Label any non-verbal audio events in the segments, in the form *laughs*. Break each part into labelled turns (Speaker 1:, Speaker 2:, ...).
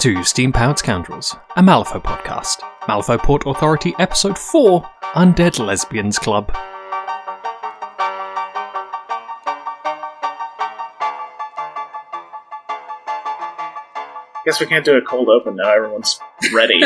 Speaker 1: to Steam Powered Scoundrels, a Malifaux podcast, Malifaux Port Authority Episode 4 Undead Lesbians Club.
Speaker 2: Guess we can't do a cold open now. Everyone's ready.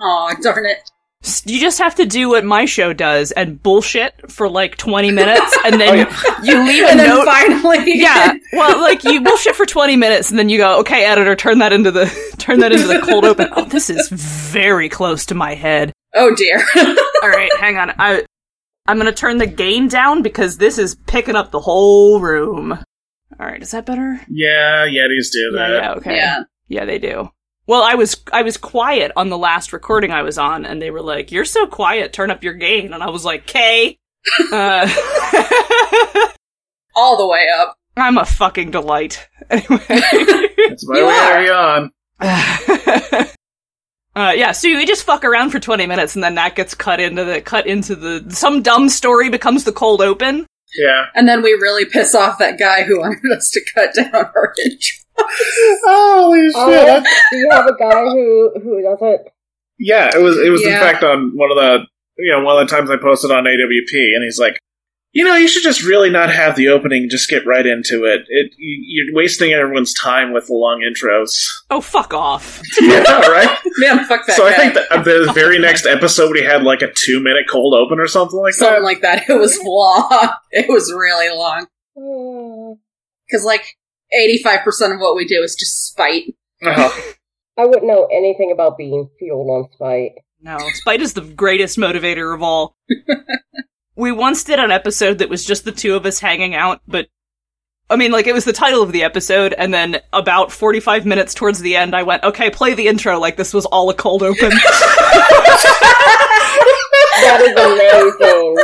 Speaker 3: Aw, darn it.
Speaker 4: S- You just have to do what my show does and bullshit for like
Speaker 3: *laughs*
Speaker 4: 20 minutes and then you leave *laughs* a
Speaker 3: Oh, And then
Speaker 4: note.
Speaker 3: finally,
Speaker 4: *laughs* yeah. Well, like you bullshit for 20 minutes and then you go, "Okay, editor, turn that into the *laughs* turn that into the cold open." Oh, this is very close to my head.
Speaker 3: *laughs* Oh dear. *laughs*
Speaker 4: All right, hang on. I I'm going to turn the gain down because this is picking up the whole room. All right, is that better?
Speaker 2: yeah, Yetis do
Speaker 4: Yeah,
Speaker 2: that.
Speaker 4: yeah, okay.
Speaker 3: Yeah.
Speaker 4: Yeah, they do. Well, I was I was quiet on the last recording I was on, and they were like, "You're so quiet, turn up your gain," and I was like, "K." Uh, *laughs*
Speaker 3: All the way up.
Speaker 4: I'm a fucking delight. *laughs* Anyway, *laughs*
Speaker 2: That's why
Speaker 3: You
Speaker 2: we
Speaker 3: are.
Speaker 2: carry on.
Speaker 4: uh, yeah. So you just fuck around for 20 minutes, and then that gets cut into the cut into the some dumb story becomes the cold open.
Speaker 2: Yeah.
Speaker 3: And then we really piss off that guy who *laughs* wanted us to cut down our *laughs* intro.
Speaker 2: Holy shit!
Speaker 5: Oh, yeah. *laughs* Do you have a guy who who doesn't?
Speaker 2: Yeah, it was. It was in
Speaker 3: Yeah.
Speaker 2: fact on one of the you know one of the times I posted on AWP, and he's like, you know, you should just really not have the opening. Just get right into it. It you- you're wasting everyone's time with the long intros.
Speaker 4: Oh, fuck off.
Speaker 2: yeah, *laughs* right.
Speaker 3: Man, fuck that
Speaker 2: so
Speaker 3: guy.
Speaker 2: I think that uh, the very next episode we had like a two minute cold open or something like
Speaker 3: Something
Speaker 2: that.
Speaker 3: like that. *laughs* It was long. *laughs* It was really long.
Speaker 5: Hmm.
Speaker 3: Because, like, 85% of what we do is just spite. *laughs*
Speaker 2: Uh-huh.
Speaker 5: *sighs* I wouldn't know anything about being fueled on spite.
Speaker 4: No, spite is the greatest motivator of all. we once did an episode that was just the two of us hanging out, but I mean, like, it was the title of the episode, and then about 45 minutes towards the end, I went, okay, play the intro like this was all a cold open.
Speaker 5: That is *laughs* amazing.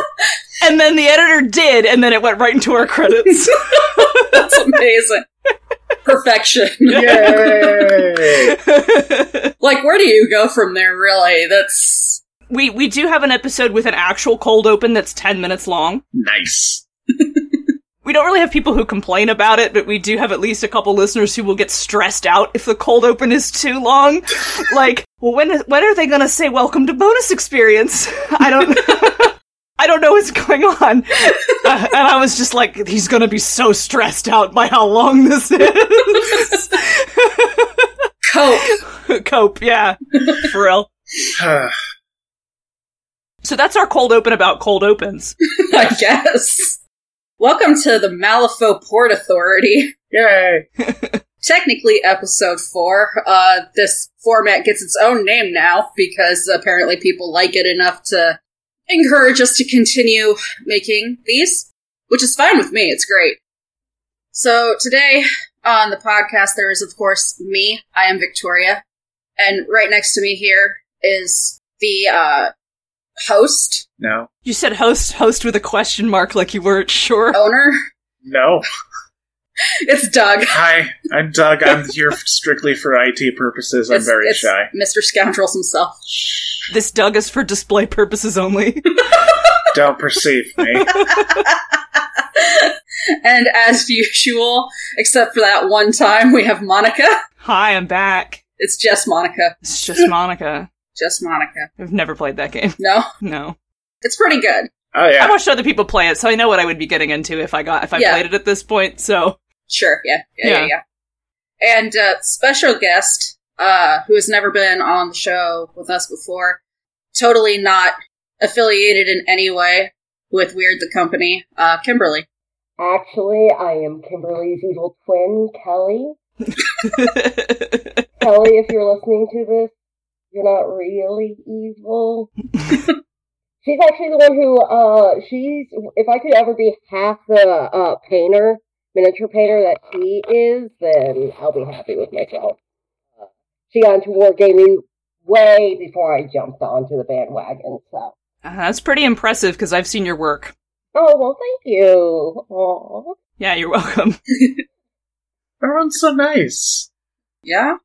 Speaker 4: and then the editor did, and then it went right into our credits. *laughs*
Speaker 3: That's amazing. *laughs* Perfection.
Speaker 2: Yay!
Speaker 3: *laughs* Like, where do you go from there, really? That's.
Speaker 4: we, we do have an episode with an actual cold open that's 10 minutes long.
Speaker 2: nice. *sighs*
Speaker 4: We don't really have people who complain about it, but we do have at least a couple listeners who will get stressed out if the cold open is too long. like, well, when when are they going to say "Welcome to Bonus Experience"? I don't. *laughs* I don't know what's going on, Uh, and I was just like, he's going to be so stressed out by how long this is. *laughs*
Speaker 3: Cope.
Speaker 4: Cope, yeah, for real. So that's our cold open about cold opens.
Speaker 3: *laughs* I guess. Welcome to the Malifaux Port Authority. *laughs*
Speaker 2: Yay!
Speaker 3: Technically, episode four. Uh, this format gets its own name now because apparently people like it enough to encourage us to continue making these, which is fine with me. It's great. So today on the podcast, there is of course me. I am Victoria, and right next to me here is the uh, host
Speaker 2: No,
Speaker 4: You said host host with a question mark, like you weren't sure.
Speaker 3: owner. *laughs*
Speaker 2: no. *laughs*
Speaker 3: It's Doug.
Speaker 2: Hi, I'm Doug. I'm here strictly for IT purposes. I'm
Speaker 3: It's-
Speaker 2: very
Speaker 3: it's *laughs*
Speaker 2: shy.
Speaker 3: Mr. Scoundrels himself.
Speaker 4: This Doug is for display purposes only.
Speaker 2: Don't perceive me.
Speaker 3: and as usual, except for that one time, we have Monica.
Speaker 4: Hi, I'm back.
Speaker 3: It's just Monica.
Speaker 4: It's just Monica.
Speaker 3: Just Monica.
Speaker 4: I've never played that game. *laughs*
Speaker 3: No,
Speaker 4: No.
Speaker 3: it's pretty good.
Speaker 2: Oh
Speaker 4: I
Speaker 2: yeah,
Speaker 4: watched other people play it, so I know what I would be getting into if I got if I
Speaker 3: Yeah.
Speaker 4: played it at this point. So *laughs*
Speaker 3: Sure. Yeah. Yeah. Yeah.
Speaker 4: Yeah.
Speaker 3: yeah. And uh, special guest, uh, who has never been on the show with us before, totally not affiliated in any way with Weird the Company, uh, Kimberly.
Speaker 5: Actually, I am Kimberly's evil twin, Kelly. Kelly, if you're listening to this, you're not really evil. she's actually the one who, uh, she's, if I could ever be half the uh, painter, miniature painter that she is, then I'll be happy with myself. Uh, she got into wargaming way before I jumped onto the bandwagon, so.
Speaker 4: Uh, that's pretty impressive because I've seen your work.
Speaker 5: Oh, well, thank you. Aww.
Speaker 4: Yeah, you're *laughs* welcome.
Speaker 2: everyone's so nice.
Speaker 3: Yeah.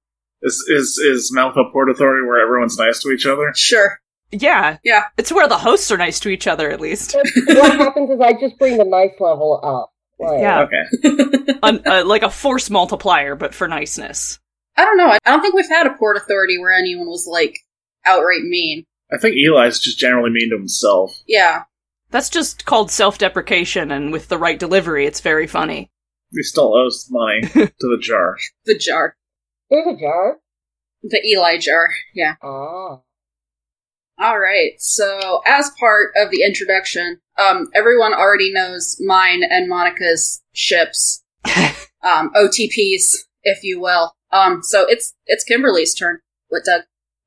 Speaker 2: Is is is Malfa Port Authority where everyone's nice to each other?
Speaker 3: Sure. *laughs*
Speaker 4: Yeah.
Speaker 3: Yeah.
Speaker 4: It's where the hosts are nice to each other
Speaker 3: *laughs*
Speaker 4: at least.
Speaker 5: what happens is I just bring the nice level up. Like,
Speaker 4: Yeah.
Speaker 2: Okay,
Speaker 4: Un- uh, like a force multiplier, but for niceness.
Speaker 3: I don't know. I don't think we've had a port authority where anyone was like outright mean.
Speaker 2: I think Eli's just generally mean to himself.
Speaker 3: Yeah.
Speaker 4: That's just called self-deprecation, and with the right delivery, it's very funny.
Speaker 2: He still owes money to the jar.
Speaker 3: The jar.
Speaker 5: There's a jar.
Speaker 3: The Eli jar. Yeah.
Speaker 5: Ah.
Speaker 3: All right. So, as part of the introduction, um, everyone already knows mine and Monica's ships, um, OTPs, if you will. Um, so it's it's Kimberly's turn. What Doug?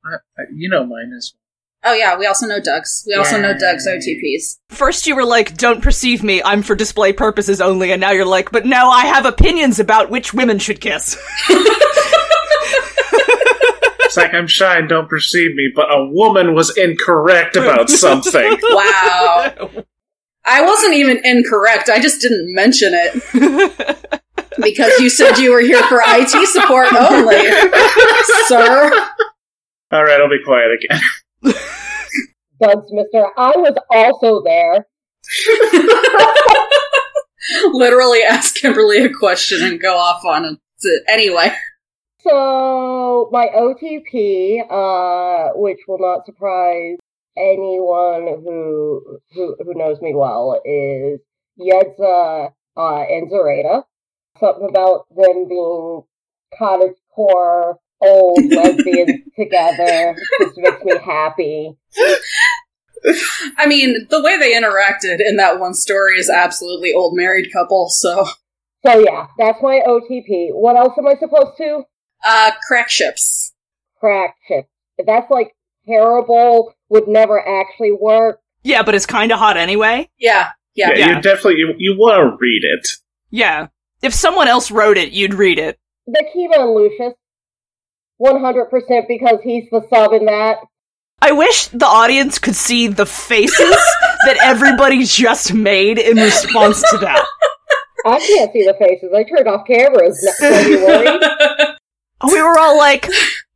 Speaker 2: Uh, You know mine is.
Speaker 3: Oh yeah, we also know Doug's. We also know Doug's
Speaker 2: Yay.
Speaker 3: OTPs.
Speaker 4: First, you were like, don't perceive me, I'm for display purposes only, and now you're like, but no, I have opinions about which women should kiss. *laughs*
Speaker 2: It's like I'm shy and don't perceive me, but a woman was incorrect about something.
Speaker 3: Wow. I wasn't even incorrect. I just didn't mention it because you said you were here for IT support only, sir.
Speaker 2: All right, I'll be quiet again.
Speaker 5: Doug's Mister. I was also there.
Speaker 3: Literally ask Kimberly a question and go off on it. Anyway,
Speaker 5: So my OTP, uh, which will not surprise anyone who who, who knows me well, is Yedza uh, and Zoraida. Something about them being cottage core old lesbians together just makes me happy.
Speaker 3: I mean, the way they interacted in that one story is absolutely old married couple, so.
Speaker 5: So yeah, that's my OTP. What else am I supposed to?
Speaker 3: Uh, crack ships.
Speaker 5: Crack chip. That's like terrible. Would never actually work.
Speaker 4: yeah, but it's kinda hot anyway.
Speaker 3: Yeah, yeah.
Speaker 2: Yeah, *laughs* you definitely you, you want to read it.
Speaker 4: Yeah. If someone else wrote it, you'd read it.
Speaker 5: the Kiva and Lucius. 100% because he's the sub in that.
Speaker 4: I wish the audience could see the *laughs* faces that everybody just made in response to *laughs* that.
Speaker 5: I can't see the faces. I turned off cameras. No, don't you worry.
Speaker 4: We were all like,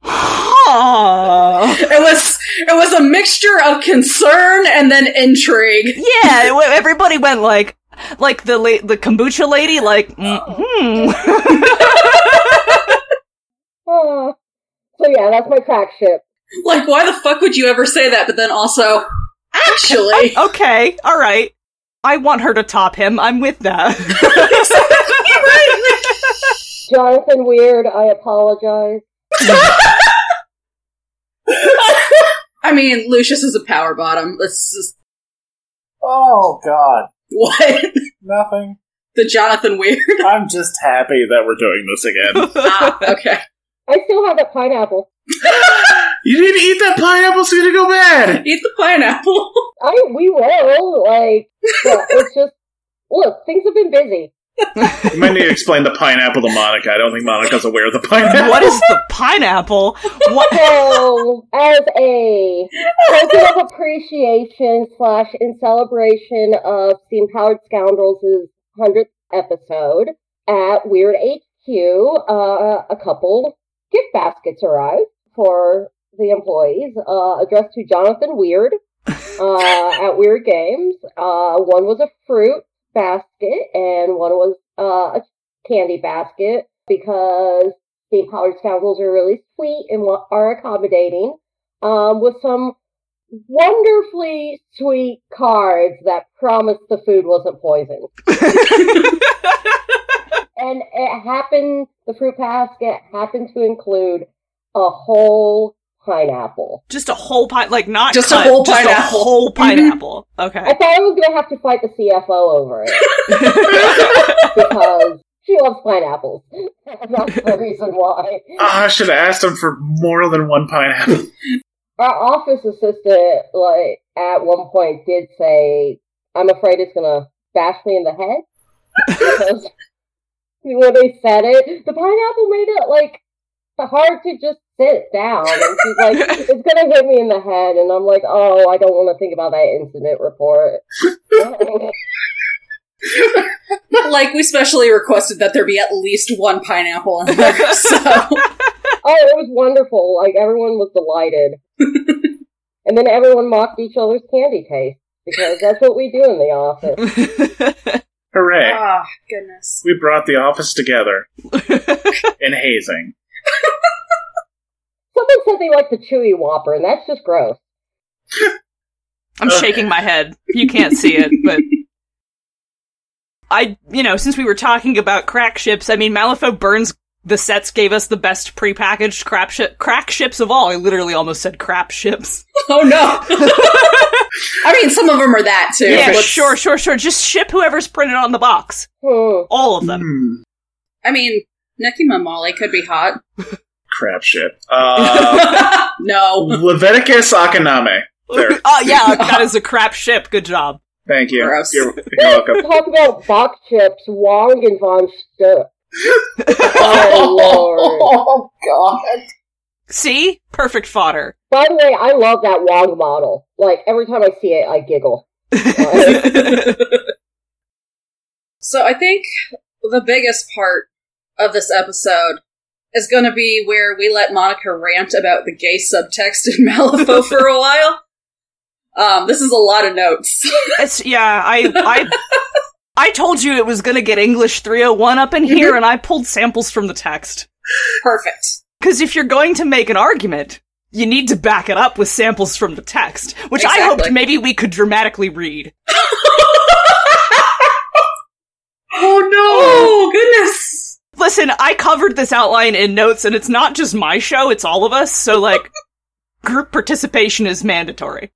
Speaker 4: huh.
Speaker 3: It was it was a mixture of concern and then intrigue.
Speaker 4: Yeah, w- everybody went like, like the la- the kombucha lady, like, mm-hmm. *laughs*
Speaker 5: Uh, so yeah, that's my crack ship.
Speaker 3: Like, why the fuck would you ever say that? But then also, actually,
Speaker 4: okay, all right. I want her to top him. I'm with *laughs* that.
Speaker 5: Jonathan Weird, I apologize.
Speaker 3: I mean, Lucius is a power bottom. Let's just
Speaker 2: Oh God,
Speaker 3: *laughs* what
Speaker 2: nothing.
Speaker 3: the Jonathan Weird.
Speaker 2: I'm just happy that we're doing this again.
Speaker 3: ah, *laughs* okay.
Speaker 5: I still have that pineapple.
Speaker 2: you need to eat that pineapple so you go bad.
Speaker 3: Eat the pineapple. *laughs*
Speaker 5: I we will like. Yeah, it's just look, things have been busy.
Speaker 2: You might need to explain the pineapple to Monica. I don't think Monica's aware of the pineapple.
Speaker 4: what is the pineapple? What?
Speaker 5: So as a token of appreciation slash in celebration of Steam Powered Scoundrels' hundredth episode at Weird HQ, uh, a couple gift baskets arrived for the employees, uh, addressed to Jonathan Weird uh, at Weird Games. Uh, one was a fruit basket and one was uh, a candy basket because the powered scoundrels are really sweet and wa- are accommodating um, with some wonderfully sweet cards that promised the food wasn't poisoned. and it happened, the fruit basket happened to include a whole pineapple.
Speaker 4: Just a whole pine, like not
Speaker 3: Just a
Speaker 4: cut,
Speaker 3: whole
Speaker 4: just
Speaker 3: pineapple. Mm-hmm.
Speaker 4: A whole pineapple.
Speaker 5: I
Speaker 4: Okay.
Speaker 5: thought I was going to have to fight the CFO over it because she loves pineapples. *laughs* That's the reason why.
Speaker 2: Ah, I should have asked him for more than one pineapple. *laughs*
Speaker 5: our office assistant like at one point did say i'm afraid it's gonna bash me in the head because *laughs* when they said it the pineapple made it like hard to just sit down and she's like it's gonna hit me in the head and i'm like oh i don't want to think about that incident report *laughs*
Speaker 3: like we specially requested that there be at least one pineapple in
Speaker 4: *laughs*
Speaker 3: there. So
Speaker 5: Oh, it was wonderful. Like everyone was delighted. and then everyone mocked each other's candy taste because that's what we do in the office.
Speaker 3: Oh.
Speaker 2: Hooray!
Speaker 3: ah, goodness.
Speaker 2: we brought the office together in hazing.
Speaker 5: Someone said they like the chewy whopper, and that's just gross.
Speaker 4: *laughs* I'm
Speaker 2: Okay.
Speaker 4: shaking my head. You can't see it, but I, you know, since we were talking about crack ships, I mean, Malifaux burns the sets gave us the best prepackaged crap shi- crack ships of all. I literally almost said crap ships.
Speaker 3: Oh no! *laughs* I mean, some of them are that too.
Speaker 4: Yeah,
Speaker 3: Let's-
Speaker 4: sure, sure, sure. Just ship whoever's printed on the box.
Speaker 5: Hmm.
Speaker 4: All of them.
Speaker 2: Hmm.
Speaker 3: I mean, Nikki Mamali could be hot. *laughs*
Speaker 2: Crap shit. Uh,
Speaker 3: no,
Speaker 2: Leviticus Akaname. There.
Speaker 4: oh
Speaker 3: *laughs*
Speaker 4: yeah, that is a crap ship. Good job.
Speaker 2: Thank you.
Speaker 3: Gross.
Speaker 2: You're, you're welcome.
Speaker 5: Talk about box chips, Wong and Von Stuck. oh, Lord.
Speaker 3: Oh god.
Speaker 4: See, perfect fodder.
Speaker 5: By the way, I love that Wong model. Like, every time I see it, I giggle. Uh,
Speaker 4: *laughs*
Speaker 5: Like,
Speaker 3: *laughs* So I think the biggest part of this episode is going to be where we let Monica rant about the gay subtext in *laughs* Malifaux for a while. Um, this is a lot of notes. *laughs*
Speaker 4: It's yeah, I I I told you it was gonna get English 301 up in here,
Speaker 3: Mm-hmm.
Speaker 4: and I pulled samples from the text.
Speaker 3: Perfect.
Speaker 4: Because if you're going to make an argument, you need to back it up with samples from the text, which I hoped
Speaker 3: Exactly.
Speaker 4: maybe we could dramatically read.
Speaker 3: *laughs* Oh no! Oh goodness!
Speaker 4: Listen, I covered this outline in notes, and it's not just my show; it's all of us. So, like, group participation is mandatory.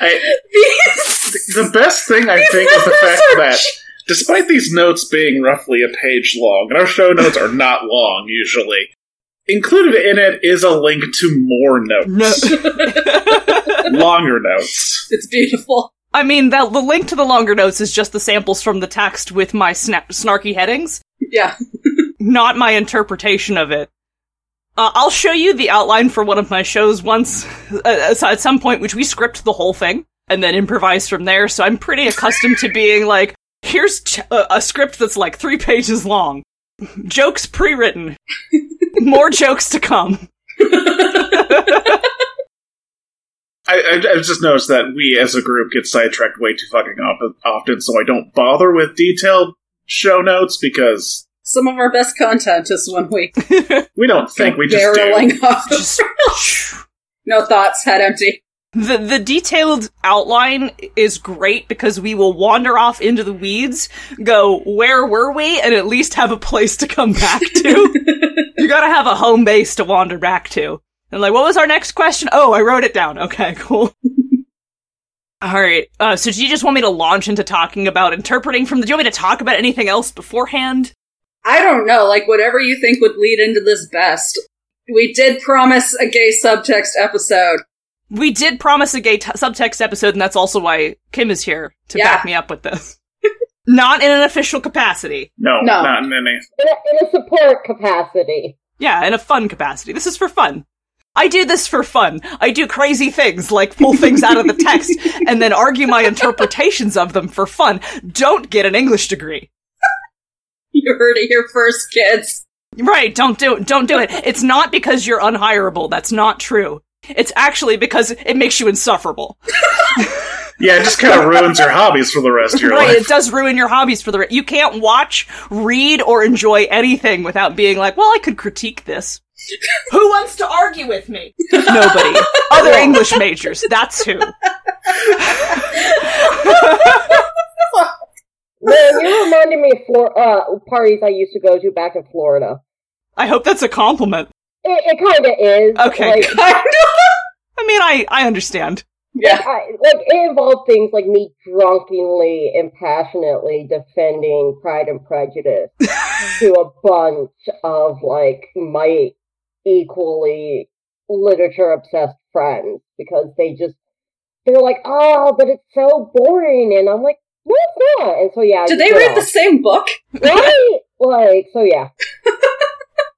Speaker 2: I,
Speaker 3: These
Speaker 2: the best thing I think is the fact that despite these notes being roughly a page long, and our show notes are not long usually, included in it is a link to more
Speaker 4: No.
Speaker 2: notes. *laughs* Longer notes.
Speaker 3: *laughs* it's beautiful.
Speaker 4: I mean, that the link to the longer notes is just the samples from the text with my sna- snarky headings.
Speaker 3: Yeah.
Speaker 4: not my interpretation of it. Uh, I'll show you the outline for one of my shows once, *laughs* uh, at some point, which we script the whole thing and then improvise from there. So I'm pretty accustomed to being like, here's t- a, a script that's like three pages long, jokes pre-written, more jokes to come.
Speaker 2: I, I, I've just noticed that we as a group get sidetracked way too fucking op- often, so I don't bother with detailed show notes because
Speaker 3: Some of our best content is when we
Speaker 2: we don't think, we just do.
Speaker 3: barreling *laughs* off.
Speaker 4: Just
Speaker 3: No thoughts, head empty. *laughs*
Speaker 4: the the detailed outline is great because we will wander off into the weeds, go where were we, and at least have a place to come
Speaker 3: *laughs*
Speaker 4: back to. you gotta have a home base to wander back to. And like, what was our next question? Oh, I wrote it down. Okay, *laughs* cool. All right. Uh, so do you just want me to launch into talking about interpreting from the? Do you want me to talk about anything else beforehand?
Speaker 3: I don't know, like whatever you think would lead into this best. We did promise a gay subtext episode. *laughs*
Speaker 4: We did promise a gay t- subtext episode, and that's also why Kim is here to
Speaker 3: Yeah.
Speaker 4: back me up with this. *laughs* Not in an official capacity.
Speaker 2: No,
Speaker 3: No.
Speaker 2: not in any.
Speaker 5: in, a, in a support capacity.
Speaker 4: Yeah, in a fun capacity. This is for fun. I do this for fun. I do crazy things like pull things out of
Speaker 2: *laughs*
Speaker 4: the text and then argue my interpretations of them for fun. Don't get an English degree.
Speaker 3: You heard it here first, kids.
Speaker 4: Right, don't do it. Don't do it. It's not because you're unhirable. That's not true. It's actually because it makes you insufferable.
Speaker 2: Yeah, it just kind of ruins your hobbies for the rest of *laughs* your
Speaker 4: Right,
Speaker 2: life.
Speaker 4: it does ruin your hobbies for the re- you can't watch, read or enjoy anything without being like, "Well, I could critique this." who wants to argue with me?
Speaker 2: *laughs*
Speaker 4: Nobody. Other English majors. That's who.
Speaker 5: Man, you reminded me of Flor- uh, parties I used to go to back in Florida.
Speaker 4: I hope that's a compliment.
Speaker 5: It, it kind of is.
Speaker 4: Okay, *laughs*
Speaker 5: Like,
Speaker 4: good. I mean, I I understand.
Speaker 3: yeah.
Speaker 5: I, like it involved things like me drunkenly and passionately defending Pride and Prejudice to a bunch of like my equally literature obsessed friends because they just they're like, oh, but it's so boring, and I'm like, no, it's not. And so yeah,
Speaker 3: Did they read the *laughs* same book?
Speaker 5: the right? Like so yeah,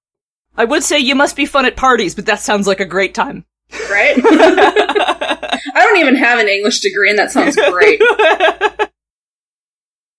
Speaker 5: *laughs*
Speaker 4: I would say you must be fun at parties, but that sounds like a great time. *laughs*
Speaker 3: Right? *laughs* I don't even have an English degree, and that sounds
Speaker 4: *laughs*
Speaker 3: great.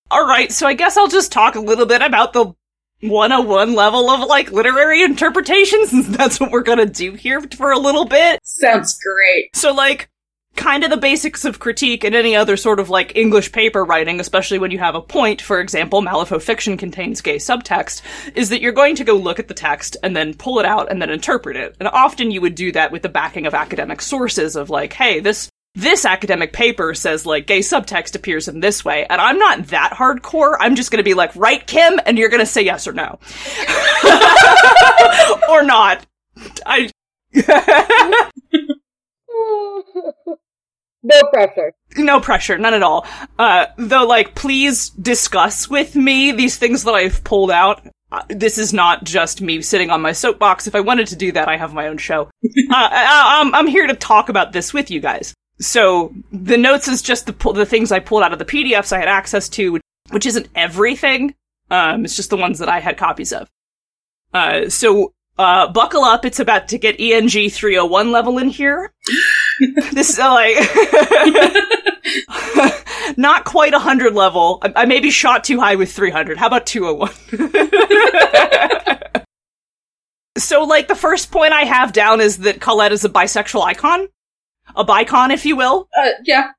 Speaker 4: All right, so I guess I'll just talk a little bit about the 101 level of like literary interpretation since that's what we're going to do here for a little bit.
Speaker 3: sounds great.
Speaker 4: So like kind of the basics of critique and any other sort of like English paper writing, especially when you have a point, for example, Malifaux fiction contains gay subtext, is that you're going to go look at the text and then pull it out and then interpret it. And often you would do that with the backing of academic sources of like, hey, this this academic paper says like gay subtext appears in this way, and I'm not that hardcore. I'm just gonna be like, right, Kim, and you're gonna say yes or no. *laughs* or not. I *laughs*
Speaker 5: no pressure.
Speaker 4: no pressure, none at all. Uh, though, like, please discuss with me these things that I've pulled out. Uh, this is not just me sitting on my soapbox. If I wanted to do that, I have my own show. uh, I, I'm, I'm here to talk about this with you guys. So the notes is just the pull- the things I pulled out of the PDFs I had access to, which isn't everything. Um, it's just the ones that I had copies of. Uh, so uh, buckle up. It's about to get E ENG 301 level in here. this is uh, like. *laughs* Not quite 100 level. I, I maybe shot too high with 300. How about 201? *laughs* so, like, the first point I have down is that Colette is a bisexual icon. A bicon, if you will.
Speaker 3: Uh, yeah.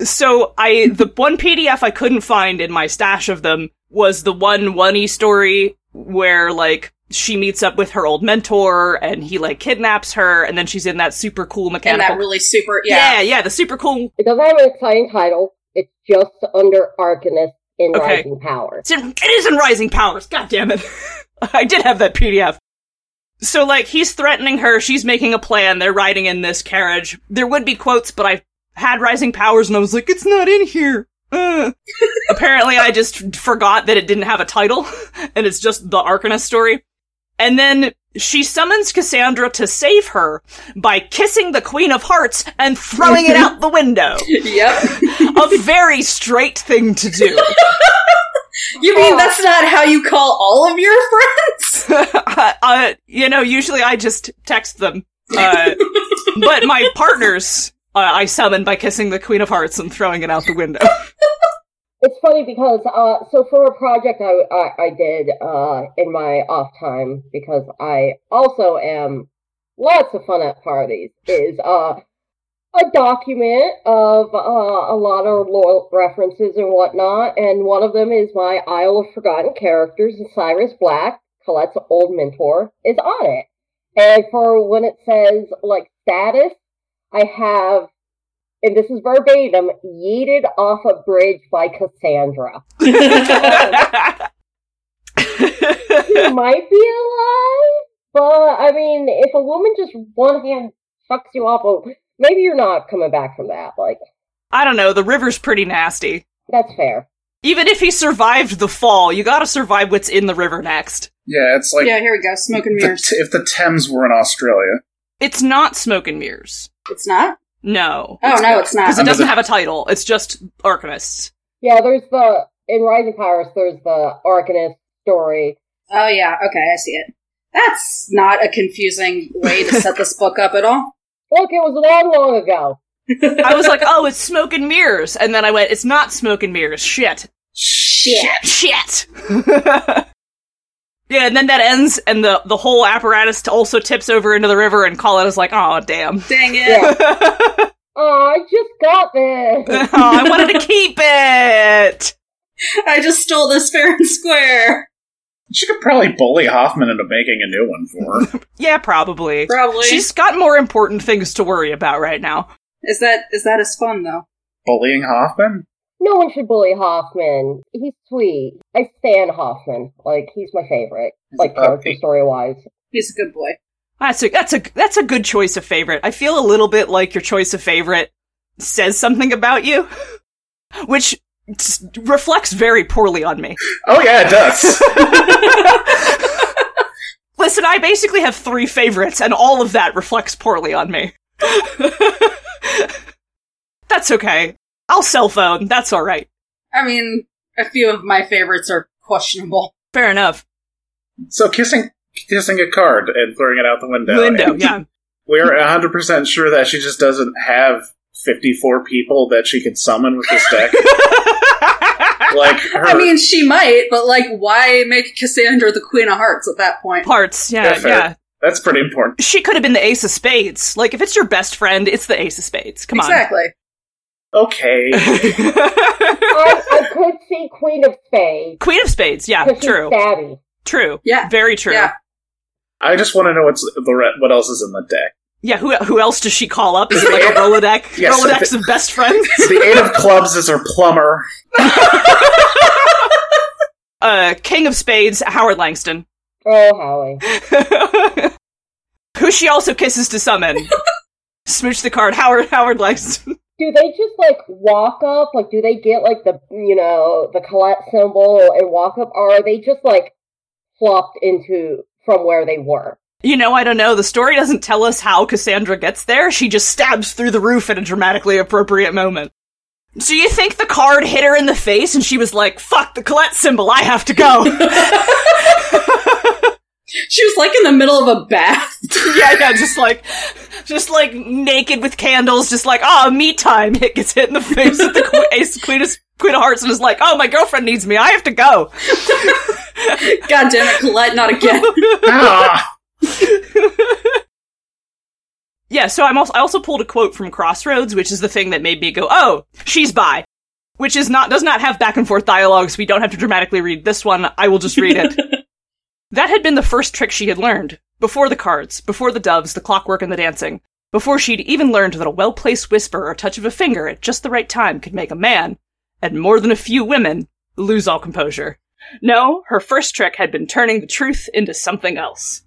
Speaker 4: So, I, the one PDF I couldn't find in my stash of them was the one one e story where, like, she meets up with her old mentor and he, like, kidnaps her and then she's in that super cool
Speaker 3: And
Speaker 4: mechanical.
Speaker 3: that really super.
Speaker 4: yeah,
Speaker 3: Yeah.
Speaker 4: yeah, the super cool
Speaker 5: It doesn't have an exciting title. It's just under Arcanist in
Speaker 4: Okay.
Speaker 5: Rising Power.
Speaker 4: It's in, it is in Rising Powers. God damn it! *laughs* I did have that PDF. So like he's threatening her. She's making a plan. They're riding in this carriage. There would be quotes, but I had Rising Powers, and I was like, it's not in here. Uh. *laughs* Apparently, I just forgot that it didn't have a title, *laughs* and it's just the Arcanist story. And then she summons Cassandra to save her by kissing the Queen of Hearts and throwing it out the window.
Speaker 3: *laughs* Yep.
Speaker 4: A very straight thing to do.
Speaker 3: You mean that's not how you call all of your friends?
Speaker 4: *laughs* uh, you know, usually I just text them. Uh, but my partners, uh, I summon by kissing the Queen of Hearts and throwing it out the window. *laughs*
Speaker 5: It's funny because uh, so for a project I I, I did uh, in my off time because I also am lots of fun at parties is uh, a document of uh, a lot of lore references and whatnot, and one of them is my Isle of Forgotten Characters and Cyrus Black, Colette's old mentor, is on it. And for when it says like status, I have and this is verbatim, yeeted off a bridge by Cassandra. She might be alive, but I mean, if a woman just one hand fucks you off, well, maybe you're not coming back from that. Like,
Speaker 4: I don't know, the river's pretty nasty.
Speaker 5: that's fair.
Speaker 4: Even if he survived the fall, you gotta survive what's in the river next.
Speaker 2: Yeah, it's like
Speaker 3: yeah, here we go. Smoke and
Speaker 2: the
Speaker 3: mirrors.
Speaker 2: t- if the Thames were in Australia.
Speaker 4: It's not smoke and mirrors.
Speaker 3: it's not?
Speaker 4: No.
Speaker 3: Oh, no, it's not.
Speaker 4: Because it
Speaker 2: Under
Speaker 4: doesn't
Speaker 2: the-
Speaker 4: have a title, it's just Arcanists.
Speaker 5: Yeah, there's the in Rising Pirates, there's the Arcanist story.
Speaker 3: Oh, yeah. Okay, I see it. That's not a confusing way to set this book up at all.
Speaker 5: Look, it was long, long ago.
Speaker 4: I was like, oh, it's smoke and mirrors. And then I went, it's not smoke and mirrors. Shit.
Speaker 3: Shit.
Speaker 4: Shit. *laughs* yeah, and then that ends, and the the whole apparatus t- also tips over into the river, and Colin is like, "Oh, damn!
Speaker 3: *laughs* Dang it.
Speaker 5: Yeah.
Speaker 4: oh,
Speaker 5: Oh, I just got
Speaker 4: *laughs*
Speaker 5: this.
Speaker 4: I wanted to keep it."
Speaker 3: I just stole this fair and square.
Speaker 2: She could probably bully Hoffman into making a new one for
Speaker 4: *laughs*
Speaker 2: her.
Speaker 4: Yeah, probably.
Speaker 3: Probably.
Speaker 4: She's got more important things to worry about right now.
Speaker 3: is that is that as fun though?
Speaker 2: Bullying Hoffman?
Speaker 5: no one should bully Hoffman. He's sweet. I stan Hoffman. Like, he's my favorite. Like,
Speaker 2: a
Speaker 5: character
Speaker 2: puppy.
Speaker 5: story wise.
Speaker 3: He's a good boy.
Speaker 4: That's a that's a that's a good choice of favorite. I feel a little bit like your choice of favorite says something about you, *laughs* which s- reflects very poorly on me.
Speaker 2: Oh yeah, it
Speaker 4: *laughs*
Speaker 2: does.
Speaker 4: Listen, I basically have three favorites, and all of that reflects poorly on me. *laughs* That's okay. I'll cell phone. That's all right.
Speaker 3: I mean, a few of my favorites are questionable.
Speaker 4: Fair enough.
Speaker 2: so kissing kissing a card and throwing it out the window. *laughs*
Speaker 4: Window,
Speaker 2: And
Speaker 4: yeah.
Speaker 2: We're hundred percent sure that she just doesn't have fifty four people that she could summon with this
Speaker 4: *laughs*
Speaker 2: deck. like her
Speaker 3: I mean, she might, but like, why make Cassandra the Queen of Hearts at that
Speaker 2: *laughs*
Speaker 3: point?
Speaker 4: Parts, yeah,
Speaker 2: Yeah, fair.
Speaker 4: yeah.
Speaker 2: That's pretty important.
Speaker 4: She could have been the ace of spades. Like, if it's your best friend, it's the ace of spades. Come
Speaker 3: exactly.
Speaker 4: *laughs*
Speaker 2: Okay.
Speaker 4: on.
Speaker 5: I, I could see Queen of Spades.
Speaker 4: *laughs* Queen of spades. Yeah,
Speaker 5: 'cause she's
Speaker 4: true.
Speaker 5: savvy.
Speaker 4: True.
Speaker 3: Yeah.
Speaker 4: Very true.
Speaker 3: Yeah.
Speaker 2: I just want to know what's the re- what else is in the deck.
Speaker 4: Yeah, who who else does she call up? Is it
Speaker 2: *laughs*
Speaker 4: like a Rolodex?
Speaker 2: Yes.
Speaker 4: Rolodex of best
Speaker 2: *laughs*
Speaker 4: friends?
Speaker 2: The eight of clubs is her plumber. *laughs*
Speaker 4: Uh, King of Spades, Howard Langston.
Speaker 5: Oh, Howie.
Speaker 4: *laughs* who she also kisses to summon. Smooch the card, Howard Howard Langston.
Speaker 5: Do they just like walk up? Like, do they get like the you know the Colette symbol and walk up, or are they just like flopped into from where they were?
Speaker 4: You know, I don't know. The story doesn't tell us how Cassandra gets there. She just stabs through the roof at a dramatically appropriate moment. So you think the card hit her in the face and she was like, fuck the Colette symbol, I have to go. *laughs*
Speaker 3: She was like in the middle of a bath.
Speaker 4: yeah, yeah, just like, just like naked with candles, just like, ah, me time. It gets hit in the face with the que- ace, queen *laughs* of, queen of hearts and is like, oh, my girlfriend needs me. I have to go.
Speaker 3: God damn it, Colette, not again.
Speaker 4: *laughs*
Speaker 2: ah,
Speaker 4: Yeah, so I'm also, I also pulled a quote from Crossroads, which is the thing that made me go, oh, she's bi. Which is not, does not have back and forth dialogue, so we don't have to dramatically read this one. I will just read it. that had been the first trick she had learned. Before the cards, before the doves, the clockwork, and the dancing. Before she'd even learned that a well placed whisper or touch of a finger at just the right time could make a man, and more than a few women, lose all composure. No, her first trick had been turning the truth into something else.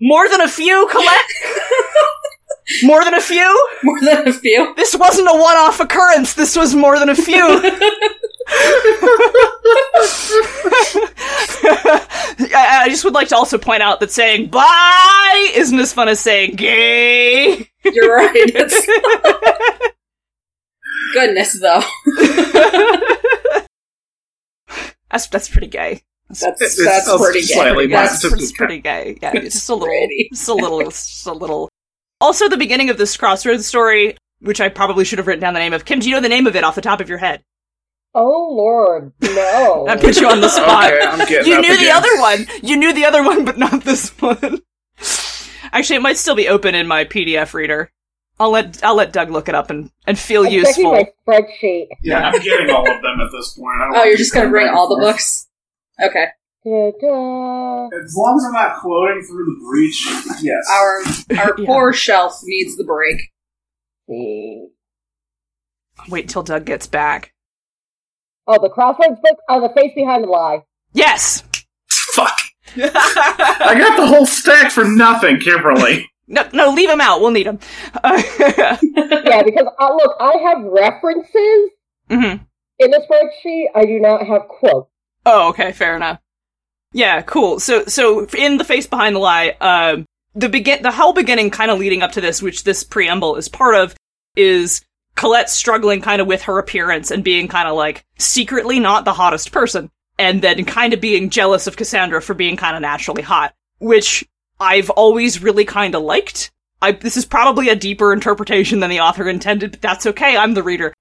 Speaker 4: More than a few, Colette? more than a few?
Speaker 3: More than a few.
Speaker 4: This wasn't a one off occurrence, this was more than a few. *laughs* I, I just would like to also point out that saying bye isn't as fun as saying gay. *laughs*
Speaker 3: You're right. It's- Goodness, though.
Speaker 4: That's that's pretty gay.
Speaker 3: That's,
Speaker 2: It's
Speaker 3: that's
Speaker 2: also
Speaker 3: pretty
Speaker 2: slightly
Speaker 3: gay.
Speaker 2: more-
Speaker 3: That's
Speaker 4: That's,
Speaker 2: just-
Speaker 4: that's pretty gay. Yeah, it's just a little,
Speaker 3: Pretty.
Speaker 4: just a little, just a little. Also, the beginning of this crossroads story, which I probably should have written down the name of. Kim, do you know the name of it off the top of your head?
Speaker 5: Oh Lord,
Speaker 4: *laughs*
Speaker 5: no!
Speaker 4: I put you on the spot.
Speaker 2: okay, I'm getting
Speaker 4: you
Speaker 2: up
Speaker 4: knew the
Speaker 2: again.
Speaker 4: other one. You knew the other one, but not this one. Actually, it might still be open in my PDF reader. I'll let I'll let Doug look it up and and feel
Speaker 5: I'm checking
Speaker 4: useful.
Speaker 5: my spreadsheet.
Speaker 2: Yeah, I'm getting all of them at this point. I don't
Speaker 3: Oh,
Speaker 2: want
Speaker 3: you're
Speaker 2: to
Speaker 3: just
Speaker 2: go
Speaker 3: gonna bring
Speaker 2: back
Speaker 3: all the
Speaker 2: and forth.
Speaker 3: books? Okay.
Speaker 5: Da-da.
Speaker 2: As long as I'm not quoting through the breach, yes.
Speaker 3: Our our
Speaker 4: Yeah.
Speaker 3: poor shelf needs the break.
Speaker 5: See.
Speaker 4: Wait till Doug gets back.
Speaker 5: Oh, the crossroads book. Oh, the face behind
Speaker 4: *laughs*
Speaker 5: the lie.
Speaker 4: Yes.
Speaker 2: Fuck. I got the whole stack for nothing, Kimberly.
Speaker 4: no, no, leave him out. We'll need him. *laughs* Mm-hmm.
Speaker 5: Yeah, because uh, look, I have references
Speaker 4: hmm
Speaker 5: in the spreadsheet. I do not have quotes.
Speaker 4: Oh, okay, fair enough. Yeah, cool. So, so in the face behind the lie, um, the begin, the whole beginning, kind of leading up to this, which this preamble is part of, is Colette struggling kind of with her appearance and being kind of like secretly not the hottest person, and then kind of being jealous of Cassandra for being kind of naturally hot, which I've always really kind of liked. I, this is probably a deeper interpretation than the author intended, but that's okay. I'm the reader.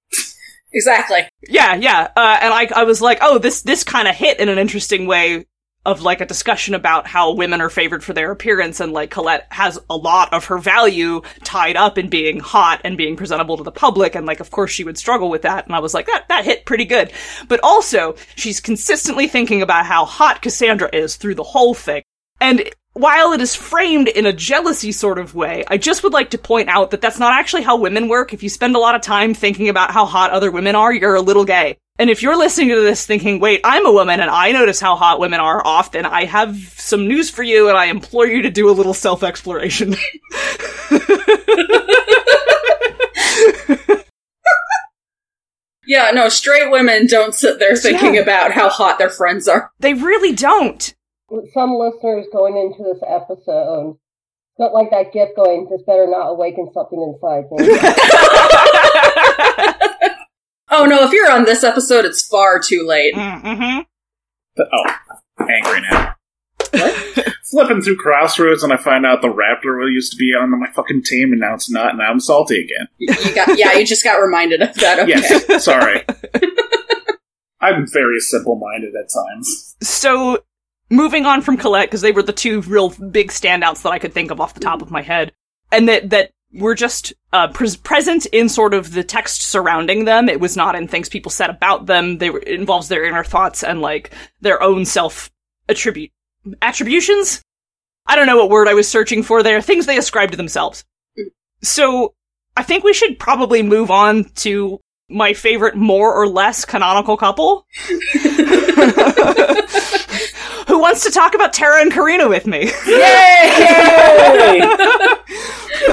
Speaker 3: Exactly.
Speaker 4: Yeah, yeah. Uh, and I, I was like, oh, this, this kind of hit in an interesting way of like a discussion about how women are favored for their appearance and like Colette has a lot of her value tied up in being hot and being presentable to the public. And like, of course she would struggle with that. And I was like, that, that hit pretty good. But also she's consistently thinking about how hot Cassandra is through the whole thing. And while it is framed in a jealousy sort of way, I just would like to point out that that's not actually how women work. If you spend a lot of time thinking about how hot other women are, you're a little gay. And if you're listening to this thinking, wait, I'm a woman and I notice how hot women are often, I have some news for you and I implore you to do a little self exploration.
Speaker 3: Yeah, no, straight women don't sit there thinking
Speaker 4: Yeah.
Speaker 3: about how hot their friends are.
Speaker 4: *laughs* they really don't.
Speaker 5: Some listeners going into this episode felt like that gift going. This better not awaken something inside me.
Speaker 3: Oh no, if you're on this episode, it's far too late.
Speaker 4: mm-hmm.
Speaker 2: *laughs* Oh, angry now. *laughs* Flipping through crossroads and I find out the Raptor used to be on my fucking team and now it's not, and now I'm salty again.
Speaker 3: You, you got, yeah, you just got reminded of that. Okay.
Speaker 2: Yes,
Speaker 3: *laughs*
Speaker 2: sorry. I'm very simple minded at times.
Speaker 4: So moving on from Colette because they were the two real big standouts that I could think of off the top of my head, and that that were just uh, pres present in sort of the text surrounding them. It was not in things people said about them. They were it involves their inner thoughts and like their own self attribute attributions. I don't know what word I was searching for there. Things they ascribe to themselves. So I think we should probably move on to my favorite more or less canonical couple. Who wants to talk about Tara and Karina with me?
Speaker 3: Yay!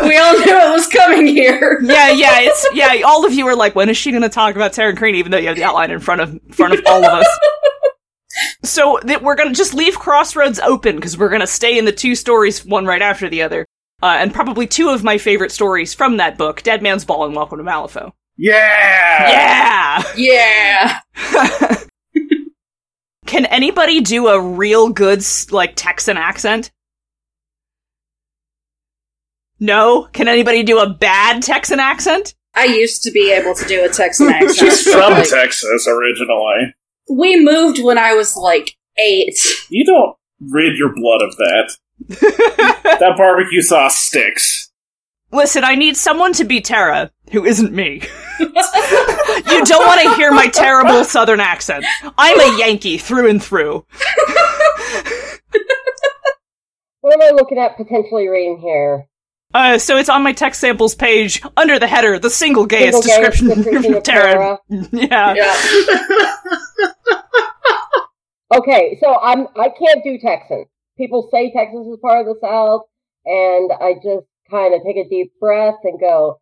Speaker 3: we all knew it was coming here.
Speaker 4: *laughs* yeah, yeah, *laughs* it's yeah, all of you are like, when is she gonna talk about Tara and Karina, even though you have the outline in front of in front of all of us. *laughs* So that we're gonna just leave Crossroads open because we're gonna stay in the two stories, one right after the other, uh, and probably two of my favorite stories from that book: Dead Man's Ball and Welcome to Malifaux.
Speaker 2: Yeah.
Speaker 4: Yeah.
Speaker 3: Yeah.
Speaker 4: Can anybody do a real good s- like Texan accent? No? Can anybody do a bad Texan accent?
Speaker 3: I used to be able to do
Speaker 2: *laughs*
Speaker 3: a Texan accent.
Speaker 2: She's from
Speaker 3: Like,
Speaker 2: Texas originally.
Speaker 3: We moved when I was like eight.
Speaker 2: You don't rid your blood of
Speaker 4: *laughs*
Speaker 2: that. that barbecue sauce sticks.
Speaker 4: Listen, I need someone to be Tara who isn't
Speaker 5: *laughs*
Speaker 4: me. you don't want to hear my terrible southern accent. I'm a Yankee through and through.
Speaker 5: What am I looking at potentially reading here?
Speaker 4: Uh, so it's on my text samples page under the header, the single gayest
Speaker 5: Single gayest
Speaker 4: description,
Speaker 5: description
Speaker 4: of
Speaker 5: of
Speaker 4: Tara. Yeah. *laughs*
Speaker 3: Yeah.
Speaker 5: Okay, so I'm I can't do Texan. People say Texas is part of the South, and I just kind of take a deep breath and go,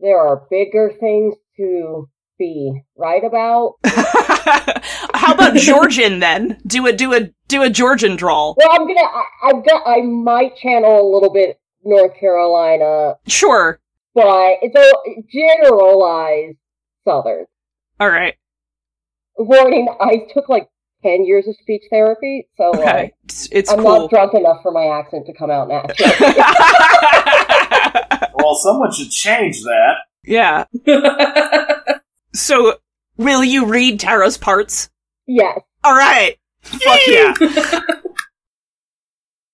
Speaker 5: "There are bigger things to be right about."
Speaker 4: How about Georgian then? Do a do a do a Georgian drawl.
Speaker 5: Well, I'm gonna I, I've got I might channel a little bit North Carolina,
Speaker 4: Sure.
Speaker 5: but it's a generalized Southern.
Speaker 4: All right.
Speaker 5: Warning: I took like ten years of speech therapy, so
Speaker 4: Okay.
Speaker 5: like,
Speaker 4: It's, it's
Speaker 5: I'm
Speaker 4: cool.
Speaker 5: not drunk enough for my accent to come
Speaker 4: *laughs*
Speaker 5: out naturally.
Speaker 2: Well, someone should change that.
Speaker 4: yeah. So, will you read Tara's parts?
Speaker 5: yes.
Speaker 4: All right. Fuck yeah.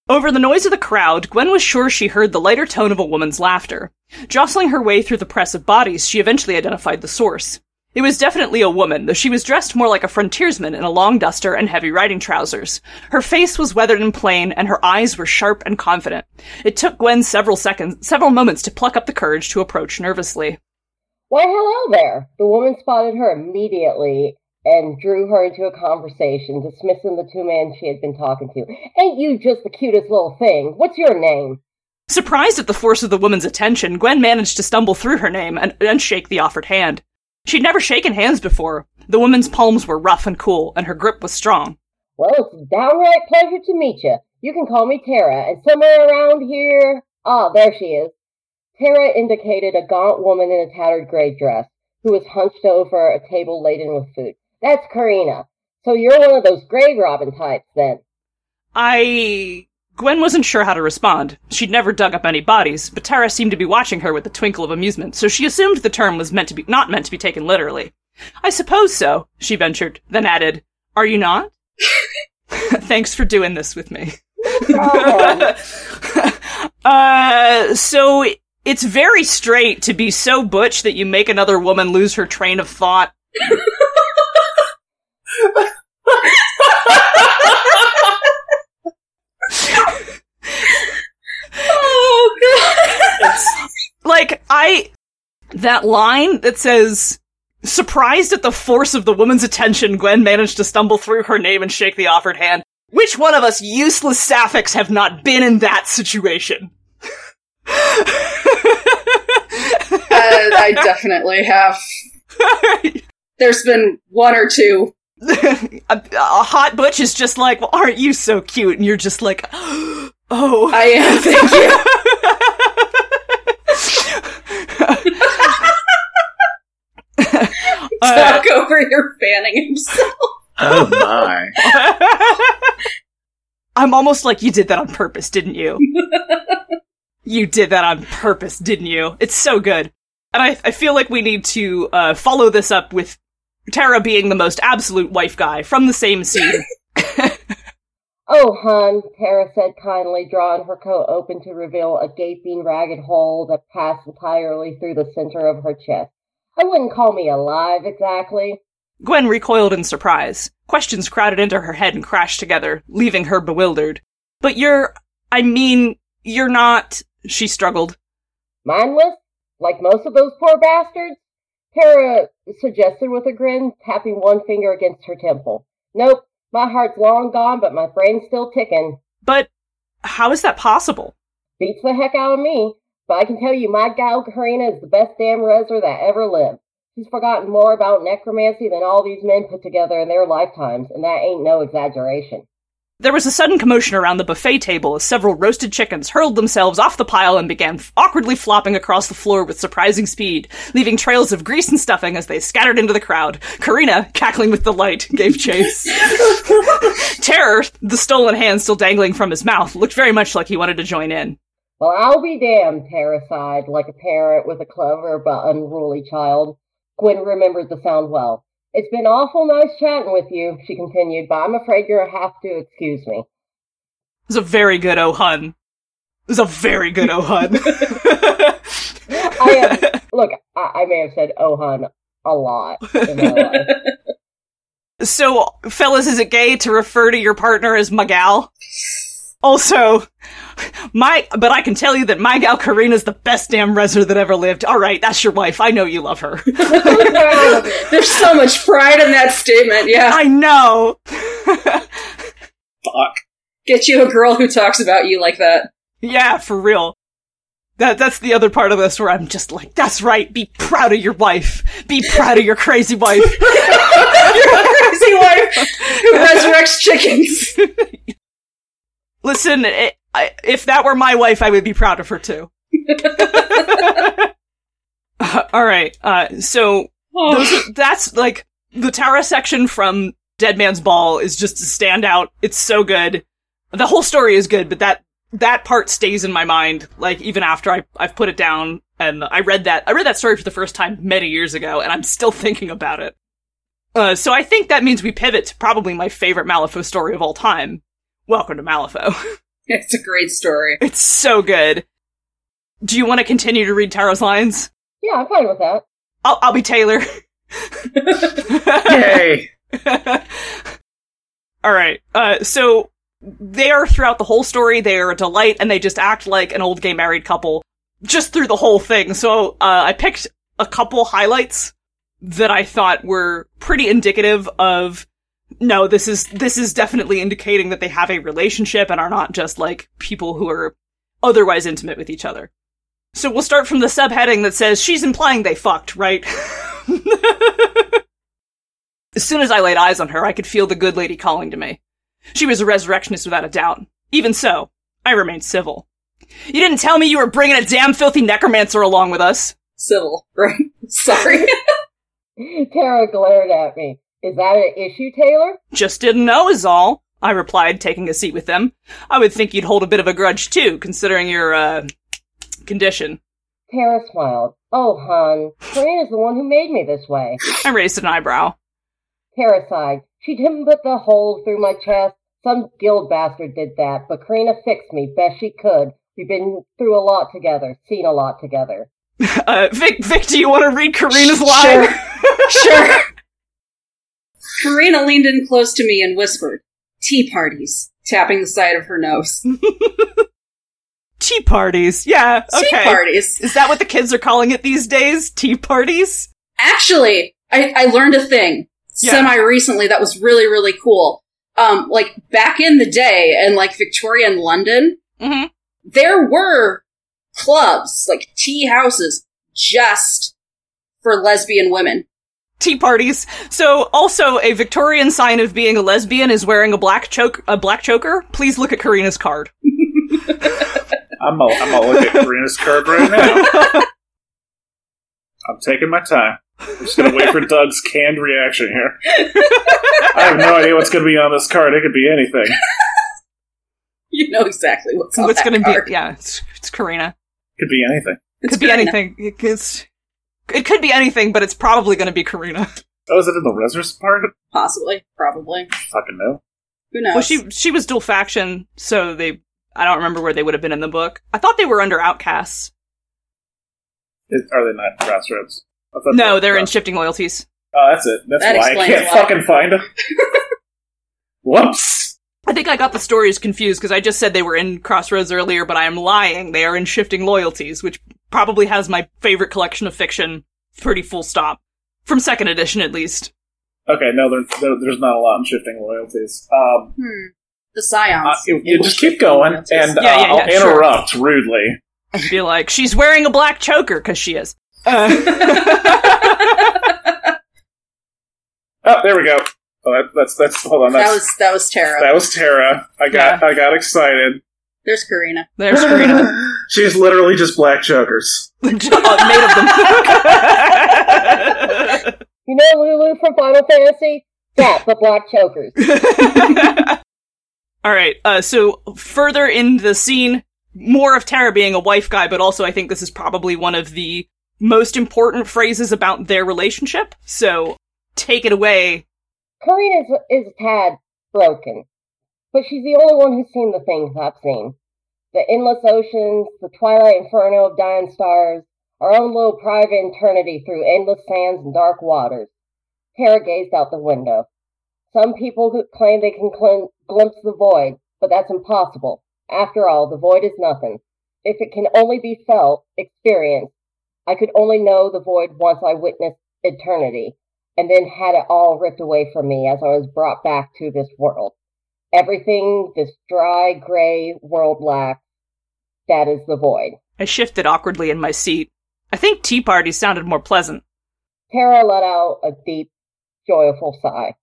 Speaker 4: Over the noise of the crowd, Gwen was sure she heard the lighter tone of a woman's laughter. Jostling her way through the press of bodies, she eventually identified the source. It was definitely a woman, though she was dressed more like a frontiersman in a long duster and heavy riding trousers. Her face was weathered and plain, and her eyes were sharp and confident. It took Gwen several seconds, several moments to pluck up the courage to approach nervously.
Speaker 5: Why, hello there! The woman spotted her immediately and drew her into a conversation, dismissing the two men she had been talking to. Ain't you just the cutest little thing? What's your name?
Speaker 4: Surprised at the force of the woman's attention, Gwen managed to stumble through her name and, and shake the offered hand. She'd never shaken hands before. The woman's palms were rough and cool, and her grip was strong.
Speaker 5: Well, it's a downright pleasure to meet you. You can call me Tara, and somewhere around here. Ah, there she is. Tara indicated a gaunt woman in a tattered gray dress who was hunched over a table laden with food. That's Karina. So you're one of those grave robbing types, then.
Speaker 4: I. Gwen wasn't sure how to respond. She'd never dug up any bodies, but Tara seemed to be watching her with a twinkle of amusement, so she assumed the term was meant to be not meant to be taken literally. I suppose so, she ventured, then added, Are you not? *laughs* Thanks for doing this with me.
Speaker 5: Um,
Speaker 4: *laughs* uh, so it's very straight to be so butch that you make another woman lose her train of thought.
Speaker 3: *laughs*
Speaker 2: *laughs*
Speaker 3: oh
Speaker 4: Like, I, that line that says, surprised at the force of the woman's attention, Gwen managed to stumble through her name and shake the offered hand. Which one of us useless sapphics have not been in that situation? *laughs*
Speaker 3: god. I, Uh, I definitely
Speaker 2: *laughs*
Speaker 3: have. There's been one or two.
Speaker 4: a, a hot butch is just like, well, aren't you so cute? And you're just like, *gasps* oh.
Speaker 2: *laughs*
Speaker 3: I am. Thank you.
Speaker 4: Uh,
Speaker 3: Talk over your fanning
Speaker 2: *laughs*
Speaker 3: himself.
Speaker 2: Oh my.
Speaker 4: I'm almost like you did that on purpose, didn't you? you did that on purpose, didn't you? It's so good. And I, I feel like we need to uh, follow this up with Tara being the most absolute wife guy from the same scene.
Speaker 5: Oh, hon, Tara said kindly, drawing her coat open to reveal a gaping, ragged hole that passed entirely through the center of her chest. I wouldn't call me alive exactly.
Speaker 4: Gwen recoiled in surprise. Questions crowded into her head and crashed together, leaving her bewildered. But you're, I mean, you're not, she struggled.
Speaker 5: Mindless? Like most of those poor bastards? Tara suggested with a grin, tapping one finger against her temple. Nope, my heart's long gone, but my brain's still ticking.
Speaker 4: But how is that possible?
Speaker 5: Beats the heck out of me. But I can tell you, my gal Karina is the best damn reser that ever lived. She's forgotten more about necromancy than all these men put together in their lifetimes, and that ain't no exaggeration.
Speaker 4: There was a sudden commotion around the buffet table as several roasted chickens hurled themselves off the pile and began f- awkwardly flopping across the floor with surprising speed, leaving trails of grease and stuffing as they scattered into the crowd. Karina, cackling with delight, gave chase. Terror, the stolen hand still dangling from his mouth, looked very much like he wanted to join in.
Speaker 5: Well, I'll be damned, Tara sighed, like a parent with a clever but unruly child. Gwen remembered the sound well. It's been awful nice chatting with you, she continued, but I'm afraid you'll have to excuse me.
Speaker 4: It was a very good oh hun. It was a very good oh hun.
Speaker 5: I am, look, I, I may have said oh hun a lot in my life.
Speaker 4: so, fellas, is it gay to refer to your partner as Magal? Also, my, but I can tell you that my gal Karina's the best damn reser that ever lived. All right, that's your wife. I know you love her.
Speaker 3: There's so much pride in that statement, yeah.
Speaker 4: *laughs* I know.
Speaker 2: Fuck.
Speaker 3: Get you a girl who talks about you like that. *laughs*
Speaker 4: Yeah, for real. That, that's the other part of this where I'm just like, that's right. Be proud of your wife. Be proud of your crazy wife.
Speaker 3: You're a crazy wife
Speaker 2: *laughs*
Speaker 3: who resurrects chickens.
Speaker 4: Listen, i I, if that were my wife, I would be proud of her too. *laughs* All right. Uh, so *laughs*
Speaker 3: Oh,
Speaker 4: those are- that's like the Tara section from Dead Man's Ball is just a standout. It's so good. The whole story is good, but that that part stays in my mind. Like even after I I've put it down and I read that I read that story for the first time many years ago, and I'm still *laughs* thinking about it. Uh, so I think that means we pivot to probably my favorite Malifaux story of all time. Welcome to Malifaux. *laughs*
Speaker 3: It's a great story.
Speaker 4: It's so good. Do you want to continue to read Tara's lines?
Speaker 5: Yeah, I'm fine with that. *laughs*
Speaker 4: I'll, I'll be Taylor.
Speaker 2: Yay!
Speaker 4: *laughs* All right. Uh, so they are throughout the whole story. They are a delight, and they just act like an old gay married couple just through the whole thing. So uh, I picked a couple highlights that I thought were pretty indicative of. No, this is this is definitely indicating that they have a relationship and are not just like people who are otherwise intimate with each other. So we'll start from the subheading that says she's implying they fucked, right? *laughs* As soon as I laid eyes on her, I could feel the good lady calling to me. She was a resurrectionist without a doubt. Even so, I remained civil. You didn't tell me you were bringing a damn filthy necromancer along with us.
Speaker 3: Civil, *laughs* right?
Speaker 4: *laughs*
Speaker 3: Sorry.
Speaker 5: Tara glared at me. Is that an issue, Taylor?
Speaker 4: Just didn't know is all, I replied, taking a seat with them. I would think you'd hold a bit of a grudge too, considering your, uh, condition.
Speaker 5: Tara smiled. Oh, hon, Karina's the one who made me this way.
Speaker 4: I raised an eyebrow.
Speaker 5: Tara sighed. She didn't put the hole through my chest. Some guild bastard did that, but Karina fixed me best she could. We've been through a lot together, seen a lot together.
Speaker 4: Uh, Vic, Vic, do you want to read Karina's line?
Speaker 3: Sure. Karina leaned in close to me and whispered, Tea parties, tapping the side of her nose.
Speaker 4: Mm, Tea parties. Yeah, okay.
Speaker 3: Tea parties.
Speaker 4: Is that what the kids are calling it these days? Tea parties?
Speaker 3: Actually, I, I learned a thing
Speaker 4: Yeah.
Speaker 3: semi recently that was really, really cool. Um, like back in the day in like Victorian London,
Speaker 4: Mm-hmm.
Speaker 3: there were clubs, like tea houses, just for lesbian women. *laughs*
Speaker 4: Tea parties. So, also a Victorian sign of being a lesbian is wearing a black choke, a black choker. Please look at Karina's card.
Speaker 2: I'm gonna I'm gonna look at Karina's card right now. I'm taking my time. I'm just gonna
Speaker 4: *laughs*
Speaker 2: wait for Doug's canned reaction here. I have no idea what's gonna be on this card. It could be anything.
Speaker 3: You know exactly what's on
Speaker 4: What's
Speaker 3: that
Speaker 4: going to
Speaker 3: card.
Speaker 4: be? Yeah, it's, it's Karina.
Speaker 2: Could be anything.
Speaker 3: It's
Speaker 4: could be
Speaker 3: Karina.
Speaker 4: anything. It- It's, it could be anything, but it's probably going to be Karina.
Speaker 2: Oh, is it in the Resurrect part?
Speaker 3: Possibly, probably.
Speaker 2: Fucking no.
Speaker 3: Who knows?
Speaker 4: Well, she she was dual faction, so they I don't remember where they would have been in the book. I thought they were under outcasts.
Speaker 2: Is- Are they not crossroads? I thought
Speaker 4: No,
Speaker 2: were
Speaker 4: they're in
Speaker 2: Crossroads.
Speaker 4: shifting loyalties.
Speaker 2: Oh, that's it. That's
Speaker 3: That
Speaker 2: why I
Speaker 3: explains
Speaker 2: can't
Speaker 3: why.
Speaker 2: fucking find
Speaker 4: *laughs*
Speaker 2: them. Whoops.
Speaker 4: I think I got the stories confused because I just said they were in crossroads earlier, but I am lying. They are in shifting loyalties, which probably has my favorite collection of fiction pretty full stop from second edition at least.
Speaker 2: Okay, no, there, there, there's not a lot in shifting loyalties. Um,
Speaker 3: Hmm. The scions.
Speaker 2: uh, you- you just keep going, and uh,
Speaker 4: Yeah, yeah,
Speaker 2: I'll
Speaker 4: yeah, sure.
Speaker 2: interrupt rudely.
Speaker 4: Be like, she's wearing a black choker because she is. *laughs*
Speaker 2: Oh, there we go. Oh, that, that's that's. Hold on, that's,
Speaker 3: *laughs* that was that was Tara.
Speaker 2: that was Tara. I got I got excited.
Speaker 3: There's Karina.
Speaker 4: There's *laughs* Karina.
Speaker 2: *laughs* She's literally just black chokers.
Speaker 4: Just, uh, made *laughs* of them.
Speaker 5: You know Lulu from Final Fantasy? That, but black chokers.
Speaker 4: All right. Uh, so further in the scene, more of Tara being a wife guy, but also I think this is probably one of the most important phrases about their relationship. So take it away.
Speaker 5: Karina's is a tad broken, but she's the only one who's seen the things I've seen. The endless oceans, the twilight inferno of dying stars, our own little private eternity through endless sands and dark waters. Tara gazed out the window. Some people who claim they can glim- glimpse the void, but that's impossible. After all, the void is nothing. If it can only be felt, experienced, I could only know the void once I witnessed eternity and then had it all ripped away from me as I was brought back to this world. Everything this dry, gray world lacks, that is the void.
Speaker 4: I shifted awkwardly in my seat. I think tea party sounded more pleasant.
Speaker 5: Tara let out a deep, joyful sigh.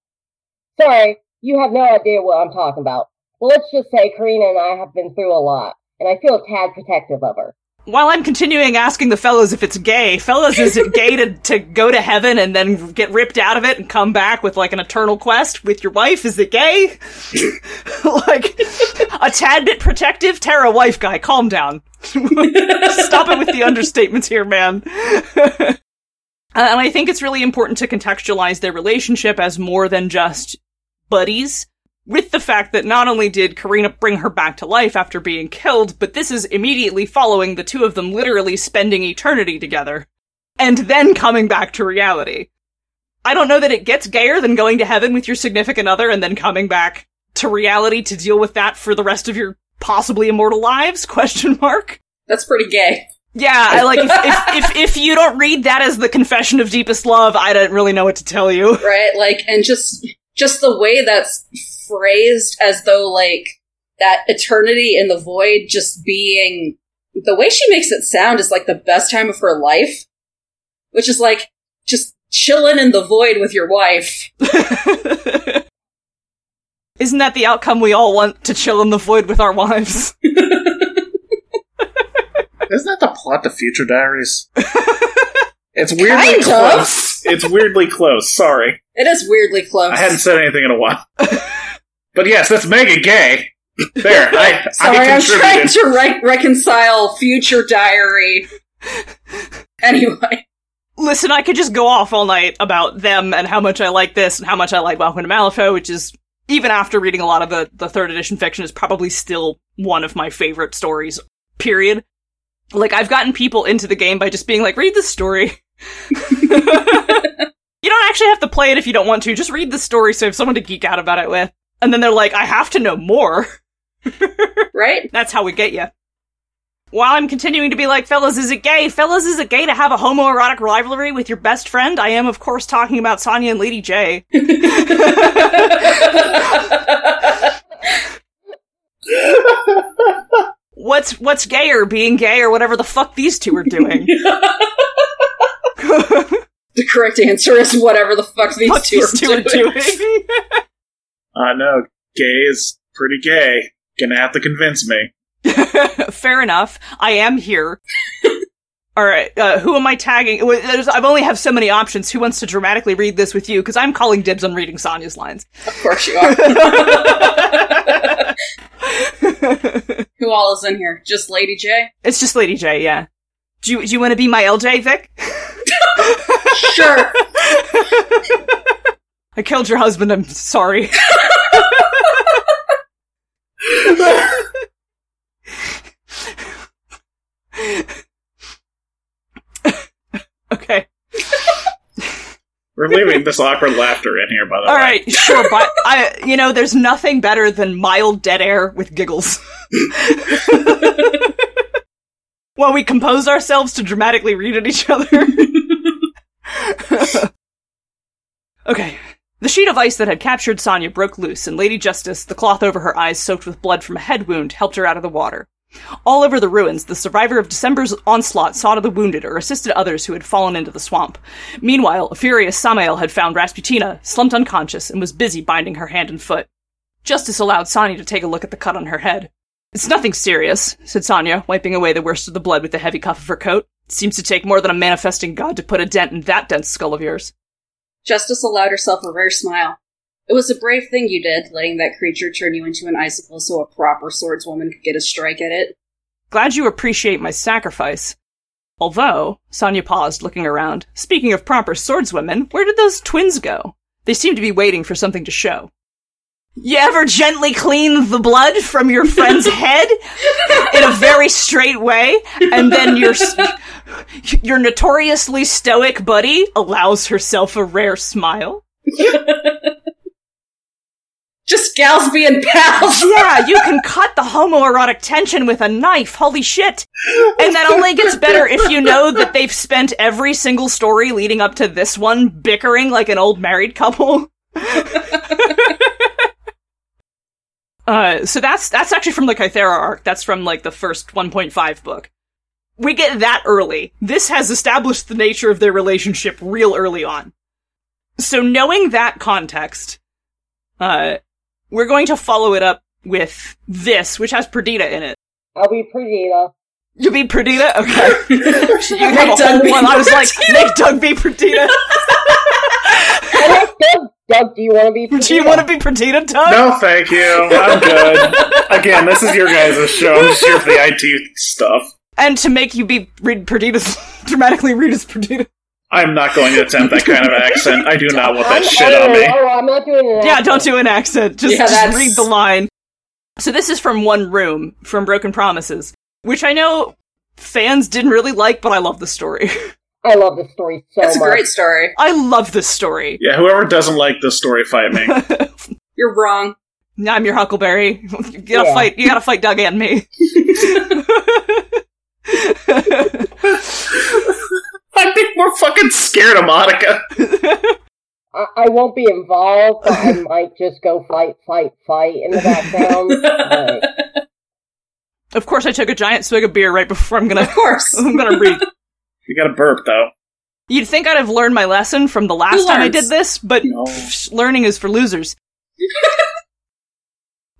Speaker 5: Sorry, you have no idea what I'm talking about. Well, let's just say Karina and I have been through a lot, and I feel a tad protective of her.
Speaker 4: While I'm continuing asking the fellows if it's gay, fellows, is it gay to, to go to heaven and then get ripped out of it and come back with like an eternal quest with your wife? Is it gay? *laughs* like a tad bit protective? Tara, wife guy, calm down. *laughs* Stop it with the understatements here, man. *laughs* Uh, and I think it's really important to contextualize their relationship as more than just buddies with the fact that not only did Karina bring her back to life after being killed, but this is immediately following the two of them literally spending eternity together and then coming back to reality. I don't know that it gets gayer than going to heaven with your significant other and then coming back to reality to deal with that for the rest of your possibly immortal lives? *laughs* Question mark.
Speaker 3: That's pretty gay.
Speaker 4: Yeah, I like if, if, if if you don't read that as the confession of deepest love, I don't really know what to tell you.
Speaker 3: right? Like, and just just the way that's phrased, as though like that eternity in the void, just being the way she makes it sound is like the best time of her life, which is like just chilling in the void with your wife.
Speaker 4: *laughs* Isn't that the outcome we all want to chill in the void with our wives? *laughs*
Speaker 2: Isn't that the plot to Future
Speaker 3: *laughs*
Speaker 2: Diaries? it's weirdly
Speaker 3: Kind of.
Speaker 2: close. It's weirdly close. Sorry,
Speaker 3: It is weirdly close.
Speaker 2: I hadn't said anything in a
Speaker 3: *laughs*
Speaker 2: while. but yes, that's mega gay. There, I,
Speaker 3: Sorry,
Speaker 2: I
Speaker 3: I'm
Speaker 2: contributed.
Speaker 3: trying to re- reconcile future diary. anyway, *laughs*
Speaker 4: Listen, I could just go off all night about them and how much I like this and how much I like Welcome to Malifaux, which is, even after reading a lot of the, the third edition fiction, is probably still one of my favorite stories, period. Like, I've gotten people into the game by just being like, read this story. *laughs* you don't actually have to play it if you don't want to. Just read the story so you have someone to geek out about it with. And then they're like, I have to know more.
Speaker 3: right? *laughs*
Speaker 4: That's how we get you. While I'm continuing to be like, fellas, is it gay? Fellas, is it gay to have a homoerotic rivalry with your best friend? I am, of course, talking about Sonya and Lady J. What's what's gayer, being gay or whatever the fuck these two are *laughs* doing?
Speaker 3: The correct answer is whatever the fuck these
Speaker 4: What
Speaker 3: two,
Speaker 4: these two are doing?
Speaker 2: I know gay is pretty gay. Gonna have to convince me.
Speaker 4: *laughs* Fair enough. I am here. *laughs* All right. Uh, who am I tagging? Well, there's- I've only have so many options. Who wants to dramatically read this with you? Because I'm calling dibs on reading Sonya's lines.
Speaker 3: *laughs* Of course you
Speaker 4: *laughs*
Speaker 3: are. Who all is in here? Just Lady J?
Speaker 4: It's just Lady J. Yeah. Do you, do you want to be my LJ, Vic?
Speaker 3: Sure.
Speaker 4: I killed your husband. I'm sorry. *laughs* Okay.
Speaker 2: We're leaving this *laughs* awkward laughter in here, by the
Speaker 4: All
Speaker 2: way.
Speaker 4: right. Sure. But I, you know, there's nothing better than mild dead air with
Speaker 2: *laughs*
Speaker 4: giggles. While we compose ourselves to dramatically read at each
Speaker 2: *laughs*
Speaker 4: other. okay. The sheet of ice that had captured Sonya broke loose, and Lady Justice, the cloth over her eyes soaked with blood from a head wound, helped her out of the water. All over the ruins, the survivor of December's onslaught saw to the wounded or assisted others who had fallen into the swamp. Meanwhile, a furious Samael had found Rasputina, slumped unconscious, and was busy binding her hand and foot. Justice allowed Sonya to take a look at the cut on her head. It's nothing serious, said Sonya, wiping away the worst of the blood with the heavy cuff of her coat. Seems to take more than a manifesting god to put a dent in that dense skull of yours.
Speaker 3: Justice allowed herself a rare smile. It was a brave thing you did, letting that creature turn you into an icicle so a proper swordswoman could get a strike at it.
Speaker 4: Glad you appreciate my sacrifice. Although, Sonya paused, looking around. Speaking of proper swordswomen, where did those twins go? They seem to be waiting for something to show. You ever gently clean the blood from your friend's head in a very straight way, and then your s- your notoriously stoic buddy allows herself a rare smile?
Speaker 3: Just gals being pals!
Speaker 4: Yeah, you can cut the homoerotic tension with a knife. Holy shit. And that only gets better if you know that they've spent every single story leading up to this one bickering like an old married couple. *laughs* uh, so that's that's actually from the Kythera arc. That's from like the first 1.5 book. We get that early. This has established the nature of their relationship real early on. So knowing that context, uh, we're going to follow it up with this, which has Perdita in it.
Speaker 5: I'll be Perdita. *laughs*
Speaker 4: You be Perdita?
Speaker 3: *laughs*
Speaker 4: Okay. you have
Speaker 3: Make
Speaker 4: a whole
Speaker 3: Doug be
Speaker 4: one. I was like, make Doug
Speaker 3: *laughs*
Speaker 4: be Perdita.
Speaker 5: I like Doug. Doug, do you want to be Perdita?
Speaker 4: Do you want to be Perdita, Doug?
Speaker 2: No, thank you. I'm good. Again, this is your guys' show. I'm just here for the IT stuff.
Speaker 4: And to make you be read Perdita's *laughs* dramatically read as Perdita.
Speaker 2: I'm not going to attempt that kind of accent. I do not want that
Speaker 5: I'm
Speaker 2: shit
Speaker 5: Irish.
Speaker 2: on me.
Speaker 5: Oh, I'm not doing it.
Speaker 4: Yeah, don't do an accent. Just,
Speaker 3: Yeah,
Speaker 4: just
Speaker 3: that's-
Speaker 4: read the line. So this is from One Room from Broken Promises, which I know fans didn't really like, but I love the story. *laughs*
Speaker 5: I love this story so
Speaker 3: That's a
Speaker 5: much.
Speaker 3: great story.
Speaker 4: I love this story.
Speaker 2: Yeah, whoever doesn't like this story, fight me.
Speaker 3: You're wrong.
Speaker 4: I'm your Huckleberry. *laughs* You gotta
Speaker 5: Yeah.
Speaker 4: fight. You gotta fight Doug and me.
Speaker 2: I think we're fucking scared of Monica.
Speaker 5: I, I won't be involved, but I might just go fight, fight, fight in the background. Like,
Speaker 4: Of course, I took a giant swig of beer right before I'm
Speaker 3: Of
Speaker 4: gonna.
Speaker 3: course.
Speaker 4: *laughs* I'm gonna read.
Speaker 2: You got a burp though.
Speaker 4: You'd think I'd have learned my lesson from the last
Speaker 3: Who
Speaker 4: time I
Speaker 3: learns?
Speaker 4: did this, but
Speaker 2: No.
Speaker 4: pff, learning is for losers.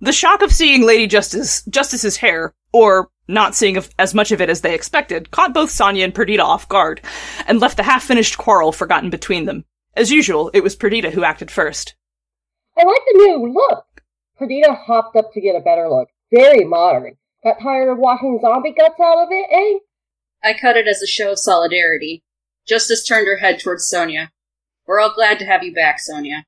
Speaker 4: the shock of seeing Lady Justice Justice's hair, or not seeing of- as much of it as they expected, caught both Sonya and Perdita off guard, and left the half-finished quarrel forgotten between them. As usual, it was Perdita who acted first.
Speaker 5: I like the new look. Perdita hopped up to get a better look. Very modern. Got tired of washing zombie guts out of it, eh?
Speaker 3: I cut it as a show of solidarity. Justice turned her head towards Sonia. We're all glad to have you back, Sonia.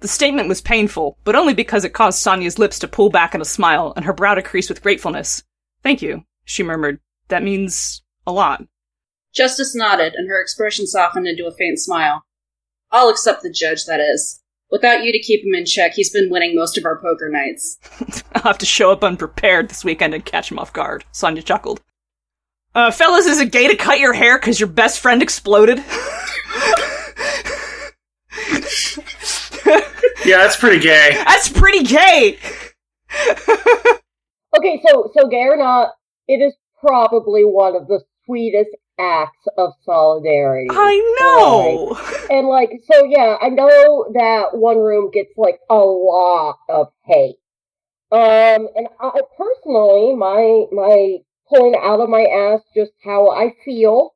Speaker 4: The statement was painful, but only because it caused Sonya's lips to pull back in a smile and her brow to crease with gratefulness. Thank you, she murmured. That means a lot. *laughs*
Speaker 3: Justice nodded, and her expression softened into a faint smile. I'll accept the judge, that is. Without you to keep him in check, he's been winning most of our poker
Speaker 4: *laughs*
Speaker 3: nights.
Speaker 4: I'll have to show up unprepared this weekend and catch him off guard. Sonya chuckled. Uh, fellas, is it gay to cut your hair because your best friend exploded? *laughs*
Speaker 2: Yeah, that's pretty gay.
Speaker 4: That's pretty gay!
Speaker 5: Okay, so so gay or not, it is probably one of the sweetest acts of solidarity.
Speaker 4: I know!
Speaker 5: And like, so yeah, I know that one room gets like a lot of hate. Um, and I personally, my my pulling out of my ass just how I feel.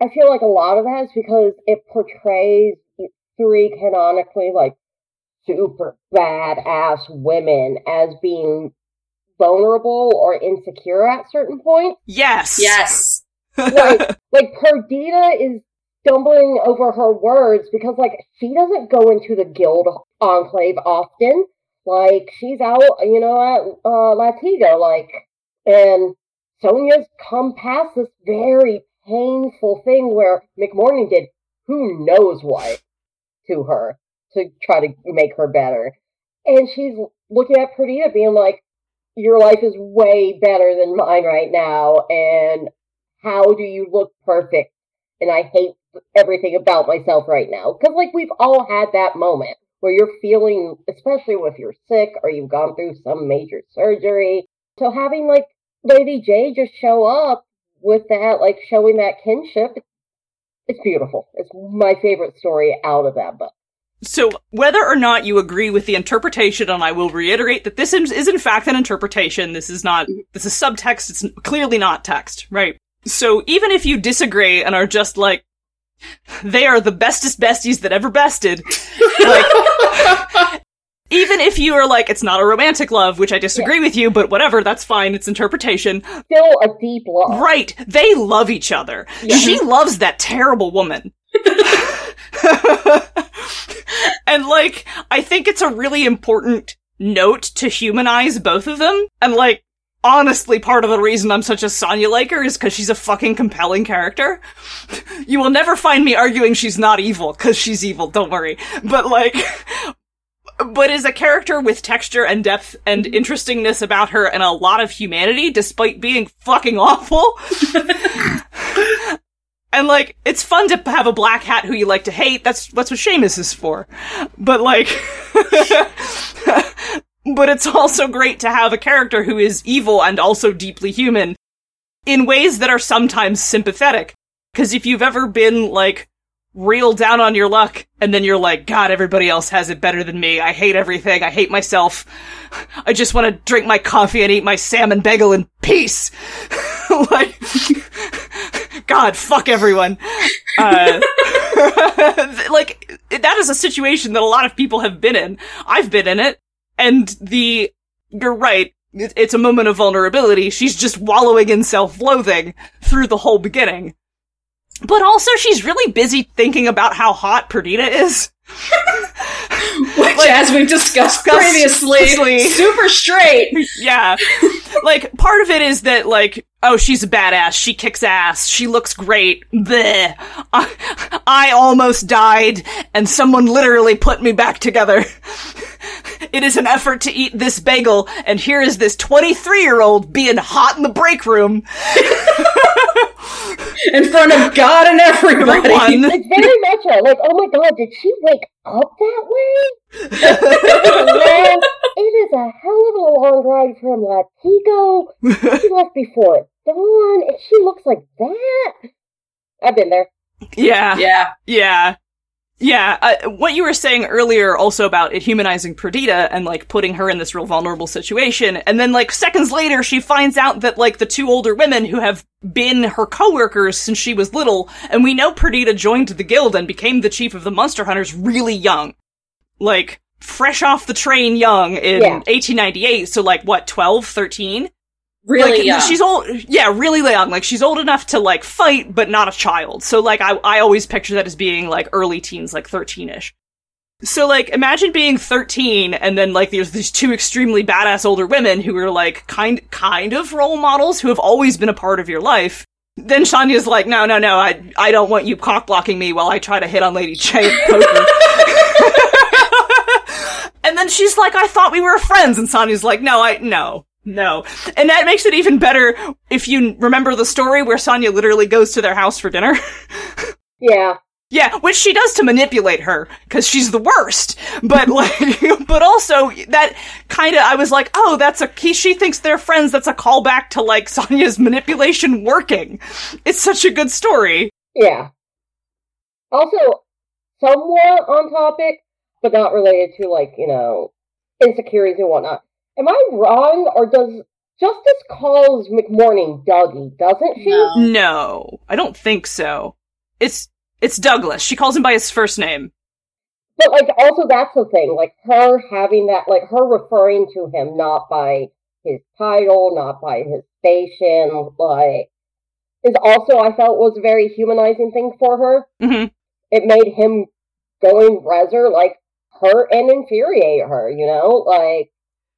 Speaker 5: I feel like a lot of that is because it portrays three canonically like super badass women as being vulnerable or insecure at certain points
Speaker 4: Yes! *laughs*
Speaker 3: Yes.
Speaker 5: like, like Perdita is stumbling over her words because like she doesn't go into the guild enclave often. Like she's out, you know, at uh, Latigo, like, and Sonia's come past this very painful thing where McMorning did who knows what to her to try to make her better, and she's looking at Perdita, being like, "Your life is way better than mine right now, and how do you look perfect?" And I hate everything about myself right now. Because, like, we've all had that moment where you're feeling, especially if you're sick or you've gone through some major surgery. So, having, like, Lady J just show up with that, like, showing that kinship, it's beautiful. It's my favorite story out of that book.
Speaker 4: So, whether or not you agree with the interpretation, and I will reiterate that this is, is in fact an interpretation. This is not, this is subtext. It's clearly not text, right? So, even if you disagree and are just like, they are the bestest besties that ever bested. Like, *laughs* even if you are like, it's not a romantic love, which I disagree with you, but whatever, that's fine. It's interpretation.
Speaker 5: Still a deep love.
Speaker 4: Right. They love each other. She loves that terrible woman. *laughs* and like, I think it's a really important note to humanize both of them. And like, honestly, part of the reason I'm such a Sonya liker is because she's a fucking compelling character. *laughs* you will never find me arguing she's not evil, because she's evil, don't worry. But like, *laughs* but is a character with texture and depth and interestingness about her and a lot of humanity despite being fucking awful. and like, it's fun to have a black hat who you like to hate. That's, that's what Seamus is for. But like, *laughs* but it's also great to have a character who is evil and also deeply human in ways that are sometimes sympathetic. Cause if you've ever been like, real down on your luck and then you're like god everybody else has it better than me i hate everything i hate myself i just want to drink my coffee and eat my salmon bagel in peace *laughs* like god fuck everyone uh, *laughs* like that is a situation that a lot of people have been in i've been in it and the you're right it- it's a moment of vulnerability she's just wallowing in self-loathing through the whole beginning but also, she's really busy thinking about how hot Perdita is. *laughs*
Speaker 3: Which, as we've discussed *laughs* previously,
Speaker 4: previously.
Speaker 3: super straight.
Speaker 4: yeah. like, part of it is that, like, oh, she's a badass. She kicks ass. She looks great. Bleh. I, I almost died, and someone literally put me back together. *laughs* it is an effort to eat this bagel, and here is this 23 year old being hot in the break room.
Speaker 3: in front of God and everybody.
Speaker 4: One.
Speaker 5: It's very much a, like, oh my god, did she wake up that way? Man, *laughs* it is a hell of a long ride from Latigo. She left before dawn, and she looks like that. I've been there.
Speaker 4: *laughs* Yeah.
Speaker 3: *laughs* Yeah.
Speaker 4: Yeah. Yeah. Uh, what you were saying earlier also about it humanizing Perdita and like putting her in this real vulnerable situation. And then like seconds later, she finds out that like the two older women who have been her coworkers since she was little. And we know Perdita joined the guild and became the chief of the monster hunters really young. Like fresh off the train young in
Speaker 5: Yeah.
Speaker 4: 1898. So like what, 12, 13?
Speaker 3: Really
Speaker 4: like,
Speaker 3: young.
Speaker 4: She's old. Yeah, really young. Like she's old enough to like fight, but not a child. So like I, I always picture that as being like early teens, like thirteen ish. So like imagine being thirteen, and then like there's these two extremely badass older women who are like kind kind of role models who have always been a part of your life. Then Shanya's like, no, no, no, I I don't want you cock blocking me while I try to hit on Lady J at poker. *laughs* And then she's like, I thought we were friends. And Sonya's like, no, I, no, no. And that makes it even better if you remember the story where Sonya literally goes to their house for dinner. *laughs*
Speaker 5: Yeah.
Speaker 4: yeah, which she does to manipulate her, cause she's the worst. But *laughs* like, but also that kinda, I was like, oh, that's a, he, she thinks they're friends. That's a callback to like *laughs* Sonya's manipulation working. It's such a good story.
Speaker 5: Yeah. Also, somewhat on topic, but not related to like you know insecurities and whatnot. Am I wrong, or does Justice calls McMorning Dougie? Doesn't she?
Speaker 3: No.
Speaker 4: No, I don't think so. It's, it's Douglas. She calls him by his first name.
Speaker 5: But like, also that's the thing. Like her having that, like her referring to him not by his title, not by his station, like is also I felt was a very humanizing thing for her.
Speaker 4: hmm
Speaker 5: It made him going reser like hurt and infuriate her, you know? Like,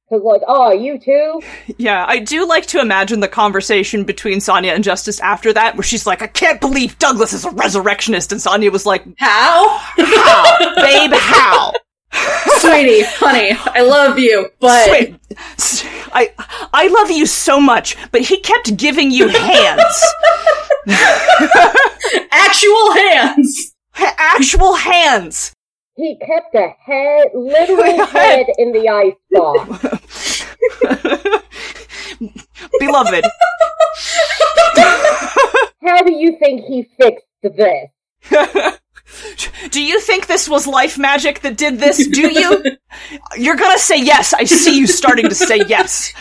Speaker 5: because, like, oh, you too?
Speaker 4: Yeah, I do like to imagine the conversation between Sonya and Justice after that, where she's like, I can't believe Douglas is a resurrectionist. And Sonya was like,
Speaker 3: How?
Speaker 4: *laughs* How? Babe, how?
Speaker 3: Sweetie, honey, I love you, but
Speaker 4: Sweet. S- *laughs* I, I love you so much, but he kept giving you hands. *laughs*
Speaker 3: actual hands.
Speaker 4: Actual hands.
Speaker 5: He kept a head, literal head in the icebox.
Speaker 4: Beloved,
Speaker 5: How do you think he fixed this?
Speaker 4: do you think this was life magic that did this? Do you? You're gonna say yes. I see you starting to say yes.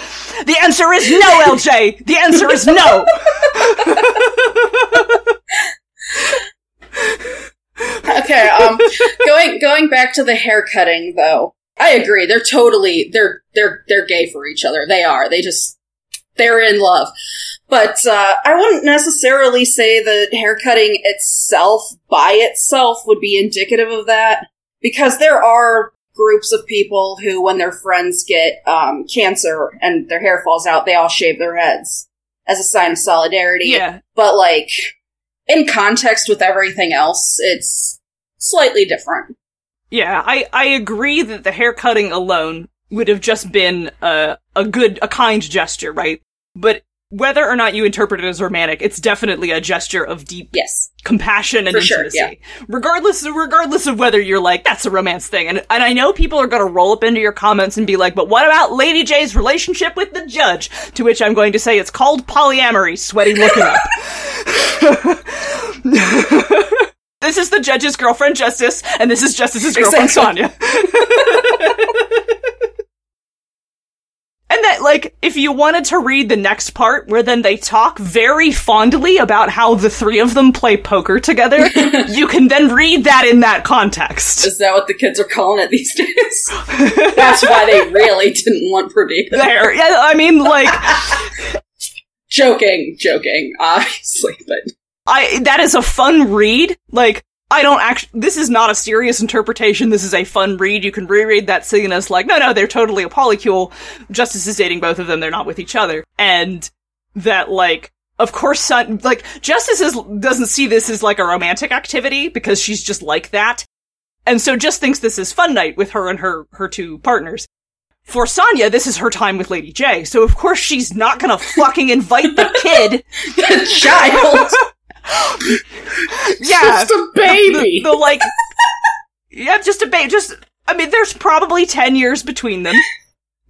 Speaker 4: The answer is no, LJ. The answer is no.
Speaker 3: Okay, um going going back to the haircutting though. I agree. They're totally they're they're they're gay for each other. They are. They just they're in love. But uh I wouldn't necessarily say that haircutting itself by itself would be indicative of that because there are groups of people who when their friends get um cancer and their hair falls out, they all shave their heads as a sign of solidarity
Speaker 4: Yeah,
Speaker 3: but like in context with everything else, it's slightly different.
Speaker 4: yeah. I I agree that the hair cutting alone would have just been a a good a kind gesture, right? But whether or not you interpret it as romantic, it's definitely a gesture of deep
Speaker 3: Yes.
Speaker 4: compassion and
Speaker 3: For sure,
Speaker 4: intimacy. Regardless regardless of whether you're like, that's a romance thing. And and I know people are gonna roll up into your comments and be like, but what about Lady J's relationship with the judge? To which I'm going to say it's called polyamory, sweaty looking up. *laughs* this is the judge's girlfriend Justice, and this is Justice's girlfriend
Speaker 3: Exactly.
Speaker 4: Sonia. *laughs* And that, like, if you wanted to read the next part where then they talk very fondly about how the three of them play poker together, you can then read that in that context.
Speaker 3: Is that what the kids are calling it these *laughs* days? That's why they really didn't want Perdita.
Speaker 4: There. Yeah, I mean, like,
Speaker 3: Joking, joking, obviously, but
Speaker 4: I, that is a fun read. Like, I don't actually, this is not a serious interpretation. This is a fun read. You can reread that scene as like, no, no, they're totally a polycule. Justice is dating both of them. They're not with each other. And that, like, of course, Son, like, Justice is, doesn't see this as like a romantic activity because she's just like that. And so just thinks this is fun night with her and her, her two partners. For Sonya, this is her time with Lady J. So of course she's not gonna fucking invite the kid.
Speaker 3: the child,
Speaker 4: Yeah.
Speaker 2: It's a baby.
Speaker 4: the like yeah just a ba- just i mean there's probably 10 years between them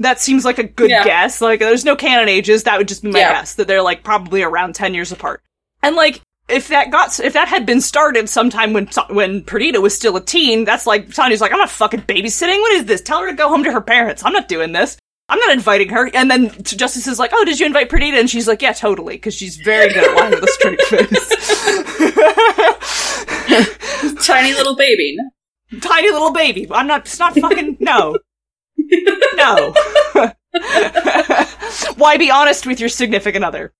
Speaker 4: that seems like a good
Speaker 3: Yeah.
Speaker 4: guess like there's no canon ages that would just be my
Speaker 3: Yeah.
Speaker 4: guess that they're like probably around 10 years apart and like if that got if that had been started sometime when when Perdita was still a teen, that's like Tanya's like I'm not fucking babysitting. What is this? Tell her to go home to her parents. I'm not doing this. I'm not inviting her. And then Justice is like, Oh, did you invite Perdita? And she's like, Yeah, totally, because she's very good at lying with a straight
Speaker 3: *laughs*
Speaker 4: *laughs* face.
Speaker 3: tiny little baby.
Speaker 4: tiny little baby. I'm not. It's not fucking no, no. *laughs* Why be honest with your significant other?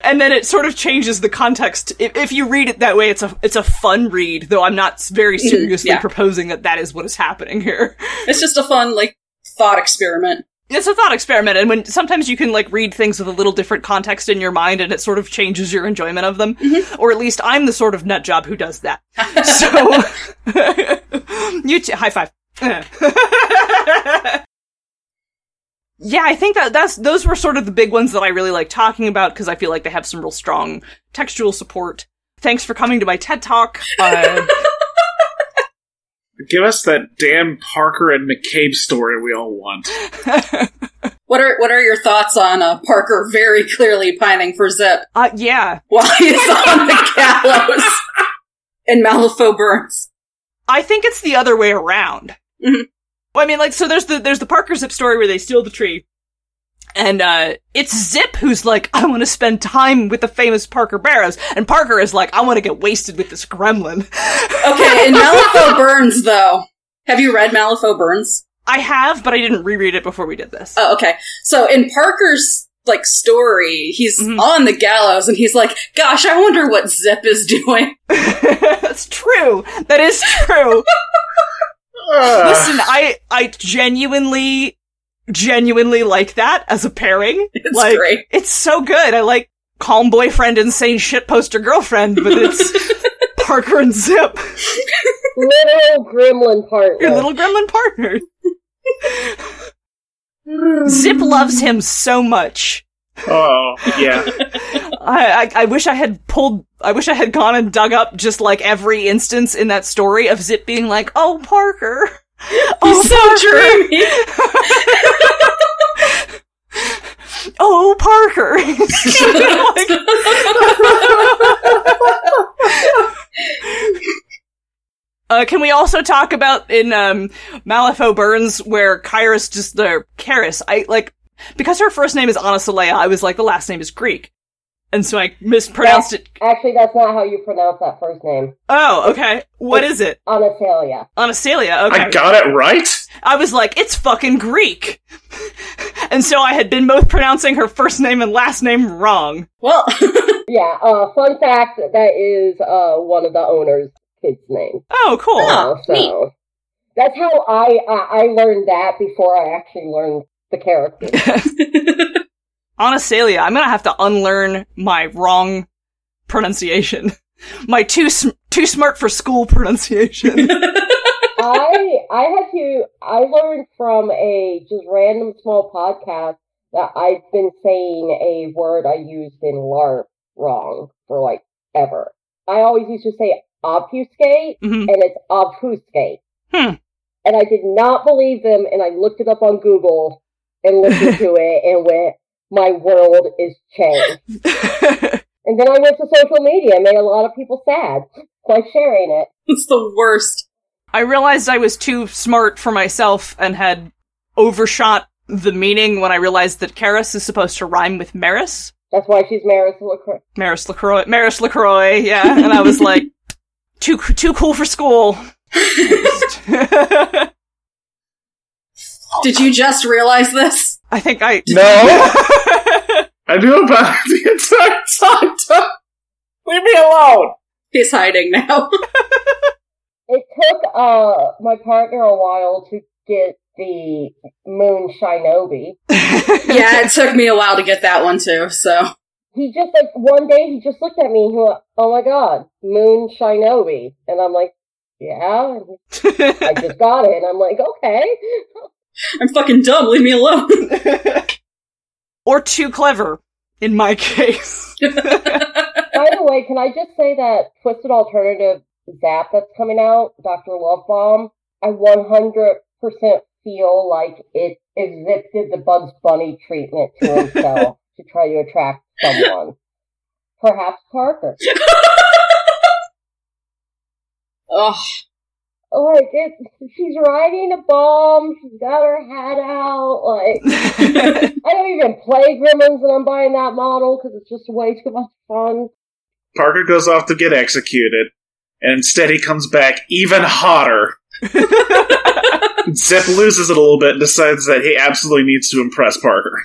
Speaker 4: And then it sort of changes the context. If, if you read it that way, it's a it's a fun read. Though I'm not very seriously
Speaker 3: yeah.
Speaker 4: proposing that that is what is happening here.
Speaker 3: It's just a fun, like, thought experiment.
Speaker 4: It's a thought experiment, and when sometimes you can like read things with a little different context in your mind, and it sort of changes your enjoyment of them. Or at least I'm the sort of nut job who does that. so *laughs* you t- high five. *laughs* yeah, I think that that's those were sort of the big ones that I really like talking about because I feel like they have some real strong textual support. Thanks for coming to my TED talk. Uh,
Speaker 2: Give us that damn Parker and McCabe story we all want.
Speaker 3: What are what are your thoughts on uh, Parker very clearly pining for Zip
Speaker 4: uh, yeah,
Speaker 3: while he's on the gallows and Malifaux burns?
Speaker 4: I think it's the other way around.
Speaker 3: Mhm.
Speaker 4: Well, I mean, like, so there's the there's the Parker Zip story where they steal the tree, and uh it's Zip who's like, I want to spend time with the famous Parker Barrows, and Parker is like, I want to get wasted with this gremlin. *laughs*
Speaker 3: Okay, in Malifaux Burns, though. Have you read Malifaux Burns?
Speaker 4: I have, but I didn't reread it before we did this. *laughs*
Speaker 3: Oh, okay. So in Parker's like story, he's
Speaker 4: Mhm.
Speaker 3: on the gallows and he's like, "Gosh, I wonder what Zip is doing." *laughs*
Speaker 4: That's true. That is true.
Speaker 2: Ah,
Speaker 4: Listen, I I genuinely genuinely like that as a pairing.
Speaker 3: It's
Speaker 4: like
Speaker 3: great.
Speaker 4: it's so good. I like calm boyfriend, insane shit poster girlfriend, but
Speaker 3: *laughs*
Speaker 4: it's Parker and Zip,
Speaker 5: Little gremlin part.
Speaker 4: your little
Speaker 3: *laughs*
Speaker 4: gremlin partner. Zip loves him so much.
Speaker 2: oh, yeah.
Speaker 4: I, I I wish I had pulled. I wish I had gone and dug up just like every instance in that story of Zip being like, "Oh, Parker, *laughs* oh,
Speaker 3: He's so
Speaker 4: *laughs*
Speaker 3: dreamy.
Speaker 4: oh, Parker." *laughs* Like, uh, can we also talk about in um, Malifaux Burns where Kairos just the Karis? I like because her first name is Anna Solea. I was like, the last name is Greek, and so I mispronounced it.
Speaker 5: Actually, that's not how you pronounce that first name.
Speaker 4: Oh, okay. What is it?
Speaker 5: Anatolia.
Speaker 4: Anastasia. Okay.
Speaker 2: I got it right?
Speaker 4: I was like, it's fucking Greek. *laughs* and so I had been both pronouncing her first name and last name wrong.
Speaker 3: well, *laughs*
Speaker 5: Yeah, uh, fun fact, that is uh, one of the owner's kid's name. Uh,
Speaker 4: Oh, cool.
Speaker 3: Huh,
Speaker 5: so that's how I, I I learned that before I actually learned the character.
Speaker 4: Anastasia, I'm gonna have to unlearn my wrong pronunciation. *laughs* My too sm- too smart for school pronunciation.
Speaker 5: I I had to I learned from a just random small podcast that I've been saying a word I used in LARP wrong for like ever. I always used to say obfuscate
Speaker 4: Mhm.
Speaker 5: *laughs* and it's obfuscate.
Speaker 4: Hmm.
Speaker 5: And I did not believe them and I looked it up on Google and listened to it and went, My world is changed. And then I went to social media and made a lot of people sad by sharing it.
Speaker 3: it's the worst.
Speaker 4: I realized I was too smart for myself and had overshot the meaning when I realized that Karis is supposed to rhyme with Maris.
Speaker 5: That's why she's Maris LaCroix.
Speaker 4: Maris Lacroix, Maris Lacroix, yeah. And I was like, too too cool for school. *laughs* I
Speaker 3: Did you just realize this?
Speaker 4: think I *laughs*
Speaker 2: No! *laughs* I knew about it *laughs* the entire time. Doug. Leave me alone.
Speaker 3: He's hiding
Speaker 4: *laughs*
Speaker 3: now.
Speaker 5: It took uh my partner a while to get the Moon Shinobi.
Speaker 3: yeah, it took me a while to get that one too. So
Speaker 5: He just like one day he just looked at me and he went, "Oh my god, Moon Shinobi," and I'm like, "Yeah." And he- I just got it, and I'm like, "Okay."
Speaker 3: I'm fucking dumb. Leave me alone.
Speaker 4: *laughs*
Speaker 3: *laughs*
Speaker 4: or too clever in my *laughs* case.
Speaker 5: By the way, can I just say that Twisted Alternative Zap that's coming out, Doctor Love Bomb, I 100 percent feel like it existed the Bugs Bunny treatment to himself to try to attract someone, perhaps Parker.
Speaker 3: oh,
Speaker 5: like it, she's riding a bomb. She's got her hat out. Like I don't even play Gremlins, and I'm buying that model because it's just way too much fun.
Speaker 2: Parker goes off to get executed, and instead he comes back even hotter. *laughs* Zip loses it a little bit and decides that he absolutely needs to impress Parker.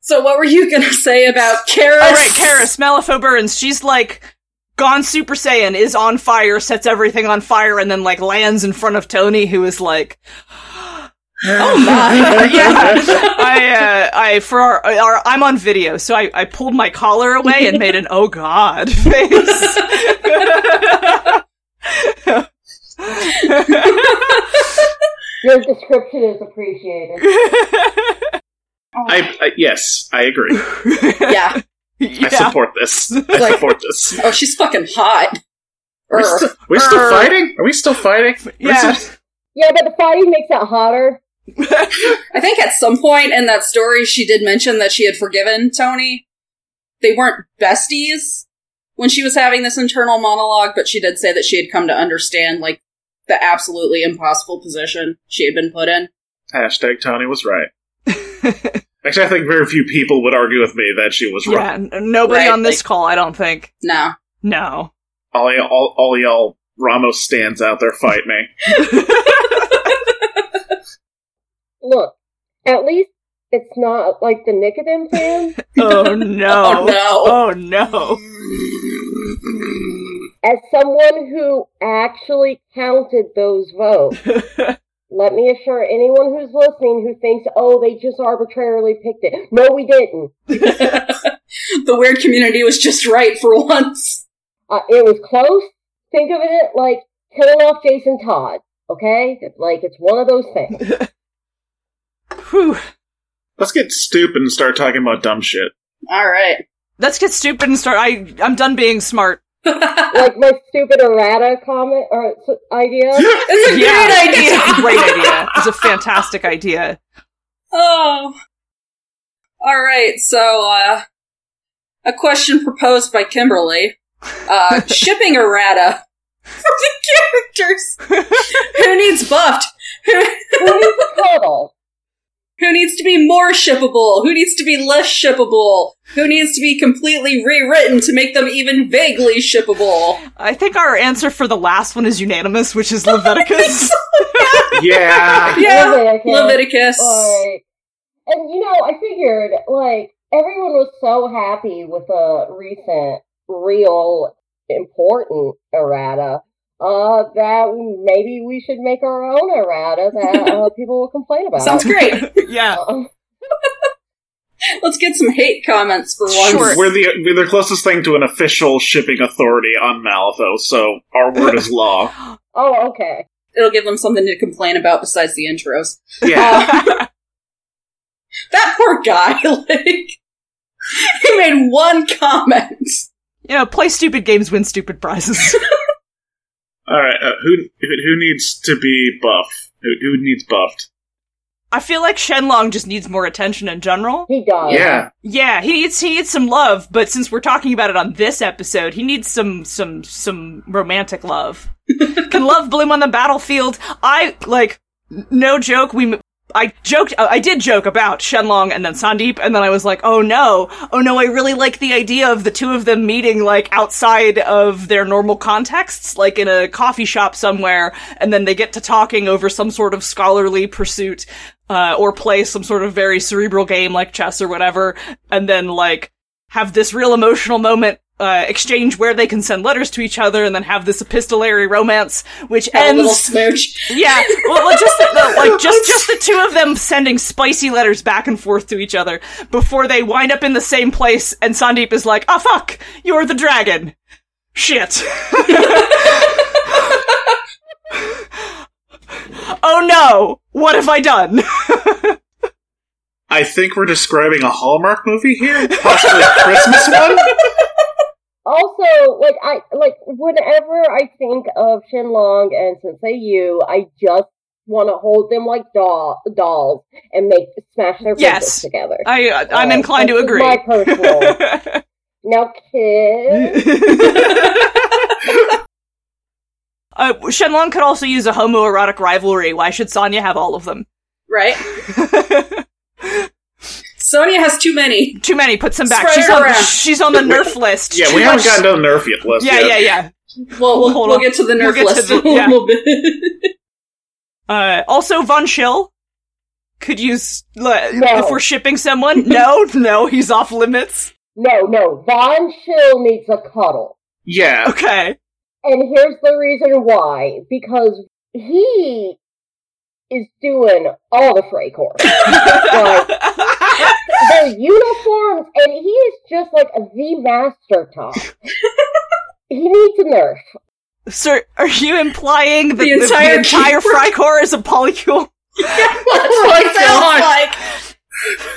Speaker 3: so what were you gonna say about Karis?
Speaker 4: All right, Karis Malifaux Burns. She's like gone Super Saiyan, is on fire, sets everything on fire, and then like lands in front of Tony, who is like, "Oh my!" *laughs* yeah, I, uh, I for our, our, I'm on video, so I, I pulled my collar away and made an "Oh God" face.
Speaker 5: Your description is appreciated.
Speaker 2: I, I yes, I agree. I
Speaker 3: Yeah.
Speaker 4: yeah.
Speaker 2: support this. I support this.
Speaker 3: Oh, she's fucking hot.
Speaker 2: We're,
Speaker 3: Urgh.
Speaker 2: st- we're still
Speaker 4: Err.
Speaker 2: fighting. Are we still fighting? We're
Speaker 4: Yeah.
Speaker 2: still-
Speaker 5: Yeah, but the fighting makes it hotter.
Speaker 3: I think at some point in that story, she did mention that she had forgiven Tony. They weren't besties when she was having this internal monologue, but she did say that she had come to understand, like, the absolutely impossible position she had been put in.
Speaker 2: hashtag Tony was
Speaker 4: *laughs*
Speaker 2: right. Actually, I think very few people would argue with me that she was right.
Speaker 4: Yeah, n- nobody
Speaker 3: Right,
Speaker 4: on this
Speaker 3: like-
Speaker 4: call, I don't think.
Speaker 3: No.
Speaker 4: *laughs* No.
Speaker 2: All, y- all, all y'all Ramos stands out there fight me.
Speaker 5: Look, at least it's not like the Nicodem fan.
Speaker 4: Oh no.
Speaker 3: Oh, no.
Speaker 4: Oh no.
Speaker 5: as someone who actually counted those votes, let me assure anyone who's listening who thinks, oh, they just arbitrarily picked it. No, we didn't.
Speaker 3: the weird community was just right for *laughs* once.
Speaker 5: Uh, it was close. Think of it like killing off Jason Todd, okay? Like, it's one of those things.
Speaker 4: Whew.
Speaker 2: Let's get stupid and start talking about dumb shit.
Speaker 3: All right. *laughs*
Speaker 4: Let's get stupid and start. I I'm done being smart.
Speaker 5: like my stupid errata comment or s- idea.
Speaker 3: It's a great idea.
Speaker 4: *laughs* It's a great idea. It's a fantastic idea.
Speaker 3: Oh. All right. So, uh, a question proposed by Kimberly: uh, shipping errata for the characters. Who needs buffed? Who,
Speaker 5: Who needs a cuddle?
Speaker 3: who needs to be more shippable? Who needs to be less shippable? Who needs to be completely rewritten to make them even vaguely shippable?
Speaker 4: I think our answer for the last one is unanimous, which
Speaker 3: *laughs*
Speaker 4: is Leviticus.
Speaker 2: Yeah. Oh,
Speaker 3: Yeah,
Speaker 5: Leviticus.
Speaker 3: Leviticus.
Speaker 5: Like, and you know, I figured like everyone was so happy with the recent, real, important errata. Uh, that maybe we should make our own errata that uh, people will complain about.
Speaker 3: Sounds
Speaker 4: *laughs*
Speaker 3: great.
Speaker 4: yeah.
Speaker 5: Uh,
Speaker 3: Let's get some hate comments for once.
Speaker 4: Sure.
Speaker 2: We're the we're the closest thing to an official shipping authority on Malifaux, so our word is law.
Speaker 5: oh, okay.
Speaker 3: It'll give them something to complain about besides the intros.
Speaker 2: Yeah.
Speaker 3: That poor guy, *laughs* like, he made one comment.
Speaker 4: *laughs* You know, play stupid games, win stupid prizes.
Speaker 2: *laughs* All right. Uh, who who needs to be buff? Who, who needs buffed?
Speaker 4: I feel like Shenlong just needs more attention in general.
Speaker 5: He does.
Speaker 2: Yeah.
Speaker 4: Yeah, he needs he needs some love, but since we're talking about it on this episode, he needs some some some
Speaker 3: *laughs*
Speaker 4: romantic love. Can love bloom on the battlefield? I like n- no joke. We m- I joked uh, I did joke about Shenlong and then Sandeep, and then I was like, oh no, oh no, I really like the idea of the two of them meeting like outside of their normal contexts, like in a coffee shop somewhere, and then they get to talking over some sort of scholarly pursuit uh, or play some sort of very cerebral game like chess or whatever, and then like have this real emotional moment, uh, exchange where they can send letters to each other, and then have this epistolary romance, which
Speaker 3: A
Speaker 4: ends.
Speaker 3: little smooch.
Speaker 4: yeah, well, well, just the, the- like just just the two of them sending spicy letters back and forth to each other before they wind up in the same place, and Sandeep is like, "Ah, fuck, you're the dragon." Shit. *laughs* oh no! What have I done?
Speaker 2: I think we're describing a Hallmark movie here, possibly a Christmas one.
Speaker 5: Also, like I like whenever I think of Shenlong and Sensei Yu, I just want to hold them like doll dolls and make smash their faces
Speaker 4: Yes.
Speaker 5: together.
Speaker 4: I I- I'm
Speaker 5: Uh,
Speaker 4: inclined to
Speaker 5: that's
Speaker 4: agree.
Speaker 5: My personal. now, kids.
Speaker 4: *laughs* uh, Shenlong could also use a homoerotic rivalry. Why should Sonya have all of them?
Speaker 3: *laughs* Right? Sonia has too many.
Speaker 4: Too many. Put some back.
Speaker 3: Spread
Speaker 4: She's
Speaker 3: it
Speaker 4: on,
Speaker 3: around.
Speaker 4: she's
Speaker 2: *laughs*
Speaker 4: on the nerf list.
Speaker 2: Yeah,
Speaker 4: Too
Speaker 2: we haven't
Speaker 4: much-
Speaker 2: gotten to the Nerf yet. List
Speaker 4: Yeah,
Speaker 2: yet.
Speaker 4: yeah, yeah.
Speaker 3: Well, we'll,
Speaker 4: Hold
Speaker 3: we'll
Speaker 4: on.
Speaker 3: get to the
Speaker 4: We'll
Speaker 3: nerf
Speaker 4: get to
Speaker 3: list
Speaker 4: the-
Speaker 3: in a
Speaker 4: yeah.
Speaker 3: little *laughs* bit.
Speaker 4: Uh, also, Von Schill could use le-
Speaker 5: No.
Speaker 4: if we're
Speaker 3: *laughs*
Speaker 4: shipping someone. No, no, he's off limits.
Speaker 5: No, no. Von Schill needs a cuddle,
Speaker 2: yeah.
Speaker 4: Okay.
Speaker 5: and here's the reason why: because he is doing all the fray
Speaker 4: *laughs*
Speaker 5: corps. like, their uniforms, and he is just like the master
Speaker 4: *laughs*
Speaker 5: top. he needs a nerf.
Speaker 4: Sir, are you implying that
Speaker 3: The entire
Speaker 4: the entire
Speaker 3: keyword-
Speaker 4: Frycore is a polycule? *laughs*
Speaker 3: That's what it sounds like.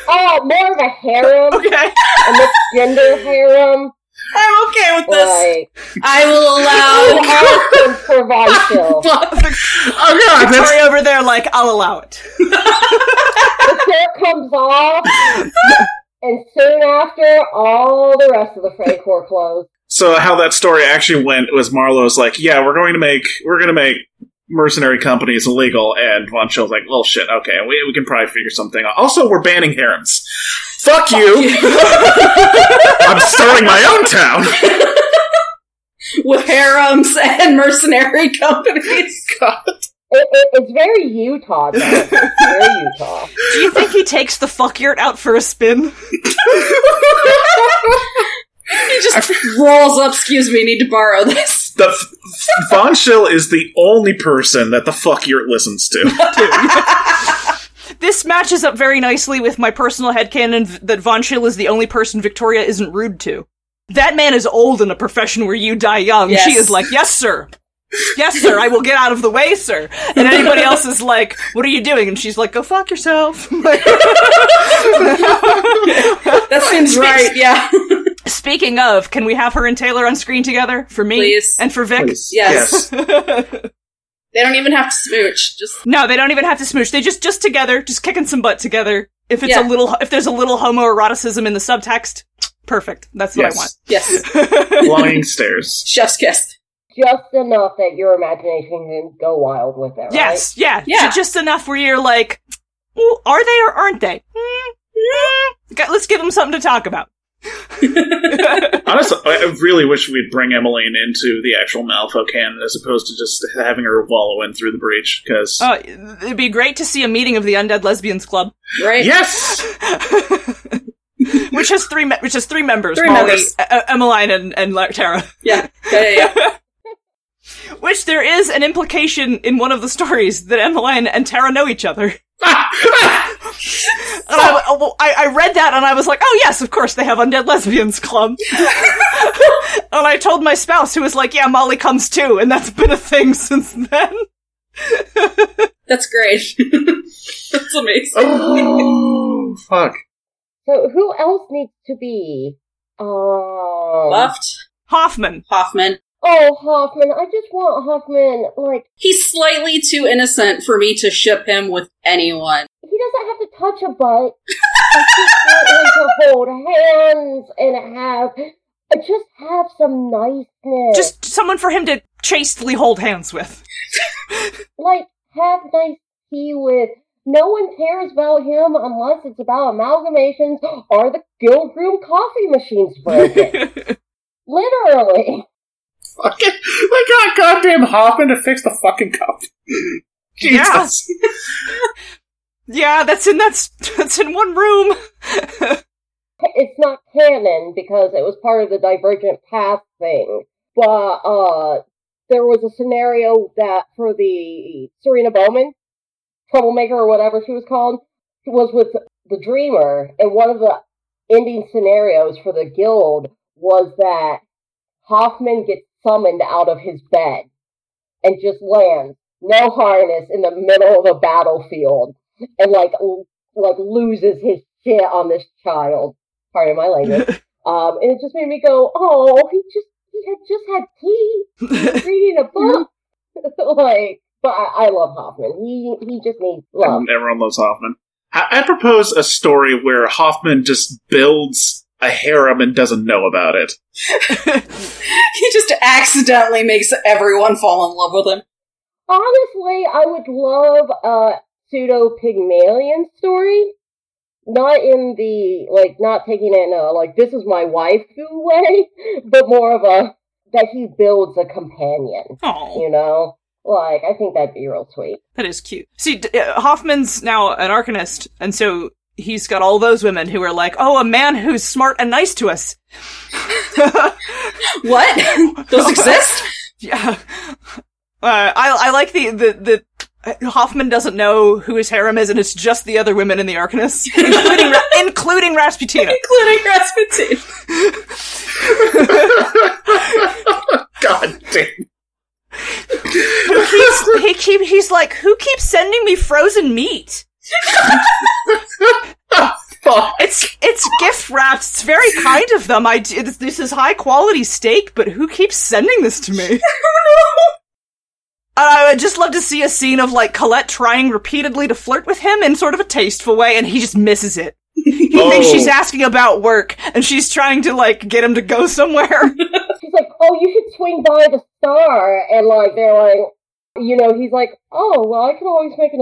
Speaker 5: Oh, more of a harem,
Speaker 4: Okay,
Speaker 5: a mixed gender harem.
Speaker 3: I'm okay with this.
Speaker 5: Like,
Speaker 3: I will
Speaker 5: oh,
Speaker 3: allow.
Speaker 4: *laughs*
Speaker 5: awesome for Von Schill.
Speaker 2: Oh god, that's
Speaker 4: Victoria over there, like I'll allow it.
Speaker 5: The shirt comes
Speaker 4: *laughs*
Speaker 5: off, and soon after, all the rest of the
Speaker 4: *laughs*
Speaker 5: Fray Corps clothes.
Speaker 2: so. How that story actually went was Marlowe's like, yeah, we're going to make we're going to make mercenary companies illegal, and Von Schill's like, well, shit, okay, we we can probably figure something. out. Also, we're banning harems. Fuck you! *laughs* I'm starting my own town.
Speaker 3: with harems and mercenary *laughs* companies.
Speaker 5: It, it, it's very Utah. Though.
Speaker 4: *laughs*
Speaker 5: It's very Utah.
Speaker 4: Do you think he takes the fuck yurt out for a spin?
Speaker 3: He just rolls up, excuse me, need to borrow this.
Speaker 2: The f- Von Schill is the only person that the fuck yurt listens to.
Speaker 4: This matches up very nicely with my personal headcanon v- that Von Schill is the only person Victoria isn't rude to. That man is old in a profession where you die young.
Speaker 3: Yes.
Speaker 4: She is like, yes, sir. Yes, sir. I will get out of the way, sir. And anybody else is like, what are you doing? And she's like, go fuck yourself. *laughs*
Speaker 3: That seems right, yeah.
Speaker 4: Speaking of, can we have her and Taylor on screen together? For me
Speaker 3: Please.
Speaker 4: and for Vic?
Speaker 3: Yes. They don't even have to smooch. Just
Speaker 4: No, they don't even have to smooch. They just just together, just kicking some butt together. If it's
Speaker 3: Yeah.
Speaker 4: a little, if there's a little homoeroticism in the subtext, perfect. That's what I want.
Speaker 3: yes.
Speaker 2: Flying
Speaker 3: *laughs*
Speaker 2: stairs.
Speaker 3: Chef's kiss.
Speaker 5: Just enough that your imagination can go wild with it.
Speaker 4: Yes, yeah,
Speaker 3: Yeah.
Speaker 4: Ju- Just enough where you're like, "Ooh, are they or aren't they?
Speaker 3: Mm,
Speaker 4: Hmm, hmm. Okay, Let's give them something to talk about.
Speaker 2: Honestly, I I really wish we'd bring Emmeline into the actual Malfo canon as opposed to just having her wallow in through the breach. Because
Speaker 4: Uh, it'd be great to see a meeting of the Undead
Speaker 3: *laughs*
Speaker 4: Lesbians Club,
Speaker 3: Right?
Speaker 2: yes, *laughs*
Speaker 4: which has three, me- which has three members:
Speaker 3: Three
Speaker 4: Molly,
Speaker 3: members.
Speaker 4: E- E- Emmeline, and and La- Tara. *laughs*
Speaker 3: Yeah. Yeah, yeah, yeah.
Speaker 4: Which there is an implication in one of the stories that Emmeline and Tara know each other. and I, oh, I, I read that and I was like, oh yes, of course they have Undead
Speaker 3: *laughs*
Speaker 4: Lesbians Club. *laughs* and I told my spouse, who was like, yeah, Molly comes too, and that's been a thing *laughs* since then.
Speaker 3: That's great. *laughs* That's amazing.
Speaker 2: Oh, fuck.
Speaker 5: So who else needs to be? Um, oh,
Speaker 3: Left
Speaker 4: Hoffman.
Speaker 3: Hoffman.
Speaker 5: Hoffman. I just want Hoffman. Like
Speaker 3: He's slightly too innocent for me to ship him with anyone. *laughs*
Speaker 5: he doesn't have to touch a
Speaker 4: *laughs*
Speaker 5: butt. I just want him to hold hands and have just have some niceness.
Speaker 4: Just someone for him to chastely hold hands with.
Speaker 5: like have nice tea with. No one cares about him unless it's about amalgamations or the guild room coffee machines
Speaker 4: *laughs*
Speaker 5: broken. Literally.
Speaker 2: Fucking, they got goddamn Hoffman to fix the fucking cup. *laughs* Jesus.
Speaker 4: Yeah, that's in that's that's in one room. *laughs*
Speaker 5: it's not canon because it was part of the divergent path thing. But uh there was a scenario that for the Serena Bowman, Troublemaker or whatever she was called, was with the Dreamer, and one of the ending scenarios for the guild was that Hoffman gets summoned out of his bed and just lands, no harness, in the middle of a battlefield, and like l- like loses his shit on this child. Pardon my language. um, and it just made me go, oh, he just he had just had tea, he was reading a book, *laughs* like. But I, I love Hoffman. He he just needs love.
Speaker 2: And everyone loves Hoffman. I, I propose a story where Hoffman just builds a harem and doesn't know about *laughs* it.
Speaker 3: He just accidentally makes everyone fall in love with him.
Speaker 5: Honestly, I would love a pseudo Pygmalion story. Not in the, like, not taking it in a, like, this is my wife way, *laughs* but more of a, that he builds a companion,
Speaker 4: Oh,
Speaker 5: you know? Like, I think that'd be real sweet.
Speaker 4: that is cute. See, d- uh, Hoffman's now an arcanist, and so he's got all those women who are like, oh, a man who's smart and nice to us. *laughs*
Speaker 3: What? *laughs* Those exist?
Speaker 4: Yeah. Uh, I I like the the the Hoffman doesn't know who his harem is, and it's just the other women in the Arcanist, *laughs* including Ra- including Rasputina.
Speaker 3: Including Rasputin.
Speaker 2: God damn.
Speaker 4: Who keeps he keep he's like who keeps sending me frozen meat?
Speaker 2: Fuck.
Speaker 4: It's it's gift wrapped. It's very kind of them. I d- it's, this is high quality steak, but who keeps sending this to me? I would just love to see a scene of like Colette trying repeatedly to flirt with him in sort of a tasteful way, and he just misses it. He thinks
Speaker 2: Oh.
Speaker 4: she's asking about work, and she's trying to like get him to go somewhere.
Speaker 5: She's like, oh, you should swing by the star. And, like, they're like, you know, he's like, oh, well, I can always make an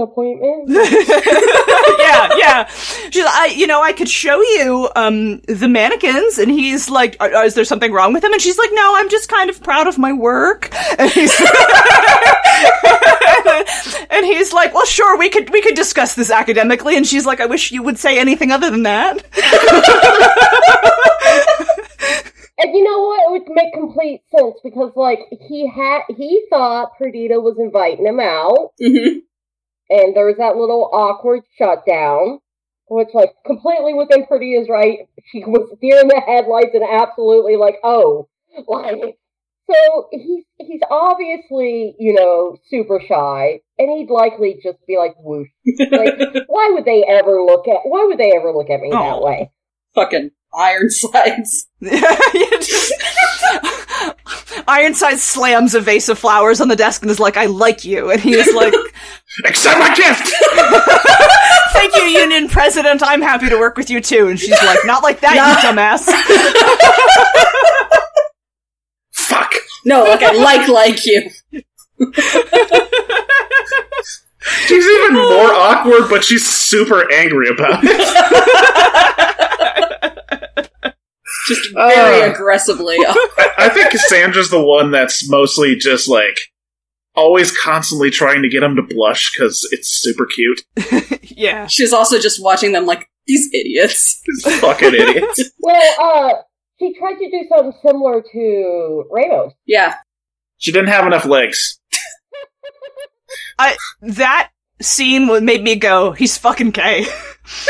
Speaker 4: *laughs*
Speaker 5: appointment.
Speaker 4: yeah, yeah. She's like, I, you know, I could show you um the mannequins, and he's like, "Are- are- "Is there something wrong with them?" And she's like, "No, I'm just kind of proud of my work." *laughs* And he's, and he's like, "Well, sure, we could we could discuss this academically." And she's like, "I wish you would say anything *laughs* other than that."
Speaker 5: And you know what? It would make complete sense because like he had he thought Perdita was inviting him out
Speaker 3: Mhm.
Speaker 5: and there was that little awkward shutdown which like completely within Perdita's right *laughs* she was deer in the headlights and absolutely like oh *laughs* like so he's he's obviously you know super shy and he'd likely just be like whoosh like why would they ever look at why would they ever look at me that
Speaker 4: Oh.
Speaker 5: way
Speaker 3: Fucking Ironsides.
Speaker 4: You just- *laughs* Ironside slams a vase of flowers on the desk and is like, I like you. And he is like,
Speaker 2: Accept my gift! *laughs*
Speaker 4: *laughs* Thank you, Union President. I'm happy to work with you too. And she's like, Not like that, you dumbass.
Speaker 2: Fuck!
Speaker 3: No, like I like like you.
Speaker 2: She's even more awkward, but she's super angry about it.
Speaker 3: Just very
Speaker 2: Uh.
Speaker 3: aggressively.
Speaker 2: I, I think Cassandra's the one that's mostly just like always constantly trying to get him to blush because it's super cute. *laughs*
Speaker 4: yeah.
Speaker 3: She's also just watching them like these idiots.
Speaker 2: This fucking idiot.
Speaker 5: Well, uh, she tried to do something similar to Ramos.
Speaker 3: Yeah.
Speaker 2: She didn't have enough legs.
Speaker 4: That scene wa- made me go, He's fucking gay.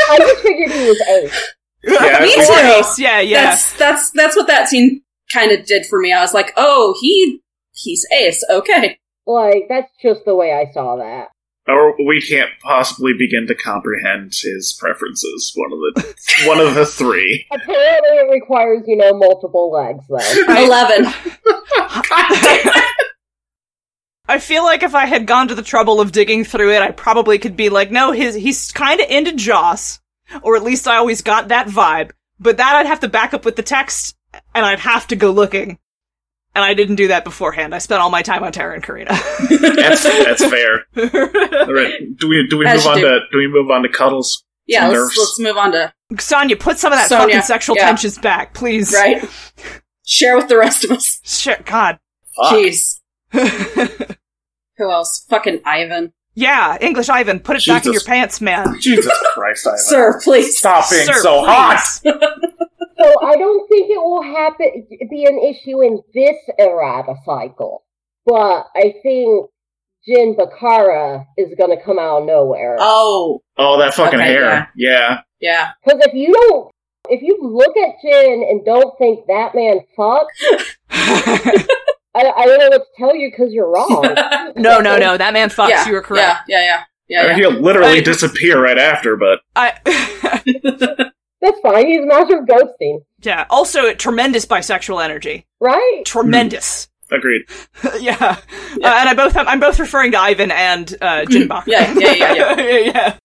Speaker 5: I just figured he was eight.
Speaker 4: *laughs*
Speaker 2: Yeah,
Speaker 4: me
Speaker 2: I
Speaker 4: too.
Speaker 2: think-
Speaker 4: Yeah, yeah.
Speaker 3: That's that's that's what that scene kind of did for me. I was like, oh, he he's ace. Okay.
Speaker 5: Like, that's just the way I saw that.
Speaker 2: Or we can't possibly begin to comprehend his preferences. One of the one of the three.
Speaker 5: Apparently, it requires, you know, multiple legs,
Speaker 4: *laughs*
Speaker 5: though.
Speaker 4: Right.
Speaker 3: Eleven.
Speaker 4: *laughs* I feel like if I had gone to the trouble of digging through it, I probably could be like, no, his he's kind of into Joss, or at least I always got that vibe. But that I'd have to back up with the text, and I'd have to go looking. And I didn't do that beforehand. I spent all my time on Tara and Karina.
Speaker 2: That's that's fair. All right. Do we do we move
Speaker 3: As you
Speaker 2: on
Speaker 3: do.
Speaker 2: to do we move on to cuddles?
Speaker 3: Yeah,
Speaker 2: Some
Speaker 3: let's,
Speaker 2: nerves.
Speaker 3: let's move on to
Speaker 4: *laughs* Sonia, put some of that
Speaker 3: Sonia,
Speaker 4: fucking sexual
Speaker 3: yeah.
Speaker 4: tensions back, please.
Speaker 3: right. Share with the rest of us.
Speaker 4: Shit, God.
Speaker 2: Fuck.
Speaker 3: Jeez. Who else? Fucking Ivan.
Speaker 4: yeah, English Ivan, put it back in your
Speaker 2: Jesus.
Speaker 4: pants, man.
Speaker 2: Jesus Christ, Ivan.
Speaker 3: Sir, please.
Speaker 2: Stop being
Speaker 4: Sir,
Speaker 2: so
Speaker 4: please.
Speaker 2: hot.
Speaker 5: So I don't think it will happen, be an issue in this errata cycle. But I think Jin Bakara is going to come out of nowhere.
Speaker 4: Uh,
Speaker 3: Oh,
Speaker 2: Oh, that fucking
Speaker 3: Okay,
Speaker 2: hair. Yeah.
Speaker 3: yeah.
Speaker 5: Because if you don't, if you look at Jin and don't think that man fucks, I, I don't know what to tell you because you're wrong.
Speaker 4: *laughs* no, no, no, that man fucks.
Speaker 3: yeah,
Speaker 4: you were correct.
Speaker 3: Yeah, yeah, yeah.
Speaker 2: I
Speaker 3: yeah,
Speaker 2: mean,
Speaker 3: yeah.
Speaker 2: he'll literally
Speaker 4: Right.
Speaker 2: disappear right after, but
Speaker 4: I. *laughs*
Speaker 5: That's fine. He's a master of ghosting,
Speaker 4: Yeah. Also, a tremendous bisexual energy.
Speaker 5: right?
Speaker 2: Mm.
Speaker 4: Tremendous.
Speaker 2: agreed.
Speaker 4: *laughs* yeah. Uh, and I both have, I'm both referring to Ivan and uh, Jinbak.
Speaker 3: Mm. Yeah, yeah, yeah, yeah.
Speaker 4: *laughs* yeah.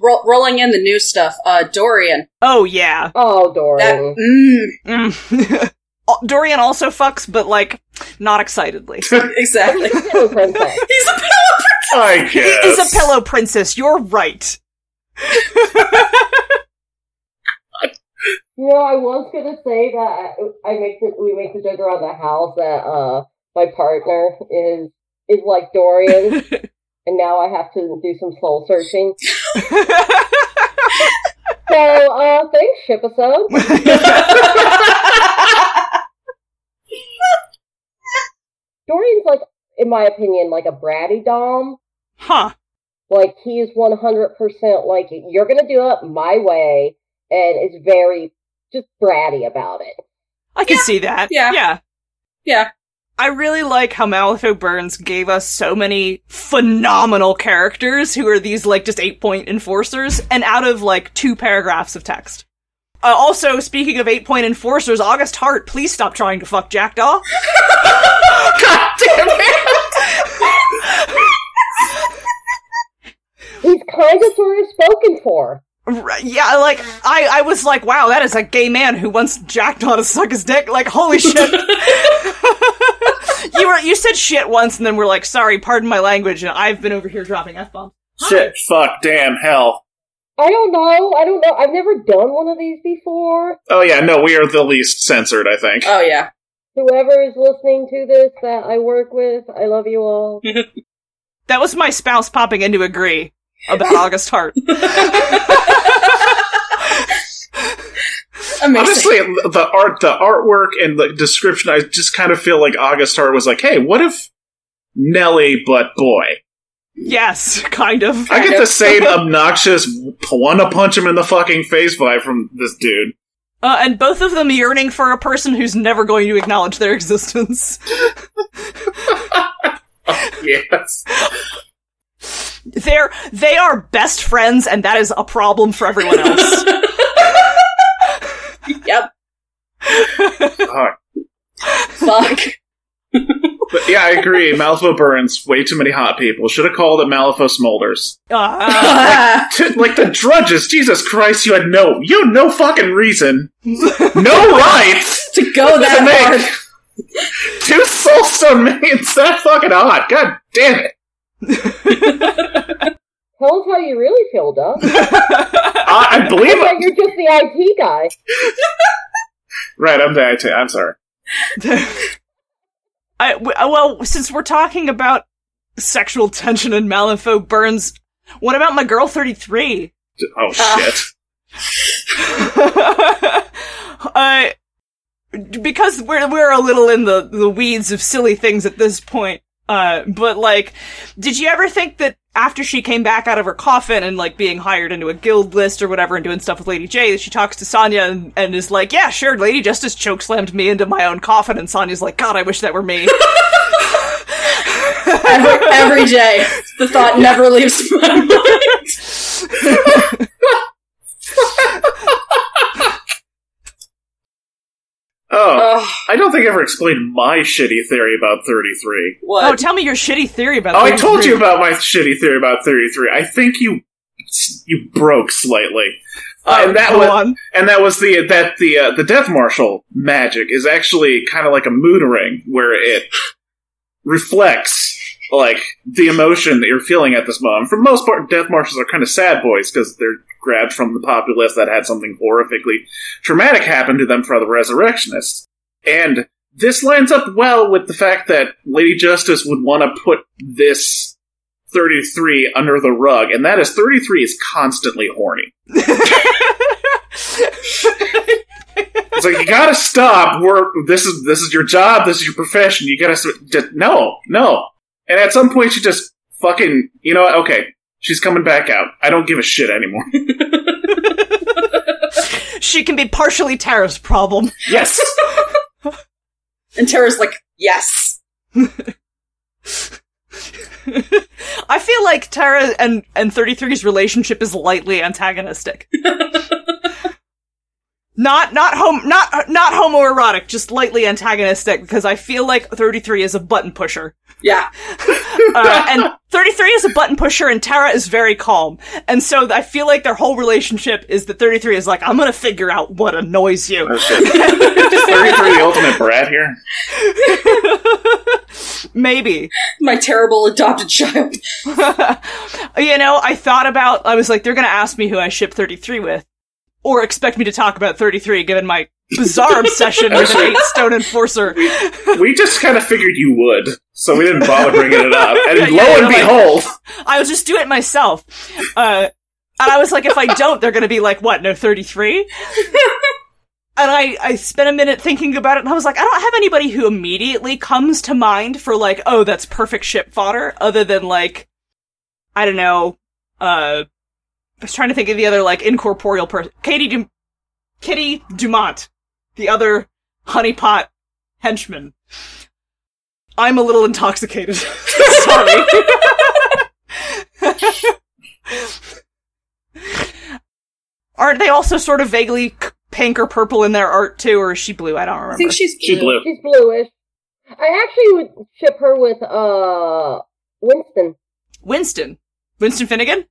Speaker 3: Ro- rolling in the new stuff. Uh, Dorian.
Speaker 4: Oh yeah.
Speaker 5: Oh, Doran.
Speaker 3: That.
Speaker 5: *laughs*
Speaker 3: Mm, *laughs*
Speaker 4: Mm. *laughs* Al- Dorian also fucks, but like not excitedly.
Speaker 5: *laughs*
Speaker 3: exactly.
Speaker 5: Hello, princess.
Speaker 3: He's a.
Speaker 2: I
Speaker 4: He
Speaker 2: guess.
Speaker 4: is a pillow princess. You're right.
Speaker 5: You know, I was gonna say that I, I make the, we make the joke around the house that uh my partner is is like Dorian, and now I have to do some soul searching.
Speaker 4: *laughs*
Speaker 5: So, uh, thanks, Shipasode. Dorian's like, in my opinion, like a bratty dom.
Speaker 4: huh.
Speaker 5: Like he is one hundred percent like you're gonna do it my way, and is very just bratty about it.
Speaker 4: I can
Speaker 3: Yeah.
Speaker 4: see that.
Speaker 3: Yeah.
Speaker 4: Yeah.
Speaker 3: Yeah.
Speaker 4: I really like how Malifaux Burns gave us so many phenomenal characters who are these like just eight point enforcers, and out of like two paragraphs of text. Uh, also, speaking of eight point enforcers, August Hart, please stop trying to fuck Jackdaw. God damn it! *laughs*
Speaker 5: He's kind of sort of spoken for.
Speaker 4: Right, yeah, like I, I was like, wow, that is a gay man who wants Jackdaw to suck his dick. Like, holy shit! you were you said shit once, and then we're like, sorry, pardon my language, and I've been over here dropping f bombs.
Speaker 2: Shit, fuck, damn, hell.
Speaker 5: I don't know. I don't know. I've never done one of these before.
Speaker 2: Oh yeah, no, we are the least censored, I think.
Speaker 3: *laughs* Oh yeah.
Speaker 5: Whoever is listening to this that I work with, I love
Speaker 4: *laughs*
Speaker 5: you all.
Speaker 4: That was my spouse popping in to agree about August Hart.
Speaker 3: Amazing.
Speaker 2: Honestly, the art, the artwork, and the description, I just kind of feel like Augustar was like, "Hey, what if Nelly, but boy?"
Speaker 4: Yes, kind of.
Speaker 2: I get the
Speaker 4: *laughs*
Speaker 2: same obnoxious want to punch him in the fucking face vibe from this dude.
Speaker 4: Uh, and both of them yearning for a person who's never going to acknowledge their existence.
Speaker 2: Yes,
Speaker 4: They're they are best friends, and that is a problem for everyone else.
Speaker 3: yep.
Speaker 2: Fuck.
Speaker 3: Fuck.
Speaker 2: but yeah, I
Speaker 4: *laughs*
Speaker 2: agree. Malifaux burns way too many hot people. Should have called it Malifaux smolders.
Speaker 4: uh,
Speaker 2: T- like the drudges, Jesus Christ! You had no, you had no fucking reason,
Speaker 3: *laughs*
Speaker 2: no rights.
Speaker 3: *laughs* to go
Speaker 2: to make
Speaker 3: that
Speaker 2: *laughs* Two soulstone minions that fucking hot. God damn it.
Speaker 5: Tell us how you really
Speaker 4: *laughs*
Speaker 5: feel, Doug.
Speaker 2: I, I
Speaker 3: *laughs*
Speaker 2: believe
Speaker 5: Yeah, you're just the IT guy.
Speaker 2: Right, I'm the IT. I'm sorry.
Speaker 4: *laughs* I, w- uh, well, since we're talking about sexual tension and Malifaux burns, what about my girl thirty three? *laughs*
Speaker 2: Oh
Speaker 3: Ah.
Speaker 2: shit.
Speaker 4: uh, because we're we're a little in the, the weeds of silly things at this point. Uh, but like, did you ever think that after she came back out of her coffin and like being hired into a guild list or whatever and doing stuff with Lady J, that she talks to Sonya and, and is like, "Yeah, sure, Lady Justice chokeslammed me into my own coffin," and Sonya's like, "God, I wish that were me."
Speaker 3: every, *laughs* every day. The thought never leaves my *laughs* mind.
Speaker 2: Oh,
Speaker 3: Oh,
Speaker 2: I don't think I ever explained my shitty theory about 33.
Speaker 4: oh,
Speaker 3: what?
Speaker 4: tell me your shitty theory about.
Speaker 2: Oh, I
Speaker 4: that.
Speaker 2: told you about my shitty theory about 33. I think you you broke slightly.
Speaker 3: Oh,
Speaker 2: Uh, and that
Speaker 4: Oh, Go
Speaker 2: was
Speaker 4: on.
Speaker 2: and that was the that the uh, the death marshal magic is actually kind of like a mood ring where it reflects like the emotion that you're feeling at this moment. For the most part, death marshals are kind of sad boys because they're grabbed from the populace that had something horrifically traumatic happen to them for the resurrectionists. And this lines up well with the fact that Lady Justice would want to put this 33 under the rug, and that is 33 is constantly horny. It's like you gotta stop. Work. This is this is your job. This is your profession. You gotta s- just no, no. And at some point, she just fucking. You know what? Okay, she's coming back out. I don't give a shit anymore. *laughs*
Speaker 4: She can be partially Tara's problem. *laughs*
Speaker 2: yes,
Speaker 3: And Tara's like, yes.
Speaker 4: I feel like Tara and and 33's relationship is lightly antagonistic. *laughs* not not home not not homoerotic, just lightly antagonistic because I feel like 33 is a button pusher.
Speaker 3: Yeah.
Speaker 2: *laughs*
Speaker 4: Uh, and 33 is a button pusher and Tara is very calm. And so I feel like their whole relationship is that 33 is like I'm going to figure out what annoys you.
Speaker 2: thirty-three, the ultimate brat here.
Speaker 4: Maybe.
Speaker 3: My terrible adopted child.
Speaker 4: *laughs* you know, I thought about, I was like, they're going to ask me who I ship 33 with, or expect me to talk about 33 given my
Speaker 2: *laughs*
Speaker 4: bizarre obsession with the
Speaker 2: Actually-
Speaker 4: Eight Stone Enforcer.
Speaker 2: We just kind of figured you would, so we didn't bother bringing it up. And
Speaker 4: *laughs* Yeah,
Speaker 2: lo
Speaker 4: yeah,
Speaker 2: and
Speaker 4: like-
Speaker 2: behold,
Speaker 4: I will just do it myself. Uh, and I was like, if I don't, they're going to be like, what, no
Speaker 2: *laughs*
Speaker 4: 33? And I, I spent a minute thinking about it, and I was like, I don't have anybody who immediately comes to mind for like, oh, that's perfect ship fodder, other than like, I don't know, uh, I was trying to think of the other like incorporeal person, Katie, Dum- Kitty Dumont, the other honeypot henchman. I'm a little intoxicated. *laughs* Sorry. *laughs* Aren't they also sort of vaguely c- pink or purple in their art too, or is she blue? I don't remember.
Speaker 3: I think she's
Speaker 2: she
Speaker 3: blue.
Speaker 2: blew.
Speaker 5: She's bluish. I actually would ship her with uh Winston.
Speaker 4: Winston. Winston Finnegan?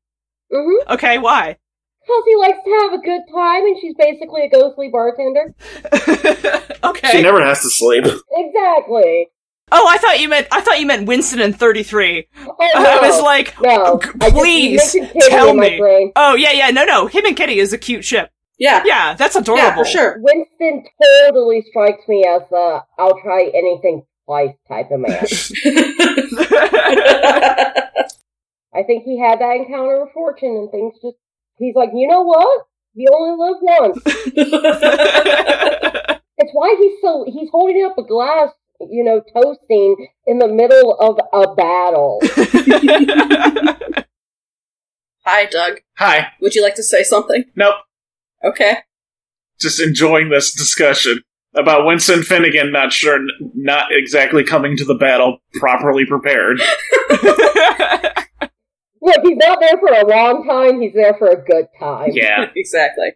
Speaker 5: Mm-hmm.
Speaker 4: Okay, why? *laughs*
Speaker 5: Cause he likes to have a good time, and she's basically a ghostly bartender.
Speaker 2: She
Speaker 4: okay.
Speaker 2: never has to sleep.
Speaker 5: Exactly.
Speaker 4: oh, I thought you meant I thought you meant Winston and 33.
Speaker 5: Oh,
Speaker 4: I
Speaker 5: no.
Speaker 4: was like,
Speaker 5: no.
Speaker 4: "G-
Speaker 5: I just- you
Speaker 4: please
Speaker 5: mentioned Kitty
Speaker 4: tell
Speaker 5: in my
Speaker 4: me.
Speaker 5: brain.
Speaker 4: oh yeah, yeah, no, no. Him and Kitty is a cute ship.
Speaker 3: Yeah.
Speaker 4: Yeah, that's adorable. *laughs*
Speaker 3: Yeah, for sure. *laughs*
Speaker 5: Winston totally strikes me as the I'll try anything twice type of man.
Speaker 3: *laughs*
Speaker 5: I think he had that encounter with fortune and things just he's like, you know what? You only live once. It's why he's so he's holding up a glass, you know, toasting in the middle of a battle.
Speaker 3: Hi, Doug.
Speaker 2: Hi.
Speaker 3: Would you like to say something?
Speaker 2: Nope.
Speaker 3: Okay.
Speaker 2: Just enjoying this discussion about Winston Finnegan not sure, not exactly coming to the battle properly prepared.
Speaker 5: Look, he's not there for a long time. He's there for a good time.
Speaker 2: Yeah.
Speaker 3: *laughs* Exactly.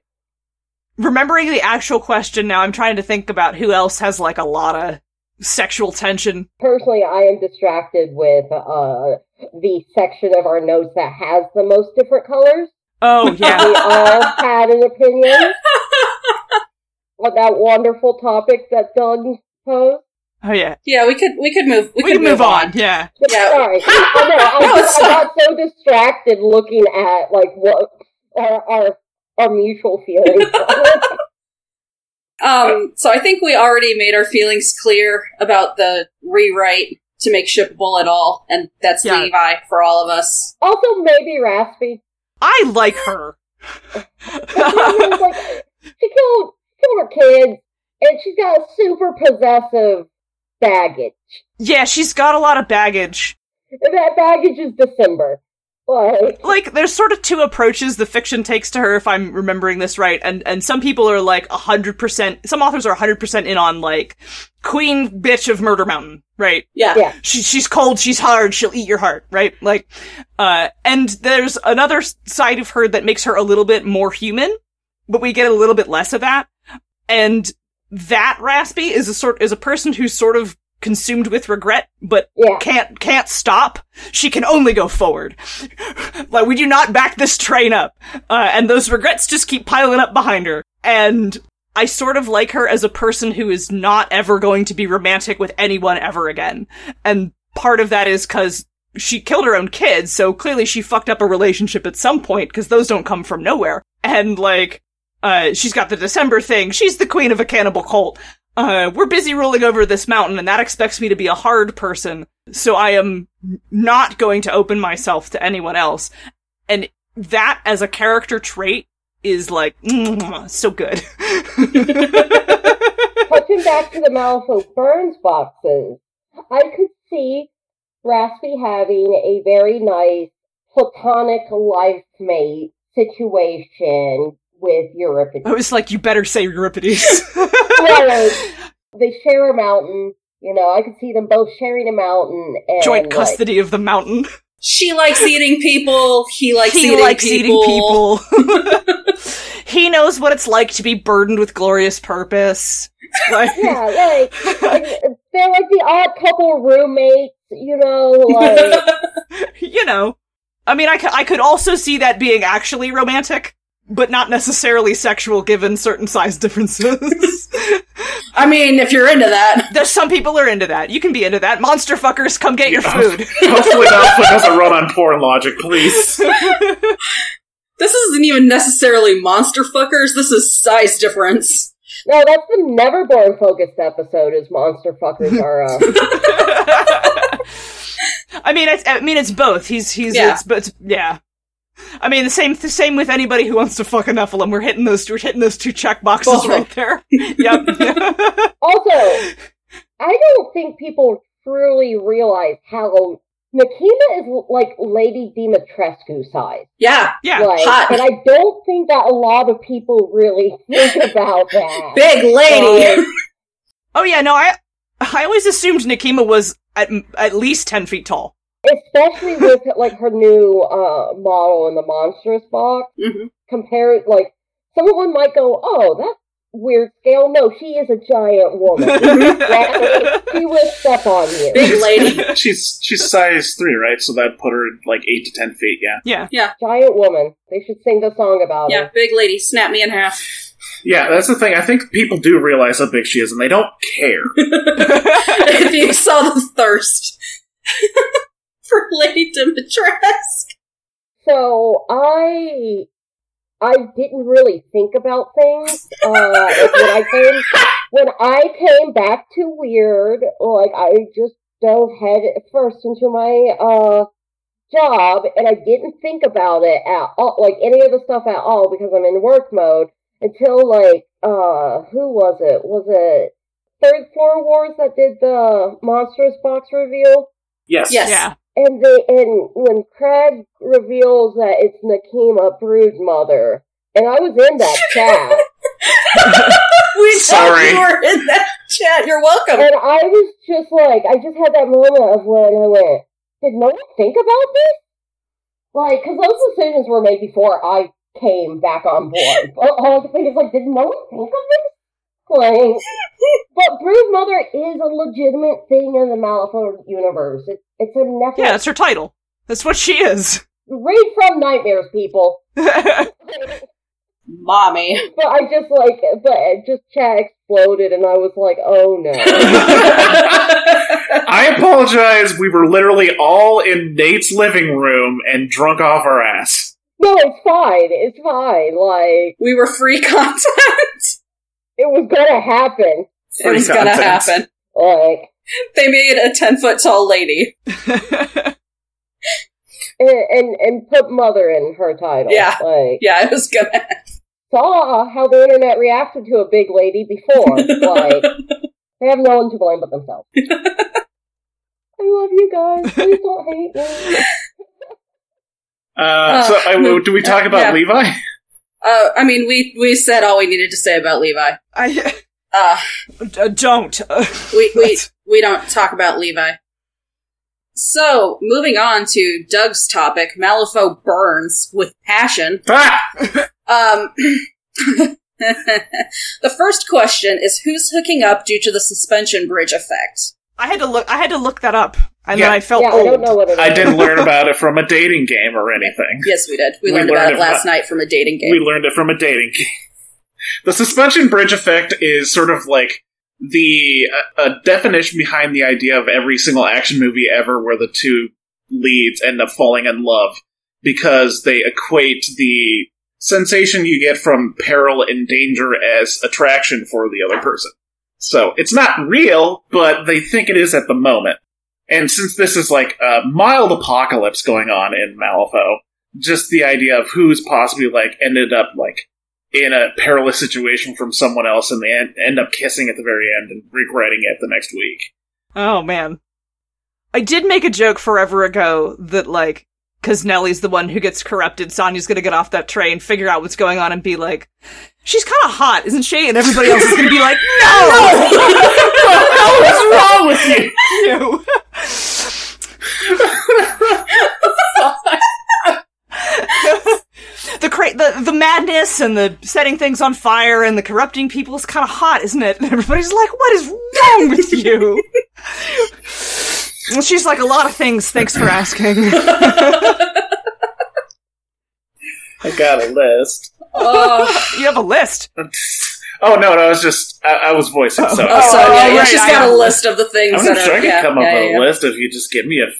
Speaker 4: Remembering the actual question now, I'm trying to think about who else has like a lot of sexual tension.
Speaker 5: Personally, I am distracted with uh, the section of our notes that has the most different colors.
Speaker 4: Oh yeah.
Speaker 3: *laughs*
Speaker 5: We all had an opinion on that wonderful topic that Doug posed.
Speaker 4: Oh yeah.
Speaker 3: Yeah, we could we could move we,
Speaker 4: We,
Speaker 3: could
Speaker 4: move on. Yeah.
Speaker 3: Yeah. *laughs*
Speaker 5: Sorry, I know. I,
Speaker 3: No, it's
Speaker 5: I got so distracted looking at like what our our, our mutual feelings.
Speaker 3: *laughs* Um, so I think we already made our feelings clear about the rewrite to make shippable at all, and that's
Speaker 4: Yeah.
Speaker 3: Levi for all of us.
Speaker 5: also, maybe Raspy.
Speaker 3: *laughs*
Speaker 4: I like her. *laughs*
Speaker 5: It's like, she killed killed her kids, and she's got a super possessive baggage.
Speaker 4: yeah, she's got a lot of baggage.
Speaker 5: And that baggage is December. Like,
Speaker 4: Like, there's sort of two approaches the fiction takes to her, if I'm remembering this right, and and some people are like hundred percent. Some authors are hundred percent in on like Queen Bitch of Murder Mountain, right?
Speaker 3: Yeah.
Speaker 5: Yeah.
Speaker 4: she, she's cold, she's hard, she'll eat your heart, right? Like, uh, and there's another s- side of her that makes her a little bit more human, but we get a little bit less of that. And that Raspy is a sort, is a person who's sort of consumed with regret, but
Speaker 5: yeah.
Speaker 4: can't, can't stop. She can only go forward. like, we do not back this train up. Uh, and those regrets just keep piling up behind her. And I sort of like her as a person who is not ever going to be romantic with anyone ever again. And part of that is cause she killed her own kids, so clearly she fucked up a relationship at some point, cause those don't come from nowhere. And like, uh, she's got the December thing. She's the queen of a cannibal cult. Uh, we're busy rolling over this mountain and that expects me to be a hard person. So I am not going to open myself to anyone else. And that as a character trait is like, mm, so good. *laughs*
Speaker 5: Touching back to the Malifaux Burns boxes, I could see Raspy having a very nice platonic life mate situation with Euripides.
Speaker 4: I *laughs* was like, you better
Speaker 3: *laughs*
Speaker 4: say Euripides.
Speaker 5: Whereas they share a mountain. You know, I could see them both sharing a mountain and
Speaker 4: Joint
Speaker 5: like,
Speaker 4: custody of the mountain.
Speaker 3: She likes eating people. He likes,
Speaker 4: he
Speaker 3: eating,
Speaker 4: likes
Speaker 3: people.
Speaker 4: eating
Speaker 3: *laughs*
Speaker 4: people. *laughs* he knows what it's like to be burdened with glorious purpose. Like,
Speaker 5: yeah, like
Speaker 4: *laughs*
Speaker 5: and they're like the odd couple roommates. You
Speaker 3: *laughs*
Speaker 5: know,
Speaker 4: *laughs*
Speaker 5: like
Speaker 4: you know. I mean, I, cou- I could also see that being actually romantic, but not necessarily sexual given certain size differences.
Speaker 3: I mean, if you're into that,
Speaker 4: There's some people are into that. You can be into that. Monster fuckers, come get your food.
Speaker 3: *laughs*
Speaker 2: Hopefully, Malfoy doesn't run on poor logic, please.
Speaker 3: this isn't even necessarily monster fuckers. This is size difference.
Speaker 5: no, that's the Neverborn focused episode. Is monster fuckers are uh,
Speaker 4: I mean, it's, I mean, it's both. He's he's
Speaker 3: Yeah.
Speaker 4: it's but it's- yeah. I mean, the same the same with anybody who wants to fuck a Nephilim. We're hitting those we're hitting those two check boxes
Speaker 3: Both.
Speaker 4: right there. yep. *laughs*
Speaker 5: Also, I don't think people truly realize how Makima is l- like Lady Dimitrescu size.
Speaker 3: Yeah.
Speaker 4: yeah.
Speaker 5: like,
Speaker 3: hot.
Speaker 5: and I don't think that a lot of people really *laughs* think about that.
Speaker 3: Big lady.
Speaker 5: Like,
Speaker 4: Oh yeah. No, I I always assumed Nikima was at at least ten feet tall.
Speaker 5: especially with like her new uh, model in the monstrous box.
Speaker 3: *laughs* Mhm.
Speaker 5: Compare it like someone might go, "Oh, that's weird scale." No, she is a
Speaker 3: *laughs*
Speaker 5: giant woman. Yeah, she will step on you.
Speaker 3: Big lady.
Speaker 2: She's she's size three, right? So that put her like eight to ten feet. Yeah,
Speaker 4: yeah.
Speaker 5: Giant woman. They should sing the song about it.
Speaker 3: Yeah, big lady. Snap me in half. *laughs*
Speaker 2: yeah. That's the thing. I think people do realize how big she is, and they don't care.
Speaker 3: if you saw the thirst *laughs* for Lady Dimitrescu.
Speaker 5: So I I didn't really think about things. Uh, like, when I came when I came back to weird, like I just dove head first into my uh job and I didn't think about it at all, like any of the stuff at all, because I'm in work mode until like, uh, who was it? Was it Third Floor Wars that did the monstrous box reveal?
Speaker 2: Yes.
Speaker 3: Yes.
Speaker 4: Yeah.
Speaker 5: And they and when Craig reveals that it's Nakima Brood Mother, and I was in that chat,
Speaker 3: We
Speaker 2: Sorry.
Speaker 3: thought you were in that chat. You're welcome.
Speaker 5: and I was just like, I just had that moment of when I went, did no one think about this? Like, because those decisions were made before I came back on board. All- All I could think is like, did no one think of this? Like, but Brood Mother is a legitimate thing in the Malifaux universe. It, it's a nephew.
Speaker 4: Yeah, that's her title. That's what she is.
Speaker 5: Read from nightmares, people.
Speaker 4: yeah,
Speaker 3: Mommy.
Speaker 5: But I just like, but it just chat exploded, and I was like, oh
Speaker 3: *laughs*
Speaker 5: no.
Speaker 2: *laughs* I apologize. We were literally all in Nate's living room and drunk off our ass.
Speaker 5: no, it's fine, it's fine. Like,
Speaker 3: we were free *laughs* content.
Speaker 5: it was gonna happen.
Speaker 3: It was
Speaker 2: Free
Speaker 3: gonna
Speaker 2: content.
Speaker 3: happen.
Speaker 5: Like,
Speaker 3: They made a ten foot tall lady.
Speaker 5: and, and, and put mother in her title.
Speaker 3: Yeah.
Speaker 5: Like,
Speaker 3: Yeah, it was gonna.
Speaker 5: saw how the internet reacted to a big lady
Speaker 3: *laughs*
Speaker 5: before. like, they have no one to blame but themselves. I love you guys. Please don't hate
Speaker 2: *laughs*
Speaker 5: me.
Speaker 2: Uh, so, I-
Speaker 3: no,
Speaker 2: do we talk
Speaker 3: uh,
Speaker 2: about
Speaker 3: Oh. yeah.
Speaker 2: Levi? *laughs*
Speaker 3: Uh, I mean, we we said all we needed to say about Levi.
Speaker 4: I
Speaker 3: Uh,
Speaker 4: uh, don't.
Speaker 3: we we we don't talk about Levi. So, moving on to Doug's topic, Malifaux burns with passion.
Speaker 2: Ah!
Speaker 3: Um, *laughs* the first question is who's hooking up due to the suspension bridge effect?
Speaker 4: I had to look. I had to look that up, and
Speaker 2: Yeah.
Speaker 4: then I felt
Speaker 5: yeah, I
Speaker 4: old.
Speaker 5: don't know what it is.
Speaker 2: I didn't learn about it from a dating game or anything.
Speaker 3: Yes, we did. We,
Speaker 2: We
Speaker 3: learned, about
Speaker 2: learned
Speaker 3: it last
Speaker 2: about-
Speaker 3: night from a dating game.
Speaker 2: We learned it from a dating game. *laughs* The suspension bridge effect is sort of like the a, a definition behind the idea of every single action movie ever where the two leads end up falling in love because they equate the sensation you get from peril and danger as attraction for the other person. So it's not real, but they think it is at the moment. And since this is like a mild apocalypse going on in Malifaux, just the idea of who's possibly like ended up like in a perilous situation from someone else and they en- end up kissing at the very end and regretting it the next week.
Speaker 4: Oh man. I did make a joke forever ago that like cuz Nellie's the one who gets corrupted, Sonya's going to get off that train, figure out what's going on and be like, "She's kind of hot, isn't she?" And everybody else is going to be like, "No!"
Speaker 2: What's wrong with you?
Speaker 4: you." *laughs* the cra- the the madness and the setting things on fire and the corrupting people is kind of hot, isn't it? And everybody's like, "What is wrong with you?" *laughs* and she's like, "A lot of things. Thanks for asking." *laughs*
Speaker 2: I got a list.
Speaker 3: oh,
Speaker 4: You have a list.
Speaker 2: Oh no, no, I was just I, I was voicing so.
Speaker 3: oh, so yeah, yeah,
Speaker 4: right,
Speaker 3: she's
Speaker 4: I
Speaker 3: got a
Speaker 4: know.
Speaker 3: list of the things
Speaker 2: I'm
Speaker 3: that
Speaker 2: not
Speaker 3: are.
Speaker 2: sure I could
Speaker 3: yeah,
Speaker 2: come up
Speaker 3: yeah,
Speaker 2: with
Speaker 3: yeah.
Speaker 2: a list if you just give me a, a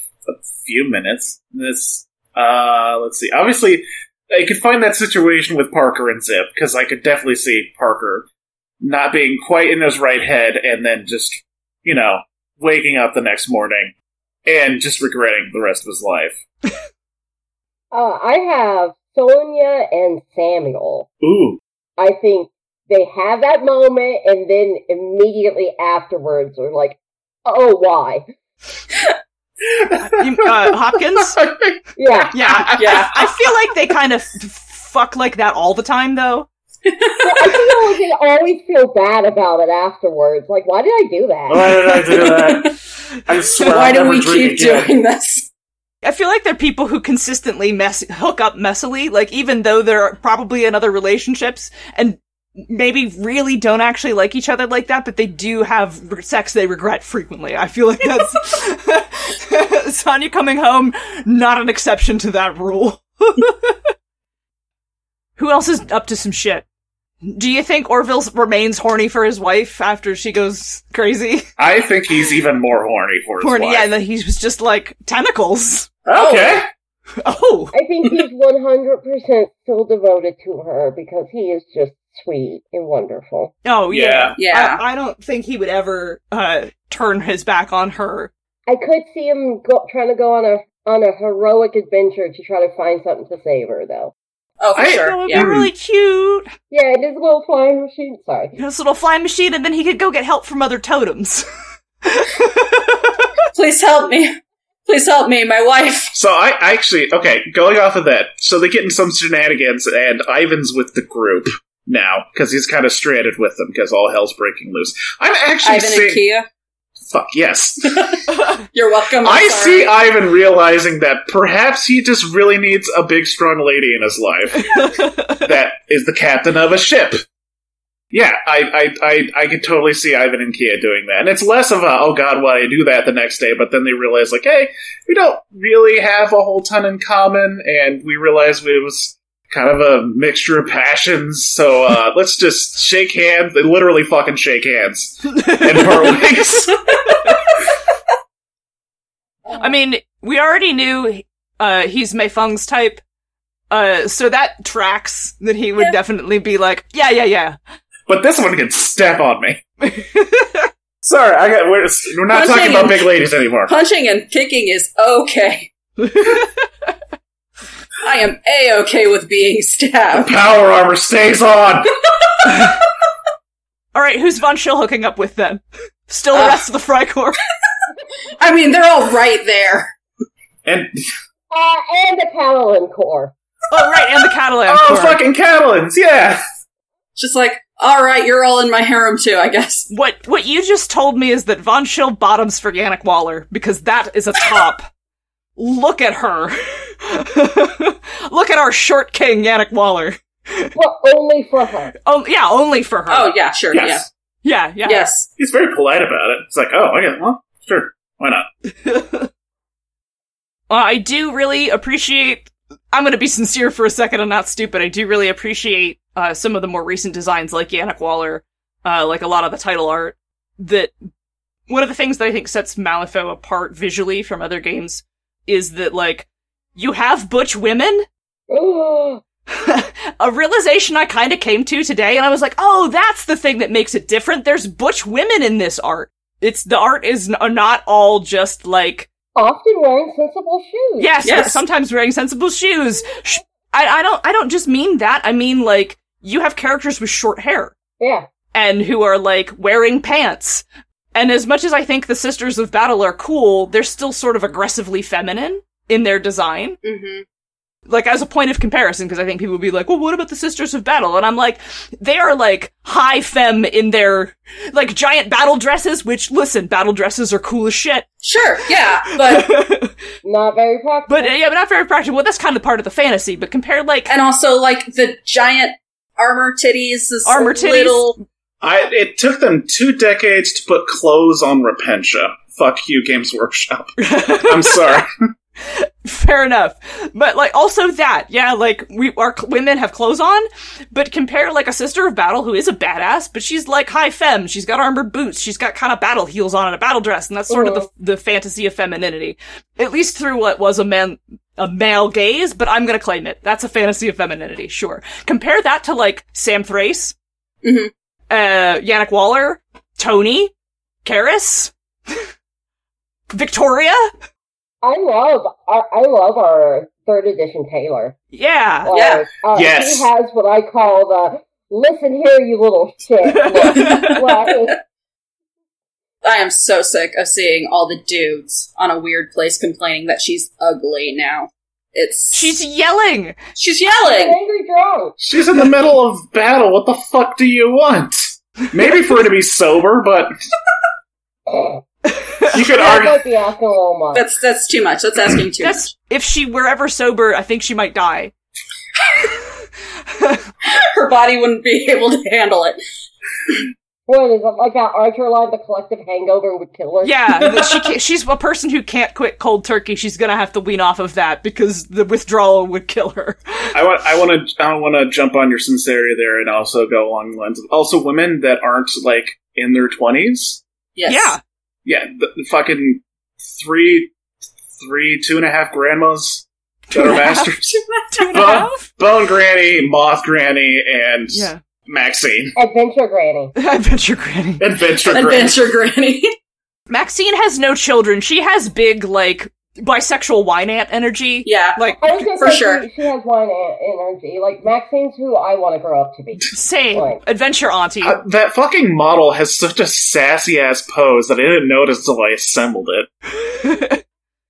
Speaker 2: few minutes. This, uh, let's see. Obviously, I could find that situation with Parker and Zip because I could definitely see Parker not being quite in his right head and then just, you know, waking up the next morning and just regretting the rest of his life.
Speaker 5: Uh, I have Sonia and Samuel.
Speaker 2: Ooh,
Speaker 5: I think they have that moment and then immediately afterwards are like, oh, why?
Speaker 4: You- uh, Hopkins. *laughs*
Speaker 5: Yeah.
Speaker 4: Yeah,
Speaker 3: Yeah.
Speaker 4: I feel like they kind of f- fuck like that all the time, though.
Speaker 5: But I feel like they always feel bad about it afterwards. Like, why did I do that?
Speaker 2: did I do
Speaker 3: *laughs*
Speaker 2: that? I swear
Speaker 3: Why do we keep doing this?
Speaker 4: I feel like they're people who consistently mess hook up messily, like even though they're probably in other relationships and maybe really don't actually like each other like that, but they do have re- sex they regret frequently. I feel like that's *laughs* Sonya coming home, not an exception to that rule. *laughs* who else is up to some shit? Do you think Orville remains horny for his wife after she goes crazy?
Speaker 2: I think he's even more horny for his
Speaker 4: Horny,
Speaker 2: wife.
Speaker 4: yeah, and then he was just like tentacles.
Speaker 2: Okay.
Speaker 4: Oh,
Speaker 5: I think he's 100% still devoted to her because he is just sweet and wonderful.
Speaker 4: oh yeah.
Speaker 2: Yeah.
Speaker 3: Yeah.
Speaker 4: I, I don't think he would ever uh, turn his back on her.
Speaker 5: I could see him go, trying to go on a on a heroic adventure to try to find something to save her, though.
Speaker 3: Oh, for
Speaker 2: I-
Speaker 4: That
Speaker 3: sure.
Speaker 4: would
Speaker 3: Yeah.
Speaker 4: be really cute.
Speaker 5: Yeah, it is a little flying machine. Sorry.
Speaker 4: This little flying machine, and then he could go get help from other totems.
Speaker 3: Please help me. Please help me, my wife.
Speaker 2: So I, I actually okay, going off of that. So they get in some shenanigans, and Ivan's with the group now because he's kind of stranded with them because all hell's breaking loose. I'm actually
Speaker 3: Ivan
Speaker 2: seeing-
Speaker 3: and Kia.
Speaker 2: fuck yes.
Speaker 3: You're welcome. I'm
Speaker 2: I
Speaker 3: sorry.
Speaker 2: see Ivan realizing that perhaps he just really needs a big, strong lady in his life that is the captain of a ship. Yeah, I, I, I, I could totally see Ivan and Kia doing that. And it's less of a, oh god, why I do that the next day, but then they realize, like, hey, we don't really have a whole ton in common, and we realized it was kind of a mixture of passions, so uh, let's just shake hands. They literally fucking shake hands and part ways.
Speaker 4: *laughs* I mean, we already knew uh, he's Mei Feng's type, uh, so that tracks that he would
Speaker 3: Yeah.
Speaker 4: definitely be like, yeah, yeah, yeah.
Speaker 2: but this one can step on *laughs* me. Sorry, I got. We're, we're not
Speaker 3: Punching
Speaker 2: talking about
Speaker 3: and-
Speaker 2: big ladies anymore.
Speaker 3: Punching and kicking is okay.
Speaker 2: *laughs*
Speaker 3: I am a okay with being stabbed.
Speaker 2: Power armor stays on.
Speaker 4: All right, who's Von Schill hooking up with then? *laughs* Still the
Speaker 3: Uh.
Speaker 4: rest of the Fry Corps.
Speaker 3: I mean, they're all right there.
Speaker 2: *laughs* And
Speaker 5: Uh, and the Paladin Corps.
Speaker 4: *laughs* Oh, right, and the Catalan
Speaker 2: oh,
Speaker 4: Corps.
Speaker 2: fucking Catalans, yeah.
Speaker 3: Just like, all right, you're all in my harem too, I guess.
Speaker 4: What what you just told me is that Von Schill bottoms for Yannick Waller because that is a top. Look at her. *laughs* Look at our short king Yannick Waller.
Speaker 5: But only for her. *gasps*
Speaker 4: Oh yeah, only for her.
Speaker 3: Oh yeah, sure,
Speaker 2: Yes,
Speaker 4: yeah, yeah.
Speaker 3: yeah, yes.
Speaker 2: he's very polite about it. It's like, oh, I guess, well, sure, why not?
Speaker 4: Uh, I do really appreciate. I'm going to be sincere for a second and not stupid. I do really appreciate uh, some of the more recent designs, like Yannick Waller, uh, like a lot of the title art. That one of the things that I think sets Malifaux apart visually from other games is that like you have butch women. a realization I kind of came to today, and I was like, oh, that's the thing that makes it different. There's butch women in this art. It's the art is n- not all just like
Speaker 5: Often wearing sensible shoes.
Speaker 4: Yes,
Speaker 3: Yes.
Speaker 4: sometimes wearing sensible shoes. Sh- I, I don't I don't just mean that. I mean like you have characters with short hair
Speaker 5: Yeah.
Speaker 4: and who are like wearing pants. And as much as I think the Sisters of Battle are cool, they're still sort of aggressively feminine in their design.
Speaker 3: hmm
Speaker 4: Like as a point of comparison, because I think people would be like, "Well, what about the Sisters of Battle?" And I'm like, they are like high femme in their like giant battle dresses. Which listen, battle dresses are cool as shit.
Speaker 3: Sure, yeah, but
Speaker 2: *laughs*
Speaker 5: Not very practical.
Speaker 4: But uh, yeah, but not very practical. Well, that's kind of part of the fantasy. But compare like
Speaker 3: and also like the giant armor titties is
Speaker 4: Armor
Speaker 3: armor
Speaker 4: titties?
Speaker 3: little
Speaker 2: I. It took them two decades to put clothes on Repentia. Fuck you, Games *laughs* Workshop. I'm sorry.
Speaker 4: fair enough, but like also that yeah, like we our cl- women have clothes on, but compare like a sister of battle who is a badass, but she's like high femme. She's got armored boots. She's got kind of battle heels on and a battle dress, and that's sort of
Speaker 5: Mhm.
Speaker 4: the the fantasy of femininity, at least through what was a man a male gaze. But I'm gonna claim it. That's a fantasy of femininity. Sure. Compare that to like Sam Thrace,
Speaker 3: Mhm.
Speaker 4: uh, Yannick Waller, Tony, Karis. *laughs* Victoria?
Speaker 5: I love I, I love our third edition Taylor.
Speaker 4: Yeah.
Speaker 5: Like,
Speaker 3: yeah.
Speaker 5: uh,
Speaker 2: Yes.
Speaker 5: She has what I call the listen here, you little
Speaker 4: *laughs*
Speaker 5: shit. look. like,
Speaker 3: I am so sick of seeing all the dudes on a weird place complaining that she's ugly now. It's
Speaker 4: She's yelling.
Speaker 3: she's
Speaker 5: an
Speaker 3: yelling.
Speaker 5: angry drunk.
Speaker 2: She's in the middle of battle. What the fuck do you want? Maybe for her to be sober, *laughs* but you could
Speaker 5: That
Speaker 2: argue.
Speaker 5: might be asking a little much.
Speaker 3: That's that's too much. That's asking too much.
Speaker 4: That's if she were ever sober, I think she might die.
Speaker 3: *laughs* Her body wouldn't be *laughs* able to handle it.
Speaker 5: What is it like that Archer line? The collective hangover would kill her.
Speaker 4: Yeah, that she can't, she's a person who can't quit cold turkey. She's gonna have to wean off of that because the withdrawal would kill her.
Speaker 2: I want I want to I want to jump on your sincerity there and also go along the lines of also women that aren't like in their twenties.
Speaker 3: Yes. *laughs*
Speaker 4: Yeah,
Speaker 2: Yeah, the, the fucking three, three, two and a half grandmas that are masters.
Speaker 4: two and a
Speaker 2: Huh?
Speaker 4: half.
Speaker 2: Bone Granny, Moth Granny, and
Speaker 4: Yeah, *laughs*
Speaker 2: Maxine.
Speaker 5: Adventure Granny.
Speaker 4: I bet you're granny.
Speaker 2: Adventure Granny.
Speaker 3: Adventure Granny. *laughs*
Speaker 4: Maxine has no children. She has big like bisexual Wynant energy.
Speaker 3: Yeah.
Speaker 4: Like
Speaker 5: I was gonna
Speaker 3: For
Speaker 5: say
Speaker 3: sure.
Speaker 5: she, she has wine en- energy. Like Maxine's who I want to grow up
Speaker 3: *laughs*
Speaker 5: to be.
Speaker 4: same
Speaker 5: Right.
Speaker 4: adventure auntie.
Speaker 2: Uh,
Speaker 4: *laughs*
Speaker 2: that fucking model has such a sassy ass pose that I didn't notice till I assembled it.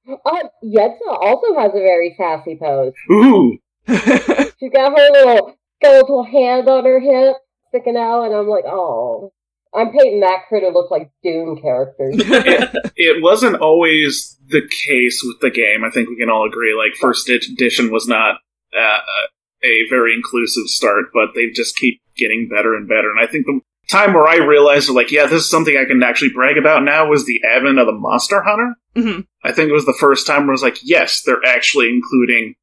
Speaker 5: Uh, Yetza also has a very sassy pose.
Speaker 2: Ooh,
Speaker 5: She's got her little skeletal hand on her hip sticking out, and I'm like, oh. I'm painting that crew to look like Dune characters.
Speaker 4: *laughs* Mm-hmm.
Speaker 2: it wasn't always the case with the game. I think we can all agree. Like first ed- edition was not uh, a very inclusive start, but they just keep getting better and better. And I think the time where I realized, like, yeah, this is something I can actually brag about now was the advent of the Monster Hunter.
Speaker 4: Mhm.
Speaker 2: I think it was the first time where I was like, yes, they're actually including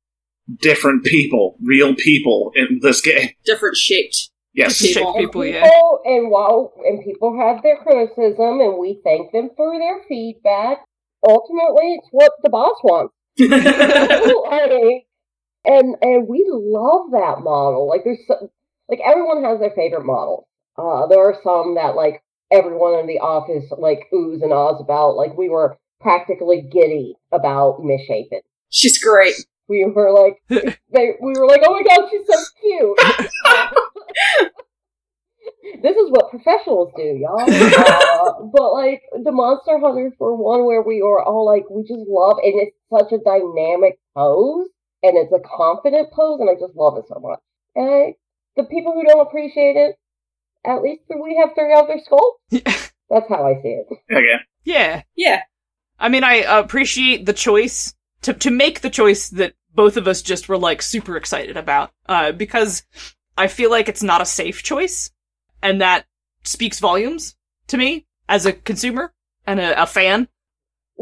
Speaker 2: different people, real people in this game.
Speaker 3: Different shaped.
Speaker 2: Yes.
Speaker 4: Shape
Speaker 3: People.
Speaker 4: people,
Speaker 5: and
Speaker 4: yeah.
Speaker 5: people- and while and people have their criticism, and we thank them for their feedback. Ultimately, it's what the boss wants. Like, and and we love that model. Like there's so, like everyone has their favorite model. Uh, there are some that like everyone in the office like oohs and ahs about. Like we were practically giddy about misshapen.
Speaker 3: She's great.
Speaker 5: We were like they we were like, oh my god, she's so cute. this is what professionals do, y'all. Uh, but like the Monster Hunters were one where we were all like, we just love, and it's such a dynamic pose, and it's a confident pose, and I just love it so much. And I, the people who don't appreciate it, at least we have three out their skull. That's how I see it.
Speaker 2: Okay.
Speaker 4: *laughs* yeah.
Speaker 3: Yeah.
Speaker 4: I mean, I appreciate the choice to to make the choice that both of us just were like super excited about, uh, because I feel like it's not a safe choice, and that speaks volumes to me as a consumer and a, a fan.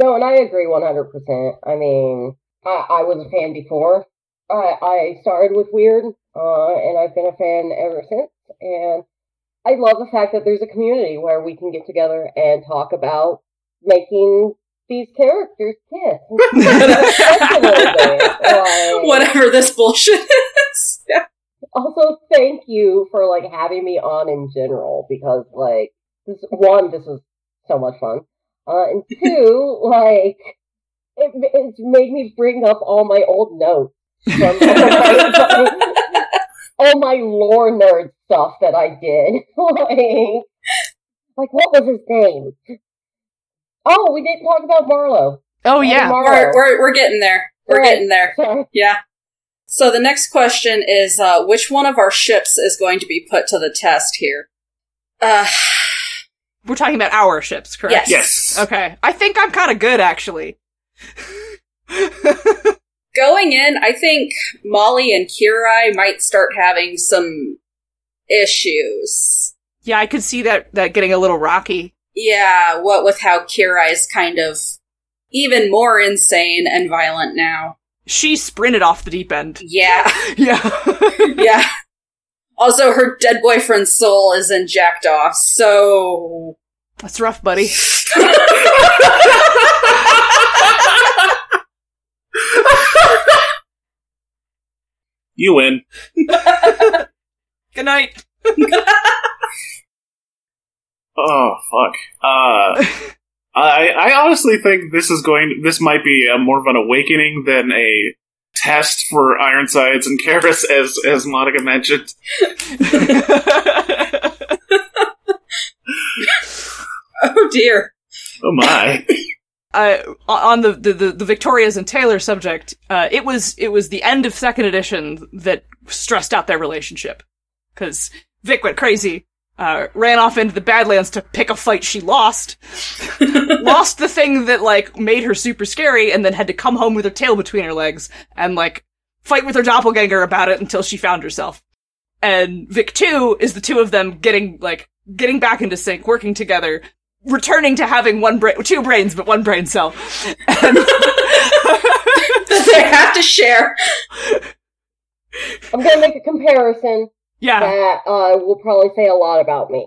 Speaker 5: No, and I agree 100%. I mean, I, I was a fan before. I, I started with Weird, uh, and I've been a fan ever since. And I love the fact that there's a community where we can get together and talk about making these characters
Speaker 4: *laughs*
Speaker 5: kiss. That's a little bit, like-
Speaker 3: Whatever this bullshit *laughs* is. Yeah.
Speaker 5: also thank you for like having me on in general because like this one this is so much fun uh and two like it, it's made me bring up all my old notes from all my lore nerd stuff that i did *laughs* like, like what was his name oh we didn't talk about marlowe
Speaker 4: *laughs* Oh
Speaker 5: marlowe
Speaker 3: We're, we're, we're getting there. We're
Speaker 5: Right.
Speaker 3: getting there.
Speaker 5: Sorry.
Speaker 3: Yeah. So the next question is uh, which one of our ships is going to be put to the test here? Uh,
Speaker 4: we're talking about our ships, correct?
Speaker 3: Yes.
Speaker 2: Yes.
Speaker 4: Okay. I think I'm kind of good, actually. *laughs*
Speaker 3: going in, I think Molly and Kirai might start having some issues.
Speaker 4: yeah, I could see that that getting a little rocky.
Speaker 3: Yeah, what with how Kirai is kind of even more insane and violent now.
Speaker 4: She sprinted off the deep end.
Speaker 3: Yeah, *laughs*
Speaker 4: Yeah.
Speaker 3: yeah. Also, her dead boyfriend's soul is in Jackdaw, so. *laughs* Oh,
Speaker 4: That's rough, buddy.
Speaker 2: You win.
Speaker 4: Good *laughs* night.
Speaker 2: Oh fuck.
Speaker 4: *laughs*
Speaker 2: Uh, I I honestly think this is going. This might be a, more of an awakening than a test for Ironsides and Karis, as as Monica mentioned.
Speaker 3: Oh dear. *laughs*
Speaker 2: Oh my.
Speaker 4: uh, on the, the, the, the Victorias and Taylor subject, uh, it was it was the end of second edition that stressed out their relationship because Vic went crazy, uh, ran off into the Badlands to pick a fight she lost, lost the thing that like made her super scary, and then had to come home with her tail between her legs and like fight with her doppelganger about it until she found herself. And Vic two is the two of them getting like getting back into sync, working together, returning to having one brain, two brains, but one brain cell. And *laughs*
Speaker 3: they have to share.
Speaker 5: i'm gonna make a comparison
Speaker 4: yeah,
Speaker 5: that uh, will probably say a lot about me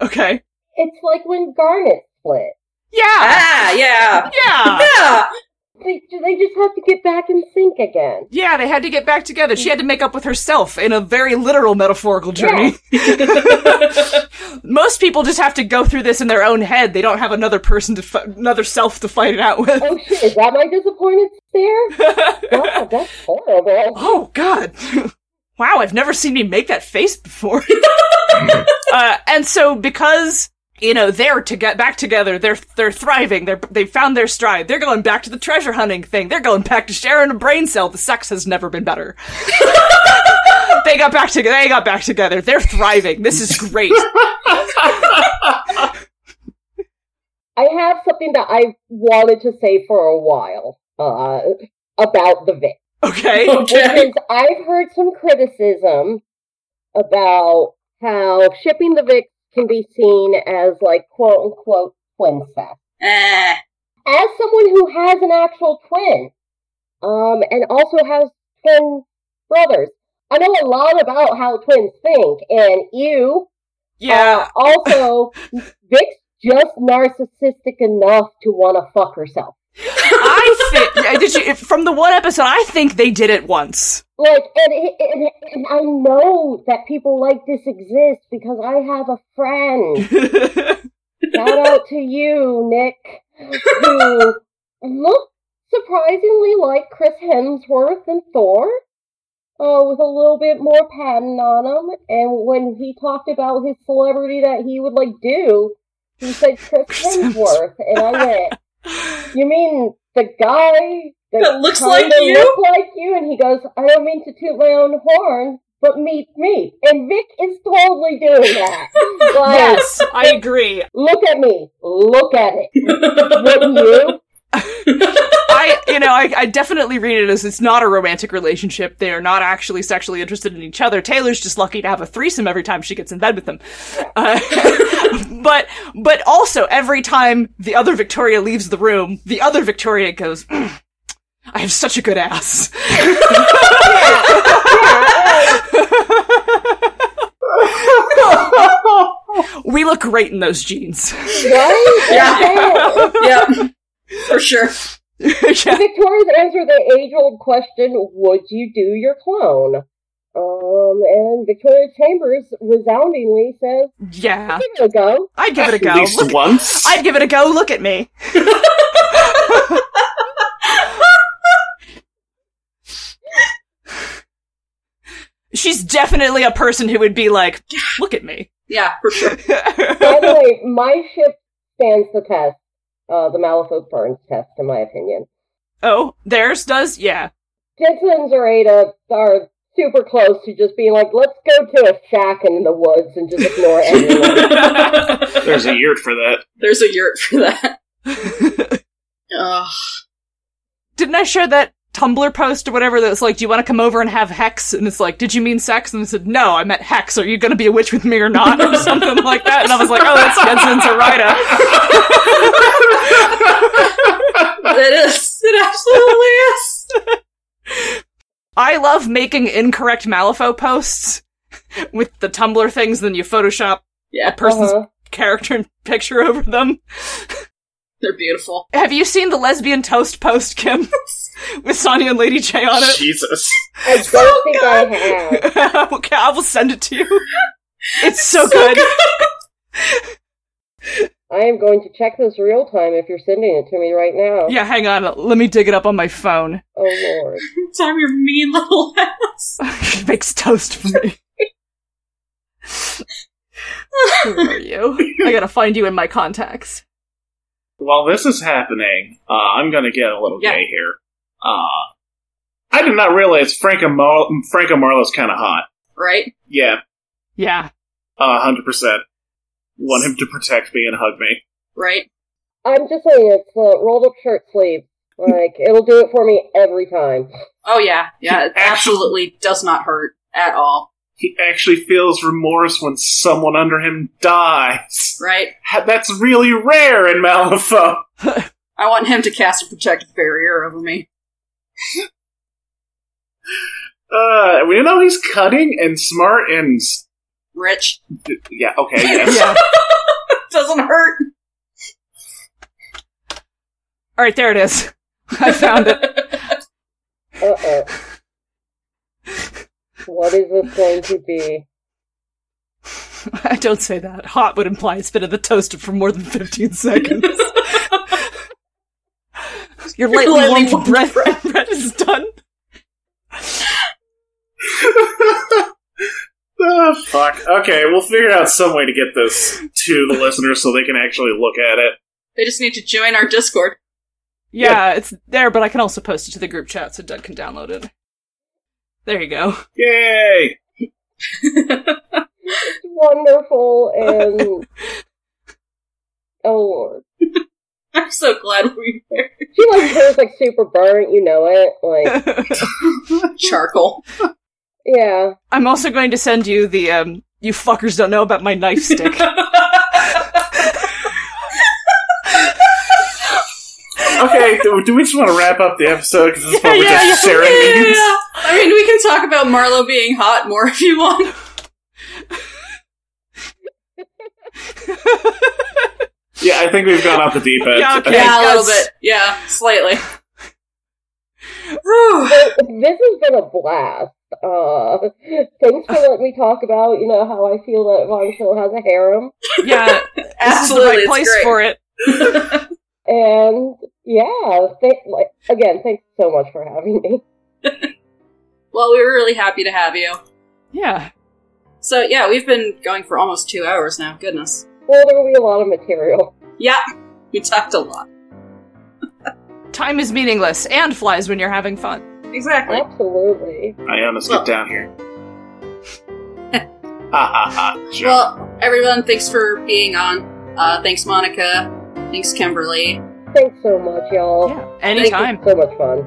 Speaker 4: okay,
Speaker 5: It's like when Garnet split.
Speaker 4: yeah,
Speaker 3: Ah, yeah.
Speaker 4: yeah.
Speaker 3: Yeah.
Speaker 5: They, they just have to get back in sync again.
Speaker 4: Yeah, they had to get back together. She had to make up with herself in a very literal metaphorical journey. *laughs* Most people just have to go through this in their own head. They don't have another person to f- another self to fight it out with.
Speaker 5: Oh shit, is that my disappointed stare? God, that's horrible.
Speaker 4: Oh God! wow, I've never seen me make that face before. *laughs* uh, and so, because you know they're to get back together, they're they're thriving. They're they found their stride. They're going back to the treasure hunting thing. They're going back to sharing a brain cell. The sex has never been better. they got back together. They got back together. They're thriving. This is great.
Speaker 5: I have something that I wanted to say for a while uh, about the Vic.
Speaker 4: Okay.
Speaker 5: Which is, I've heard some criticism about how shipping the Vic can be seen as like quote unquote twin sex.
Speaker 3: Eh.
Speaker 5: As someone who has an actual twin, um, and also has twin brothers, I know a lot about how twins think, and you,
Speaker 4: Yeah.
Speaker 5: uh, also, Vic's just narcissistic enough to want to fuck herself.
Speaker 4: I think yeah, did you if- from the one episode. I think they did it once.
Speaker 5: *laughs* Like, and, it- and, and I know that people like this exist because I have a friend. Shout out to you, Nick, who looked surprisingly like Chris Hemsworth and Thor, uh, with a little bit more padding on him. And when he talked about his celebrity that he would like do, he said Chris
Speaker 4: Chris
Speaker 5: Hemsworth, and I
Speaker 4: *laughs*
Speaker 5: went, "You mean the guy
Speaker 3: That looks like
Speaker 5: kinda
Speaker 3: you?"
Speaker 5: look like you?" And he goes, "I don't mean to toot my own horn." But meet me, and Vic is totally
Speaker 4: *laughs*
Speaker 5: doing that. Like,
Speaker 4: yes, I agree.
Speaker 5: Look at me. Look at it. Wouldn't you?
Speaker 4: I, you know, I, I definitely read it as it's not a romantic relationship. They are not actually sexually interested in each other. Taylor's just lucky to have a threesome every time she gets in bed with him. Uh, *laughs* but, but also every time the other Victoria leaves the room, the other Victoria goes, "Mm, I have such a good ass. *laughs* we look great in those jeans. *laughs*
Speaker 5: Right?
Speaker 3: Yeah.
Speaker 5: Yeah.
Speaker 3: yep. For sure.
Speaker 4: Yeah.
Speaker 5: Victoria's answer the age old question Would you do your clone? Um, and Victoria Chambers resoundingly says,
Speaker 4: yeah.
Speaker 5: Give it a go.
Speaker 4: I'd *laughs* give it a go.
Speaker 2: At least
Speaker 4: Look- *laughs*
Speaker 2: once.
Speaker 4: I'd give it a go. Look at me. She's definitely a person who would be like, look at me.
Speaker 3: Yeah, for sure.
Speaker 5: By the way, my ship stands the test. Uh, the Malifaux Burns test, in my opinion.
Speaker 4: oh, theirs does? Yeah.
Speaker 5: Jensen and Zoraida are super close to just being like, let's go to a shack in the woods and just ignore everyone.
Speaker 2: There's a year for
Speaker 4: *laughs*
Speaker 2: that.
Speaker 3: There's a yurt for that. Ugh.
Speaker 4: Didn't I share that Tumblr post or whatever that was like, do you want to come over and have Hex? And it's like, did you mean sex? And I said, no, I meant Hex. Are you going to be a witch with me or not? Or something like that. And I was like, oh, that's Jensen and Zoraida.
Speaker 3: it is. It absolutely is.
Speaker 4: I love making incorrect Malifaux posts *laughs* with the Tumblr things, then you Photoshop a
Speaker 3: Yeah,
Speaker 4: person's
Speaker 5: Uh-huh.
Speaker 4: character and *laughs* picture over them.
Speaker 3: they're beautiful.
Speaker 4: Have you seen the lesbian toast post, Kim? with Sonya and Lady J on it? *laughs*
Speaker 2: Jesus.
Speaker 5: I don't think I have.
Speaker 4: okay, I will send it to you. It's so, good.
Speaker 5: I am going to check this real time if you're sending it to me right now.
Speaker 4: Yeah, hang on. Let me dig it up on my phone. *laughs*
Speaker 5: Oh lord.
Speaker 3: Time your mean little ass.
Speaker 4: She makes toast for me. Who are you? I gotta find you in my contacts.
Speaker 2: While this is happening, uh, I'm going to get a little
Speaker 3: Yeah.
Speaker 2: gay here. Uh, I did not realize Franco, Mar- Franco Marlowe's kind of hot.
Speaker 3: Right?
Speaker 2: Yeah,
Speaker 4: Yeah.
Speaker 2: uh, 100%. Want him to protect me and hug me.
Speaker 3: Right?
Speaker 5: I'm just saying it's uh, rolled up shirt sleeve. Like it'll do it for me every time.
Speaker 3: Oh, yeah. Yeah, it
Speaker 2: Actually-
Speaker 3: absolutely does not hurt at all.
Speaker 2: He actually feels remorse when someone under him dies.
Speaker 3: Right?
Speaker 2: Ha- That's really rare in Malifaux.
Speaker 3: I want him to cast a protective barrier over me.
Speaker 2: Uh, we know he's cutting and smart and s-
Speaker 3: Rich. *laughs*
Speaker 2: yeah. Okay,
Speaker 4: *laughs*
Speaker 2: yes.
Speaker 4: Yeah.
Speaker 3: Doesn't hurt.
Speaker 4: All right, there it is. I found it.
Speaker 5: What is this going to be?
Speaker 4: *laughs* I don't say that. Hot would imply it's been in the toaster for more than 15 seconds.
Speaker 3: *laughs* Your
Speaker 4: Your lightly
Speaker 3: lightly
Speaker 4: warmed
Speaker 3: warmed
Speaker 4: bread, *laughs* bread is done.
Speaker 2: Ah, fuck. Okay, we'll figure out some way to get this to the listeners so they can actually look at it.
Speaker 3: They just need to join our Discord. *laughs*
Speaker 4: Yeah,
Speaker 2: Yeah.
Speaker 4: it's there, but I can also post it to the group chat so Doug can download it. There you go.
Speaker 2: Yay!
Speaker 5: It's wonderful and oh lord.
Speaker 3: I'm so glad we were
Speaker 5: She like turns like super burnt, you know it. Like
Speaker 3: charcoal.
Speaker 5: yeah.
Speaker 4: I'm also going to send you the um you fuckers don't know about my
Speaker 3: *laughs*
Speaker 4: knife stick.
Speaker 2: Okay, do, do we just want to wrap up the episode? Because this is what we're just sharing meetings?
Speaker 3: Yeah. I mean, we can talk about Marlo being hot more *laughs* if you want.
Speaker 2: Yeah, I think we've gone off the deep end.
Speaker 4: Yeah, okay.
Speaker 2: I
Speaker 3: Yeah, a little
Speaker 4: Yes.
Speaker 3: bit. Yeah, slightly. Whew.
Speaker 5: But this has been a blast. Uh thanks for letting me talk about, you know, how I feel that Von Schill has a harem.
Speaker 4: yeah. This is the
Speaker 3: Absolutely,
Speaker 4: right
Speaker 3: it's
Speaker 4: place
Speaker 3: great.
Speaker 4: for it.
Speaker 5: And yeah, th- like, again, thanks so much for having me.
Speaker 3: Well, we were really happy to have you.
Speaker 4: Yeah.
Speaker 3: So, yeah, we've been going for almost two hours now. Goodness.
Speaker 5: Well, there will be a lot of material.
Speaker 3: Yeah, we talked a lot.
Speaker 4: Time is meaningless and flies when you're having fun.
Speaker 3: Exactly.
Speaker 5: Absolutely.
Speaker 2: am Ion, let's
Speaker 3: Well.
Speaker 2: get down here. ha ha ha.
Speaker 3: *laughs*
Speaker 2: Joke.
Speaker 3: Well, everyone, thanks for being on. Uh, thanks, Monica. Thanks, Kimberly.
Speaker 5: Thanks so much, y'all.
Speaker 4: Yeah.
Speaker 5: This was
Speaker 4: Anytime.
Speaker 5: So much fun.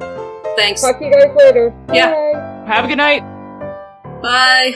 Speaker 3: Thanks.
Speaker 5: Talk to you guys later.
Speaker 3: Yeah.
Speaker 5: Bye.
Speaker 4: Have a good night.
Speaker 3: Bye.